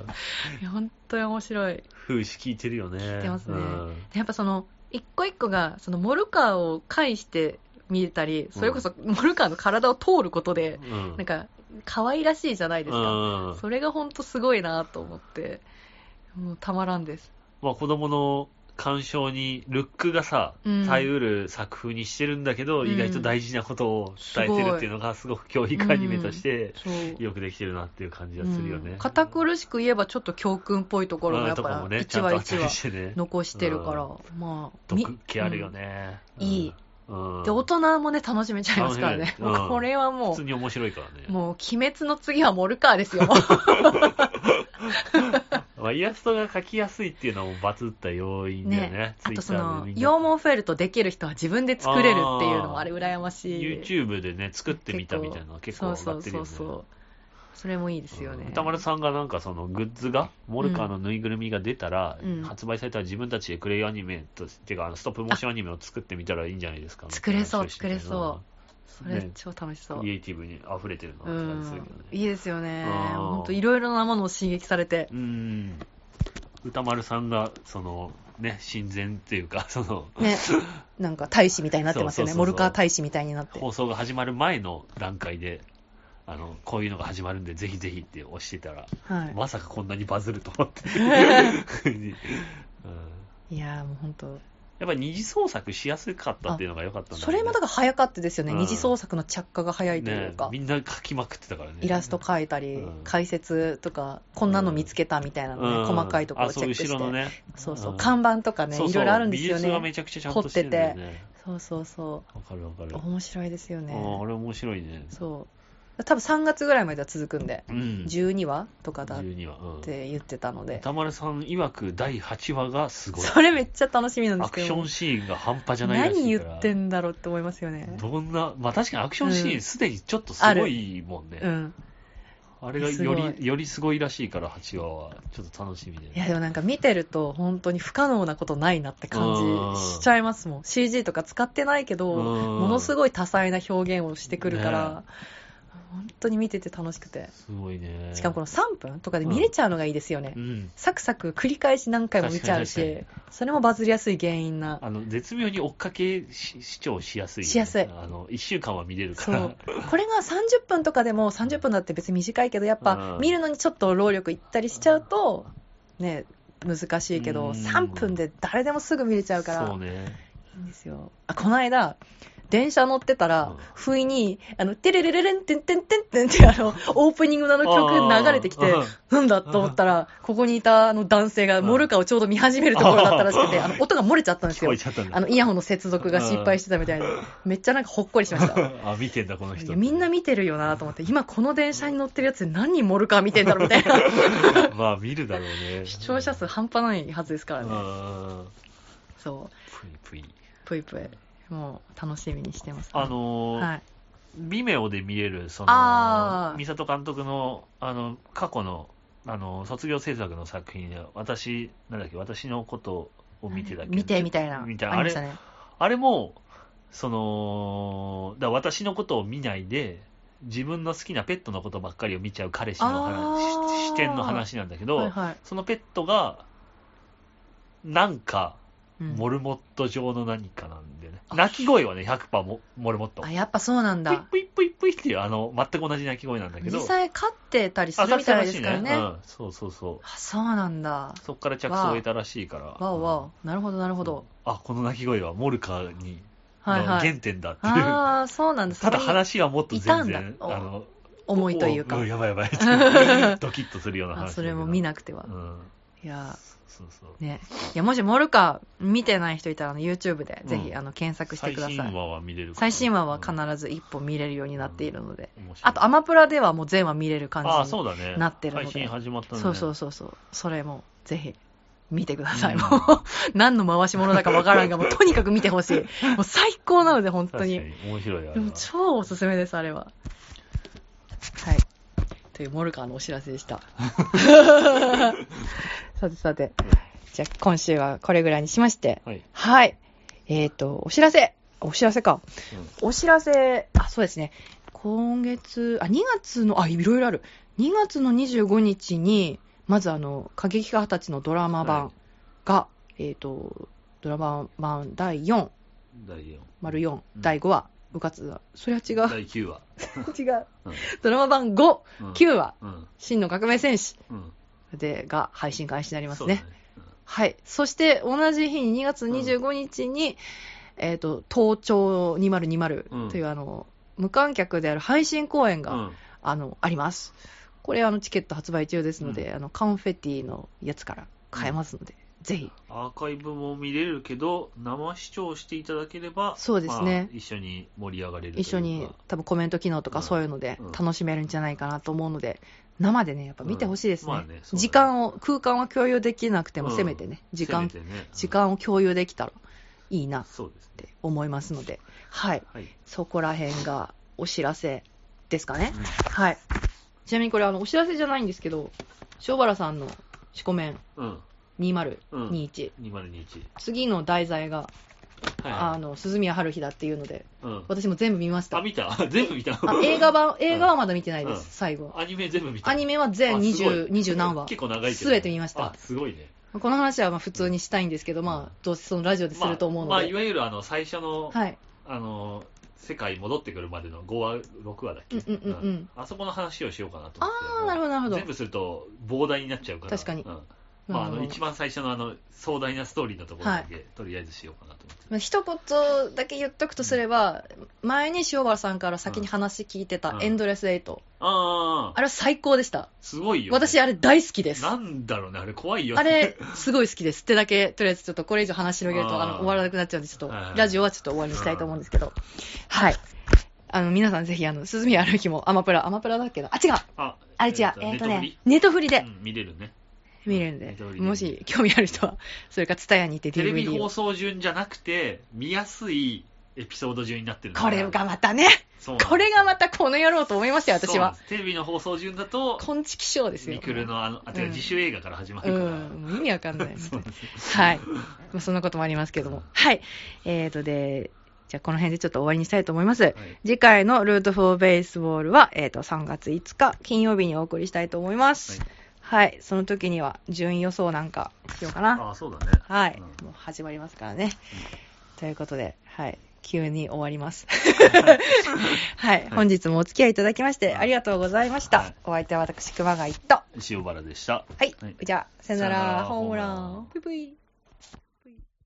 C: いや本当に面白い。
D: 風刺効いてるよね。
C: てますね
D: うん
C: やっぱその、一個一個が、そのモルカーを介して見えたり、それこそモルカーの体を通ることで、
D: うん
C: なんか、可愛らしいじゃないですか。
D: うん
C: それが本当すごいなと思って、もうたまらんです。
D: まあ、子供の鑑賞にルックがさ
C: うん
D: 耐えうる作風にしてるんだけど、
C: うん
D: 意外と大事なことを伝えてるっていうのがすごく教育アニメとして
C: そう
D: よくできてるなっていう感じがするよね、
C: うん堅苦しく言えばちょっと教訓っぽいところもやっ
D: とか
C: ぱ
D: もねち
C: 一
D: ゃん
C: 話
D: とあった
C: 一
D: り
C: 話
D: してね
C: 残してるから、まあみ
D: 毒気あるよね、
C: うんいい
D: うん、
C: うんで大人もね楽しめちゃいますからね、
D: 楽しめるうん
C: これはも
D: 普通に面白いからね
C: うもう「鬼滅の次はモルカー」
D: *laughs*
C: ですよ
D: まあ、イラストが描きやすいっていうのもバズった要因だよね。
C: ねあと
D: Twitter
C: その羊
D: でみん
C: 毛
D: な
C: フェルトできる人は自分で作れるっていうのもあれ羨ましい
D: YouTube でね、作ってみたみたいなのが結構上がってるよね。
C: そうそうそうそうそれもいいですよね、
D: うん歌丸さんがなんかそのグッズが、モルカーのぬいぐるみが出たら、
C: うん
D: 発売されたら自分たちでクレイアニメとして、てかあのストップモーションアニメを作ってみたらいいんじゃないですか。
C: 作れそう
D: みたいな話をしてたよ
C: それ
D: ね
C: 超楽しそう、
D: クリエイティブに溢れてるの
C: う
D: が感じする
C: ん
D: けどね。
C: いいですよね
D: うん
C: 本当いろいろなものを刺激されて
D: うん。歌丸さんが、その、ね、親善っていうか、そ *laughs* の、
C: ねなんか大使みたいになってますよね
D: そうそうそうそう
C: モルカー大使みたいになって
D: 放送が始まる前の段階で、あの、こういうのが始まるんで、ぜひぜひって押してたら、
C: はい
D: まさかこんなにバズると思
C: *laughs*
D: って。 *laughs* うん
C: いやーもう本当
D: やっぱり二次創作しやすかったっていうのが良かったんだ
C: それもだから早かったですよね、
D: うん
C: 二次創作の着火が早いという
D: ね
C: か、
D: みんな書きまくってたからね。
C: イラスト描いたり、
D: うん
C: 解説とか、こんなの見つけたみたいなのね、
D: うん
C: 細かいところをチェックして、
D: あ、そう、後ろのね。
C: そうそうん看板とかね、
D: そうそう
C: いろいろあるんですよ
D: 美術がめ
C: ね、
D: ちゃくちゃちゃんとしてるんだよね。
C: そうそうそ
D: わかるわか
C: う、
D: る。
C: 面白いですよ
D: あ
C: ね、
D: ーあれ面白いね。
C: そう、多分3月ぐらいまでは続くんで、
D: うん。
C: 12話とかだっ
D: 12話。うん
C: て言ってたので、
D: 歌丸さん曰く第8話がすごい。
C: それめっちゃ楽しみなんで
D: ア
C: す
D: ク
C: け
D: シ
C: ど、
D: ョンシーンが半端じゃないらしい
C: 何言
D: から
C: ってんだろうって思いますよね。
D: どんな、まあ確かにアクションシーンすでにちょっとすごいもんね。
C: うん、
D: あれが
C: す
D: よ
C: ごい
D: り、よりすごいらしいから、8話は。ちょっと楽しみで。
C: いやでもなんか見てると本当に不可能なことないなって感じしちゃいますもん CG とか使ってないけど
D: うん
C: ものすごい多彩な表現をしてくるから、本当に見てて楽しくて
D: すごいね。
C: しかもこの3分とかで見れちゃうのがいいですよね、
D: うん。
C: サクサク繰り返し何回も見ちゃう
D: 確かに
C: し
D: 確
C: それもバズりやすい原因な
D: あの、絶妙に追っかけし視聴しやすいよね、
C: しやすい
D: あの、1週間は見れるか
C: そ
D: ら。
C: うこれが30分とかでも30分だって別に短いけどやっぱ
D: うん
C: 見るのにちょっと労力いったりしちゃうとね難しいけ
D: う
C: ど
D: ん
C: 3分で誰でもすぐ見れちゃうから
D: そうね。
C: いいんですよ。あ、この間、電車乗ってたら、
D: うん
C: 不意に、あの、テレレレレンテンテンテンテンって、あの、オープニングのあの曲流れてきて
D: あー、
C: なんだと思ったら、ここにいたあの男性が
D: うん
C: モルカーをちょうど見始めるところだったらしくて、あの、音が漏れちゃったんです
D: 聞
C: よ
D: こえ。ちゃったんだ。
C: あの、イヤホンの接続が失敗してたみたいで、めっちゃなんかほっこりしました。
D: *laughs* あ、見てんだ、この
C: い
D: 人。
C: やみんな見てるよなと思って、今この電車に乗ってるやつで何人モルカー見てんだろうみたいな。
D: *laughs* まあ、見るだろうね。
C: 視聴者数半端ないはずですからね。
D: あ
C: そう。
D: ーぷいぷい。
C: ぷいぷい。もう楽しみにしてます、
D: あのー
C: はい。
D: ビメオで見れる、そ
C: あ
D: の
C: ー、
D: 美里監督の、あの、過去の、あの、卒業制作の作品で、私、なんだっけ、私のことを見てだっけ
C: 見てみたいな。
D: 見て
C: ありました
D: あれ、
C: ね。
D: あれも、その、だから私のことを見ないで、自分の好きなペットのことばっかりを見ちゃう彼氏の
C: あー
D: 話、し視点の話なんだけど、
C: はいはい。
D: そのペットが、なんか、
C: うん
D: モルモット状の何かなんでね。鳴き声はね、100%モモルモット
C: あ、。やっぱそうなんだ。
D: ぷいぷいぷいぷいっていう、あの、全く同じ鳴き声なんだけど。
C: 実際飼ってたりす
D: あ
C: るみたいで
D: らし
C: すからね。
D: うん。そうそうそ
C: あ、そうなんだ。
D: う。そっから着想を得たらしいから。
C: わおわお。なるほど、なる
D: うん
C: ほど。。
D: あ、この鳴き声はモルカーに、
C: はい
D: の
C: は
D: 原
C: い。
D: 点だっていう。
C: ああ、そうなんだ。
D: *laughs* た
C: そ
D: だ
C: ういう
D: 話がもっと全
C: いたん
D: 然、
C: だお
D: あの、
C: 思いというか
D: おん。やばい
C: *laughs*
D: やばいって。ドキッとするような
C: あ
D: 話。
C: それも見
D: な。
C: なくては
D: う。ん。
C: いや
D: そうそうそう。
C: ー、ね。いや、もしモルカー見てない人いたら、あの YouTube でぜひ、
D: うん
C: あの、検索して
D: 最
C: くださ
D: 新
C: い。
D: 話は見れるから
C: 最新話は必ず一本見れるようになっているので。
D: うん面白い
C: あと、アマプラではもう全話見れる感じに。
D: あ、そうだね。
C: なってるので
D: 最新始まったのね
C: そうそうそうそう。それも、ぜひ、見てください。
D: うん
C: もう、何の回し物だかわからんが、もう、とにかく見てほしい。もう、最高なので、本当に。
D: 確かに面白いあ
C: で
D: れ
C: も、
D: は。
C: 超おすすめです、あれは。はい。という、モルカーのお知らせで
D: *laughs*
C: した。さてさて。じゃあ、今週はこれぐらいにしまして。
D: はい。
C: はい。えっ、と、お知らせ。お知らせか。
D: うん
C: お知らせ、あ、そうですね。今月、あ、2月の、あ、いろいろある。2月の25日に、まずあの、過激派二十歳のドラマ
D: は
C: 版
D: い
C: が、えっ、と、ドラマ版第4、
D: 第4。
C: 丸4、
D: うん
C: 第5話、部活だ。それは違う。
D: 第9話。
C: 違う。
D: うん
C: ドラマ版5、
D: うん
C: 9話、
D: うん。
C: 真の革命戦士
D: うん。
C: で、が配信開始になります
D: そう
C: ね。
D: だねうん
C: はい。そして、同じ日に2月25日に、えっ、と、東京
D: うん
C: 2020という、あの、無観客である配信公演が、
D: うん
C: あの、あります。これ、あの、チケット発売中ですので、あの、カンフェティのやつから買えますので、ぜひ。
D: アーカイブも見れるけど、生視聴していただければ、
C: そうですね
D: まあ一緒に盛り上がれるという
C: 一
D: か
C: 緒に多分コメント機能と
D: う
C: か
D: ん
C: そういうので
D: うん
C: 楽しめるんじゃないかなと思うので、生でね、やっぱ見てほしいですね。
D: うんまあねそうだね
C: 時間を、空間は共有できなくても、
D: うん
C: せめてね、時間、
D: せめてね
C: 時間を共有できたらいいな
D: うん
C: っ
D: そうですね。
C: て思いますので、はい。
D: はい。
C: そこら辺がお知らせですかね
D: う。ん
C: はい。ちなみにこれ、あの、お知らせじゃないんですけど、塩原さんの四股面
D: うん。
C: 2021、
D: うん2021。
C: 次の題材が、
D: はい。
C: あの、鈴宮春日だっていうので、
D: うん。
C: 私も全部見ました
D: あ、。見た *laughs* 全部見た
C: あ映画版、映画はまだ見てないです、
D: うん
C: 最後。
D: アニメ全部見た
C: アニメは全
D: あすごい
C: 20 20何話。
D: 結構長いけど。
C: 全て見ました
D: あ、すごいね。
C: この話はまあ普通にしたいんですけど、まあ、どうせそのラジオですると思う
D: まあ、
C: の
D: まあ、い
C: で。
D: わゆるあの、最初の、
C: はい。
D: あの、世界戻ってくるまでの5話、6話だっけ、
C: うんうんうんうん
D: あそこの話をしようかなと思って。
C: ああ、なるほど、なるほど
D: 全。部すると膨大になっちゃうから。
C: 確かに
D: うんまあ、あ
C: なる
D: の
C: ほど
D: 一番最初のあの壮大なストーリーのところだけ、とりあえずしようかなと思って。
C: まあ一言だけ言っとくとすれば、前に塩原さんから先に話聞いて
D: う
C: た
D: ん
C: エンドレスエイト。
D: あ
C: あ
D: あ、
C: れは最高でした。
D: すごいよ、
C: 私、あれ大好きです。
D: なんだろうね、あれ怖いよ、ね。
C: あれ、すごい好きです。ってだけ、とりあえずちょっとこれ以上話広げると
D: あー
C: あの終わらなくなっちゃうんで、ちょっと
D: はいはい
C: ラジオはちょっと終わりにしたいと思うんですけど。はい。あの、皆さんぜひ、あの、鈴宮歩きもアマプラ、アマプラだっけなあ、違う
D: あ、
C: あれ違う。え
D: ネ
C: っ
D: ッ
C: と
D: トフ
C: ね
D: リ、
C: ネットフリ
D: う
C: で
D: ん見れるね。
C: 見れるんで
D: ネットフリ、で
C: もし興味ある人は、それかツタヤに行って
D: テレビ
C: DVD
D: 放
C: を。
D: 送順じゃなくて、見やすいエピソード順になってるの
C: これが、またね、
D: そう
C: これがまたこの野郎と思いましたよ、私は。。
D: そうなんですテレビの放送順だと、
C: こんちきしょうですよ。
D: ミクルのあの、あ、てか
C: うん
D: 自主映画から始ま
C: う
D: るから。
C: ん、もう意味わかんない。
D: *laughs*
C: はい。まあ、そんなこともありますけども。はい。えーとで、じゃあこの辺でちょっと終わりにしたいと思います。次回のルート4ベースボールは、えーと、3月5日金曜日にお送りしたいと思います。
D: はい
C: はい。その時には順位予想なんかしようかな。
D: ああ、そうだね。
C: はい、
D: う
C: もう始まりますからね。ということで、はい、急に終わります。はい、本日もお付き合いいただきましてありがとうございました。
D: はい
C: お相手は私、熊谷と。
D: 塩原でした。
C: はい、
D: はい
C: じゃあ、さよな
D: さよなら
C: ら、ホームラ
D: ホームラ
C: ン
D: ン。
C: ぷいぷい。